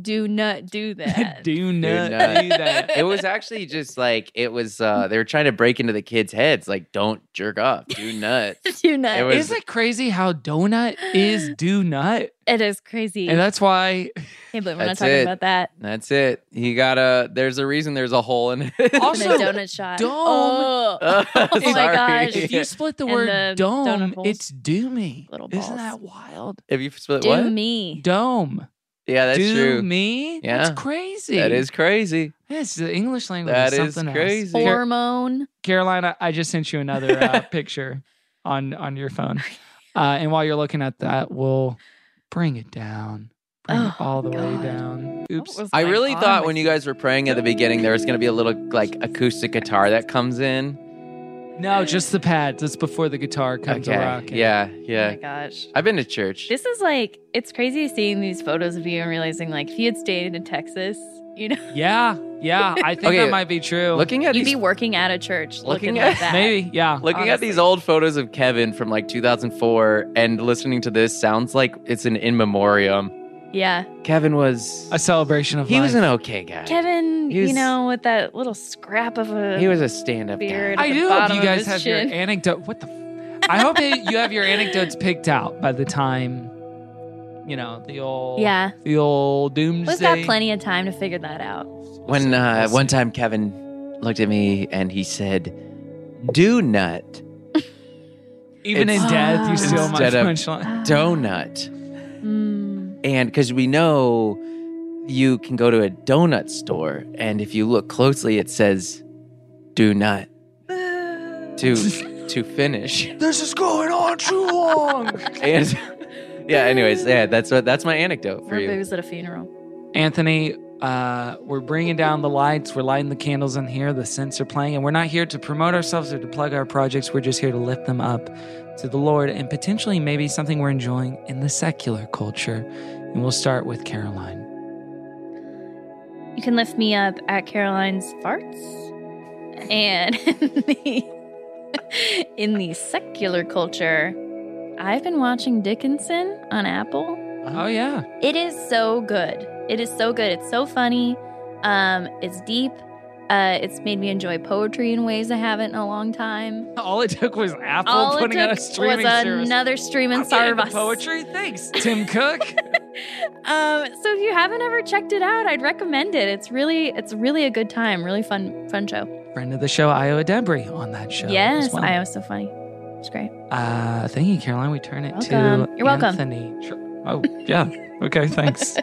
Speaker 4: Do not do that.
Speaker 3: do not do,
Speaker 5: not.
Speaker 3: that.
Speaker 5: it was actually just like it was uh they were trying to break into the kids' heads, like don't jerk off, do nut.
Speaker 4: do not.
Speaker 5: It was-
Speaker 3: Isn't it crazy how donut is do not?
Speaker 4: it is crazy.
Speaker 3: And that's why
Speaker 4: Can't believe we're not
Speaker 5: That's
Speaker 4: talking
Speaker 5: it.
Speaker 4: about that.
Speaker 5: That's it. You gotta there's a reason there's a hole in it.
Speaker 4: And
Speaker 3: Also,
Speaker 4: the donut shot.
Speaker 3: dome
Speaker 4: Oh,
Speaker 5: Uh,
Speaker 4: my
Speaker 5: sorry.
Speaker 4: gosh.
Speaker 3: if you split the
Speaker 4: And
Speaker 3: word
Speaker 4: the
Speaker 3: dome,
Speaker 4: donut balls.
Speaker 3: it's doomy.
Speaker 4: Little
Speaker 3: Isn't that
Speaker 4: balls.
Speaker 3: wild?
Speaker 5: If you split
Speaker 4: do
Speaker 5: what?
Speaker 4: me.
Speaker 3: Dome.
Speaker 5: Yeah, that's
Speaker 3: do
Speaker 5: true.
Speaker 3: me?
Speaker 5: Yeah.
Speaker 3: That's crazy.
Speaker 5: That is crazy.
Speaker 3: Yes, the English language
Speaker 5: That
Speaker 3: is
Speaker 5: is
Speaker 3: something
Speaker 5: crazy.
Speaker 3: else. Car-
Speaker 4: Hormone.
Speaker 3: Carolina, I just sent you another uh, picture on on your phone. Uh, and while you're looking at that, we'll bring it down. Bring it
Speaker 4: Oh,
Speaker 3: all the way
Speaker 4: God.
Speaker 3: down. Oops.
Speaker 6: What was
Speaker 5: I
Speaker 6: going
Speaker 5: really
Speaker 6: on
Speaker 5: thought
Speaker 6: with
Speaker 5: when you guys were praying at the beginning there was gonna be a little like acoustic guitar that comes in.
Speaker 3: No, just the pads. That's before the guitar comes a
Speaker 5: okay.
Speaker 3: rocking.
Speaker 5: Yeah,
Speaker 6: Oh my
Speaker 5: yeah.
Speaker 6: gosh.
Speaker 5: I've been to church.
Speaker 4: This is like, it's crazy seeing these photos of you and realizing, like, if you had stayed in Texas, you know,
Speaker 3: Yeah. Yeah. I think that
Speaker 5: Okay,
Speaker 3: might be true.
Speaker 5: Looking at
Speaker 4: you'd
Speaker 5: these
Speaker 4: be working at a church looking,
Speaker 5: Looking
Speaker 4: like
Speaker 5: at-
Speaker 4: that.
Speaker 3: Maybe. Yeah.
Speaker 5: Looking at these old photos of Kevin from like 2004 and listening to this sounds like it's an in memoriam.
Speaker 4: Yeah.
Speaker 5: Kevin was
Speaker 3: A celebration of
Speaker 5: he was
Speaker 3: life.
Speaker 5: an okay guy.
Speaker 4: Kevin,
Speaker 5: He was-
Speaker 4: you know, with that little scrap of a.
Speaker 5: he was a stand up guy.
Speaker 4: Beard.
Speaker 3: I
Speaker 4: at the
Speaker 3: do hope
Speaker 4: bottom
Speaker 3: you
Speaker 4: of
Speaker 3: guys
Speaker 4: his
Speaker 3: have
Speaker 4: chin.
Speaker 3: your anecdote. What the? F- I hope that you have your anecdotes picked out by the time, you know, the old
Speaker 4: yeah.
Speaker 3: the old doomsday.
Speaker 4: We've got plenty of time to figure that out.
Speaker 5: When uh, one time Kevin looked at me and he said, "Do nut,
Speaker 3: Even in
Speaker 5: It's-
Speaker 3: death, you still my
Speaker 5: Instead of-
Speaker 3: punchline.
Speaker 5: donut,"
Speaker 4: Mm.
Speaker 5: and because we know you can go to a donut store and if you look closely, it says "Do nut" to to finish.
Speaker 3: This is going on too long.
Speaker 5: and yeah anyways yeah that's what that's my anecdote for
Speaker 4: Or
Speaker 5: you
Speaker 4: booze at a funeral.
Speaker 3: Anthony, uh, we're bringing down the lights. We're lighting the candles in here. The scents are playing, and we're not here to promote ourselves or to plug our projects. We're just here to lift them up to the Lord and potentially maybe something we're enjoying in the secular culture. And we'll start with Caroline.
Speaker 4: You can lift me up at Caroline's farts, and in the, in the secular culture, I've been watching Dickinson on Apple.
Speaker 3: Oh yeah,
Speaker 4: It is so good. It is so good. It's so funny. Um, it's deep. Uh, it's made me enjoy poetry in ways I haven't in a long time.
Speaker 3: all it took was Apple
Speaker 4: All it
Speaker 3: putting out
Speaker 4: took
Speaker 3: a
Speaker 4: was
Speaker 3: streaming service.
Speaker 4: another streaming
Speaker 3: I'm getting the
Speaker 4: service.
Speaker 3: Poetry, thanks, Tim Cook.
Speaker 4: Um, so if you haven't ever checked it out, I'd recommend it. It's really, it's really a good time. Really fun, fun show.
Speaker 3: Friend of the show, Iowa Debris, on that show.
Speaker 4: yes,
Speaker 3: as well.
Speaker 4: I was so funny. It's great.
Speaker 3: Uh, thank you, Caroline. We turn it to
Speaker 4: Welcome. You're welcome.
Speaker 3: Anthony. Sure. Oh yeah. Okay, thanks.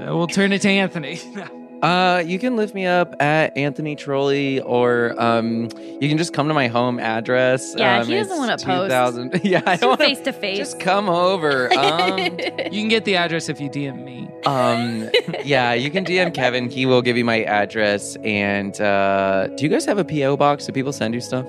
Speaker 3: Uh, we'll turn it to Anthony.
Speaker 5: uh you can lift me up at anthony trolley or um you can just come to my home address
Speaker 4: Yeah,
Speaker 5: um,
Speaker 4: he doesn't
Speaker 5: it's
Speaker 4: wanna post.
Speaker 5: 2000 yeah i don't
Speaker 4: face
Speaker 5: wanna,
Speaker 4: to face.
Speaker 5: just come over um
Speaker 3: you can get the address if you DM me.
Speaker 5: um yeah you can dm kevin he will give you my address and uh do you guys have a po box do people send you stuff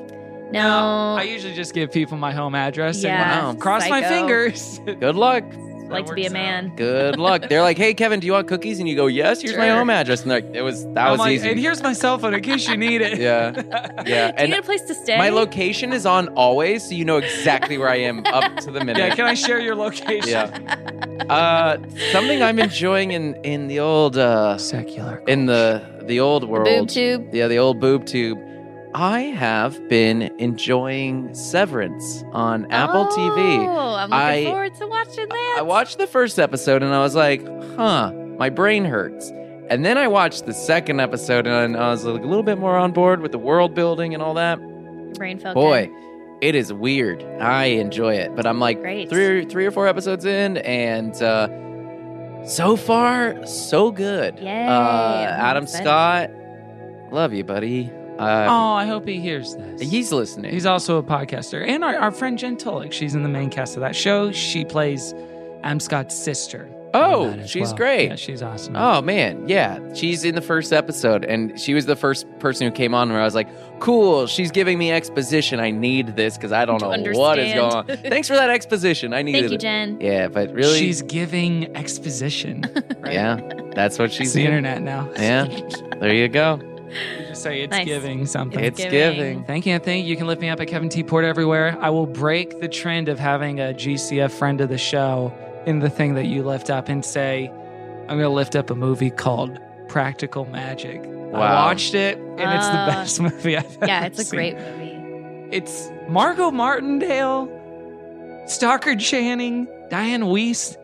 Speaker 4: no,
Speaker 3: I usually just give people my home address.
Speaker 4: Yeah,
Speaker 3: and wow, cross my
Speaker 4: psycho.
Speaker 3: fingers.
Speaker 5: good luck
Speaker 4: like to be a man.
Speaker 5: good luck they're like hey kevin do you want cookies and you go yes here's my
Speaker 4: Sure.
Speaker 5: home address and they're like it was that
Speaker 3: I'm
Speaker 5: was
Speaker 3: like,
Speaker 5: easy
Speaker 3: And here's my cell phone in case you need it.
Speaker 5: Yeah. yeah
Speaker 4: Do you
Speaker 5: and
Speaker 4: need a place to stay?
Speaker 5: My location is on always, so you know exactly where I am up to the minute.
Speaker 3: Yeah, can I share your location?
Speaker 5: Yeah. Uh, something I'm enjoying in in the old uh,
Speaker 3: Secular.
Speaker 5: in the the old world.
Speaker 4: Boob tube.
Speaker 5: Yeah, the old boob tube. I have been enjoying Severance on Apple TV.
Speaker 4: Oh, I'm looking
Speaker 5: I-
Speaker 4: forward to watching that.
Speaker 5: I watched the first episode and I was like, huh, my brain hurts. And then I watched the second episode and I was like, a little bit more on board with the world building and all that.
Speaker 4: Your brain felt
Speaker 5: Boy,
Speaker 4: good.
Speaker 5: it is weird. I enjoy it, but I'm like
Speaker 4: Great.
Speaker 5: three, three or four episodes in, and uh, so far, so good.
Speaker 4: Yay,
Speaker 5: Uh,
Speaker 4: I'm
Speaker 5: Adam
Speaker 4: excited.
Speaker 5: Scott, love you, buddy. Uh,
Speaker 3: Oh, I hope he hears this.
Speaker 5: he's listening.
Speaker 3: He's also a podcaster. And our, our friend Jen Tulloch, she's in the main cast of that show. She plays Am Scott's sister.
Speaker 5: Oh,
Speaker 3: on that as
Speaker 5: she's great.
Speaker 3: Yeah, she's awesome.
Speaker 5: Oh man, yeah, she's in the first episode, and she was the first person who came on where I was like, "Cool, she's giving me exposition. I need this because I don't
Speaker 4: To
Speaker 5: know what is going on."
Speaker 4: understand.
Speaker 5: Thanks for that exposition. I needed
Speaker 4: Thank you,
Speaker 5: it.
Speaker 4: Jen.
Speaker 5: Yeah, but really,
Speaker 3: She's giving exposition. right?
Speaker 5: yeah, that's what she's
Speaker 3: It's the
Speaker 5: doing.
Speaker 3: internet now.
Speaker 5: Yeah, there you go.
Speaker 3: So it's
Speaker 4: Nice.
Speaker 3: giving something.
Speaker 5: It's,
Speaker 4: It's
Speaker 5: giving.
Speaker 4: giving.
Speaker 3: Thank you, Anthony. You can lift me up at Kevin T. Porter everywhere. I will break the trend of having a GCF friend of the show in the thing that you lift up and say, I'm going to lift up a movie called Practical Magic. I
Speaker 5: Wow.
Speaker 3: watched it, and it's the
Speaker 4: Uh,
Speaker 3: best movie I've ever
Speaker 4: Yeah, it's a
Speaker 3: seen.
Speaker 4: great movie.
Speaker 3: It's Margot Martindale, Stockard Channing, Diane Weiss,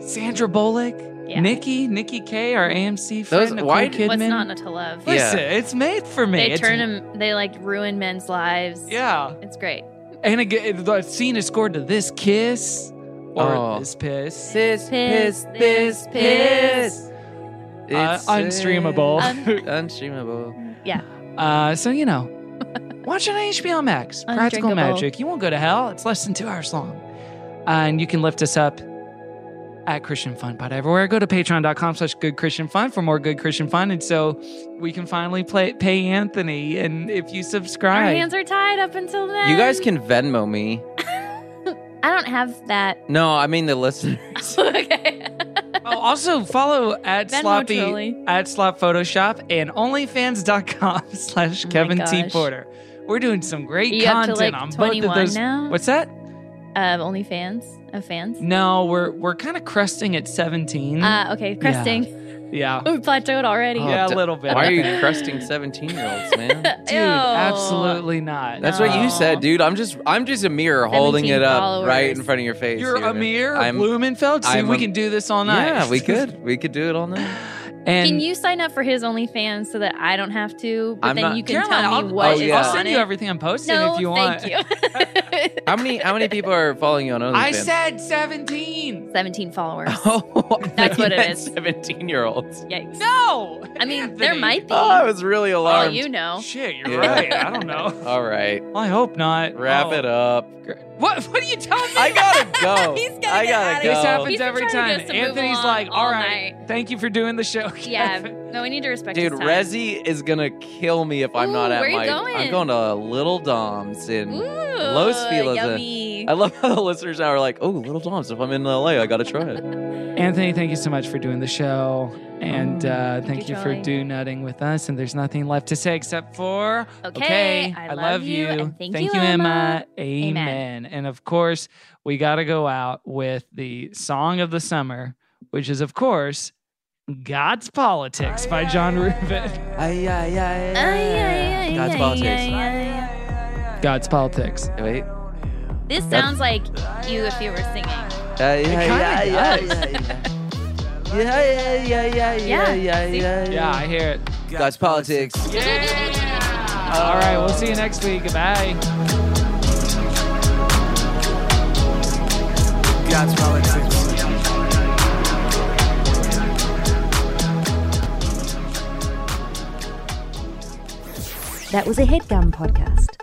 Speaker 3: Sandra Bullock,
Speaker 4: Yeah.
Speaker 3: Nikki, Nikki K, our AMC friend,
Speaker 5: Those-
Speaker 3: Nicole
Speaker 5: why-
Speaker 3: Kidman.
Speaker 4: What's not enough to love?
Speaker 5: Yeah.
Speaker 3: Listen, it's made for me.
Speaker 4: They
Speaker 3: It's-
Speaker 4: turn them. They like ruin men's lives.
Speaker 3: Yeah.
Speaker 4: it's great.
Speaker 3: And again, the scene is scored to this kiss or
Speaker 5: Oh.
Speaker 3: this piss.
Speaker 5: Sis,
Speaker 4: Piss, piss, piss.
Speaker 5: It's,
Speaker 3: Uh, unstreamable.
Speaker 5: un- unstreamable.
Speaker 3: Uh, so, you know, watch it on HBO Max. Practical
Speaker 4: Undrinkable.
Speaker 3: Magic. You won't go to hell. It's less than two hours long. Uh, and you can lift us up at Christian Fun Pod everywhere. Go to patreon.com slash good Christian fun for more good Christian fun. And so we can finally play, pay Anthony. And if you
Speaker 4: Our
Speaker 3: subscribe,
Speaker 4: hands are tied up until then.
Speaker 5: You guys can Venmo me.
Speaker 4: I don't have that.
Speaker 5: No, I mean the listeners.
Speaker 4: okay.
Speaker 3: oh, also follow at
Speaker 4: Venmo
Speaker 3: sloppy
Speaker 4: Trolley.
Speaker 3: at slop photoshop and onlyfans.com slash
Speaker 4: Oh my
Speaker 3: Kevin T.
Speaker 4: gosh.
Speaker 3: Porter. We're doing some great
Speaker 4: You up to,
Speaker 3: content
Speaker 4: like,
Speaker 3: on both of
Speaker 4: 21
Speaker 3: those.
Speaker 4: now?
Speaker 3: What's that?
Speaker 4: Um, only fans of fans.
Speaker 5: Mm-hmm.
Speaker 3: No, we're we're kind of cresting at 17.
Speaker 4: Uh, okay, cresting.
Speaker 3: yeah.
Speaker 4: We plateaued already.
Speaker 5: Oh,
Speaker 3: yeah, a
Speaker 5: d-
Speaker 3: little bit.
Speaker 5: Why are you cresting seventeen-year-olds, man?
Speaker 3: Dude, absolutely not.
Speaker 5: That's what you
Speaker 4: No.
Speaker 5: said, dude. I'm just I'm just a mirror holding
Speaker 4: 17
Speaker 5: it up
Speaker 4: followers.
Speaker 5: right in front of your face.
Speaker 3: You're
Speaker 5: dude.
Speaker 3: a mere
Speaker 5: I'm-
Speaker 3: Blumenfeld. See,
Speaker 5: I'm
Speaker 3: we
Speaker 5: a-
Speaker 3: can do this all night.
Speaker 5: Yeah, we could. We could do it all night.
Speaker 3: and
Speaker 4: can you sign up for his OnlyFans so that I don't have to? But
Speaker 5: I'm
Speaker 4: then
Speaker 5: not-
Speaker 4: you can
Speaker 3: Caroline,
Speaker 4: tell
Speaker 3: I'll,
Speaker 4: me what
Speaker 5: oh,
Speaker 4: is
Speaker 5: yeah.
Speaker 3: I'll
Speaker 4: on
Speaker 3: send
Speaker 4: it.
Speaker 3: you everything I'm posting
Speaker 4: no,
Speaker 3: if you want.
Speaker 4: thank you.
Speaker 5: How many how many people are following you on OnlyFans?
Speaker 3: I said 17.
Speaker 4: Seventeen followers.
Speaker 5: Oh, I
Speaker 4: That's what
Speaker 5: thought you
Speaker 4: it
Speaker 5: meant
Speaker 4: is.
Speaker 5: Seventeen-year-olds.
Speaker 4: Yikes.
Speaker 3: No.
Speaker 4: I mean, there
Speaker 3: Anthony.
Speaker 4: might be.
Speaker 5: Oh, I was really
Speaker 4: for all
Speaker 5: alarmed.
Speaker 4: you know.
Speaker 3: Shit, you're
Speaker 5: Yeah.
Speaker 3: right. I don't know.
Speaker 5: All right,
Speaker 3: Well, I hope not.
Speaker 5: wrap
Speaker 3: Oh.
Speaker 5: it up.
Speaker 3: Gr- What? What are you telling me?
Speaker 5: I gotta go.
Speaker 4: He's gotta
Speaker 5: I
Speaker 4: get
Speaker 5: gotta
Speaker 4: out of
Speaker 5: go.
Speaker 4: here.
Speaker 3: This happens
Speaker 4: He's been
Speaker 3: every
Speaker 4: trying to
Speaker 3: time.
Speaker 4: get us to move
Speaker 3: Anthony's
Speaker 4: along
Speaker 3: like, all
Speaker 4: all
Speaker 3: right, thank you for doing the show.
Speaker 4: Yeah.
Speaker 3: Kevin."
Speaker 4: No, we need to respect.
Speaker 5: Dude,
Speaker 4: his time.
Speaker 5: Rezzy is gonna kill me if I'm
Speaker 4: Ooh,
Speaker 5: not at
Speaker 4: where you
Speaker 5: my. I'm
Speaker 4: going?
Speaker 5: going to Little Dom's in.
Speaker 4: Ooh,
Speaker 5: Los Feliz, uh,
Speaker 4: yummy.
Speaker 5: I love how the listeners now are like, "Oh, Little Dom's. If I'm in LA, I gotta try it."
Speaker 3: Anthony, thank you so much for doing the show. And uh, thank,
Speaker 4: Mm. you,
Speaker 3: you, for
Speaker 4: Troy.
Speaker 3: do nutting with us. And there's nothing left to say except for
Speaker 4: Okay, I love you, and thank you, Emma.
Speaker 3: Amen.
Speaker 4: Amen.
Speaker 3: And of course, we got to go out with the song of the summer, which is, of course, God's Politics by John Rubin.
Speaker 5: Ay, ay, ay,
Speaker 4: Ay, ay, ay,
Speaker 5: God's
Speaker 4: ay,
Speaker 5: politics.
Speaker 4: ay, ay,
Speaker 3: God's Politics.
Speaker 5: Wait.
Speaker 4: ay. This sounds like you if you were singing.
Speaker 5: Ay,
Speaker 4: Oh.
Speaker 5: ay,
Speaker 3: kinda
Speaker 5: ay,
Speaker 3: does.
Speaker 5: ay, ay, ay, ay, ay,
Speaker 4: Yeah,
Speaker 5: ay, ay,
Speaker 4: see?
Speaker 5: ay.
Speaker 3: Yeah, I hear it.
Speaker 5: God's politics.
Speaker 3: All right, we'll see you next week. Bye.
Speaker 9: God's politics.
Speaker 10: That was a headgum podcast.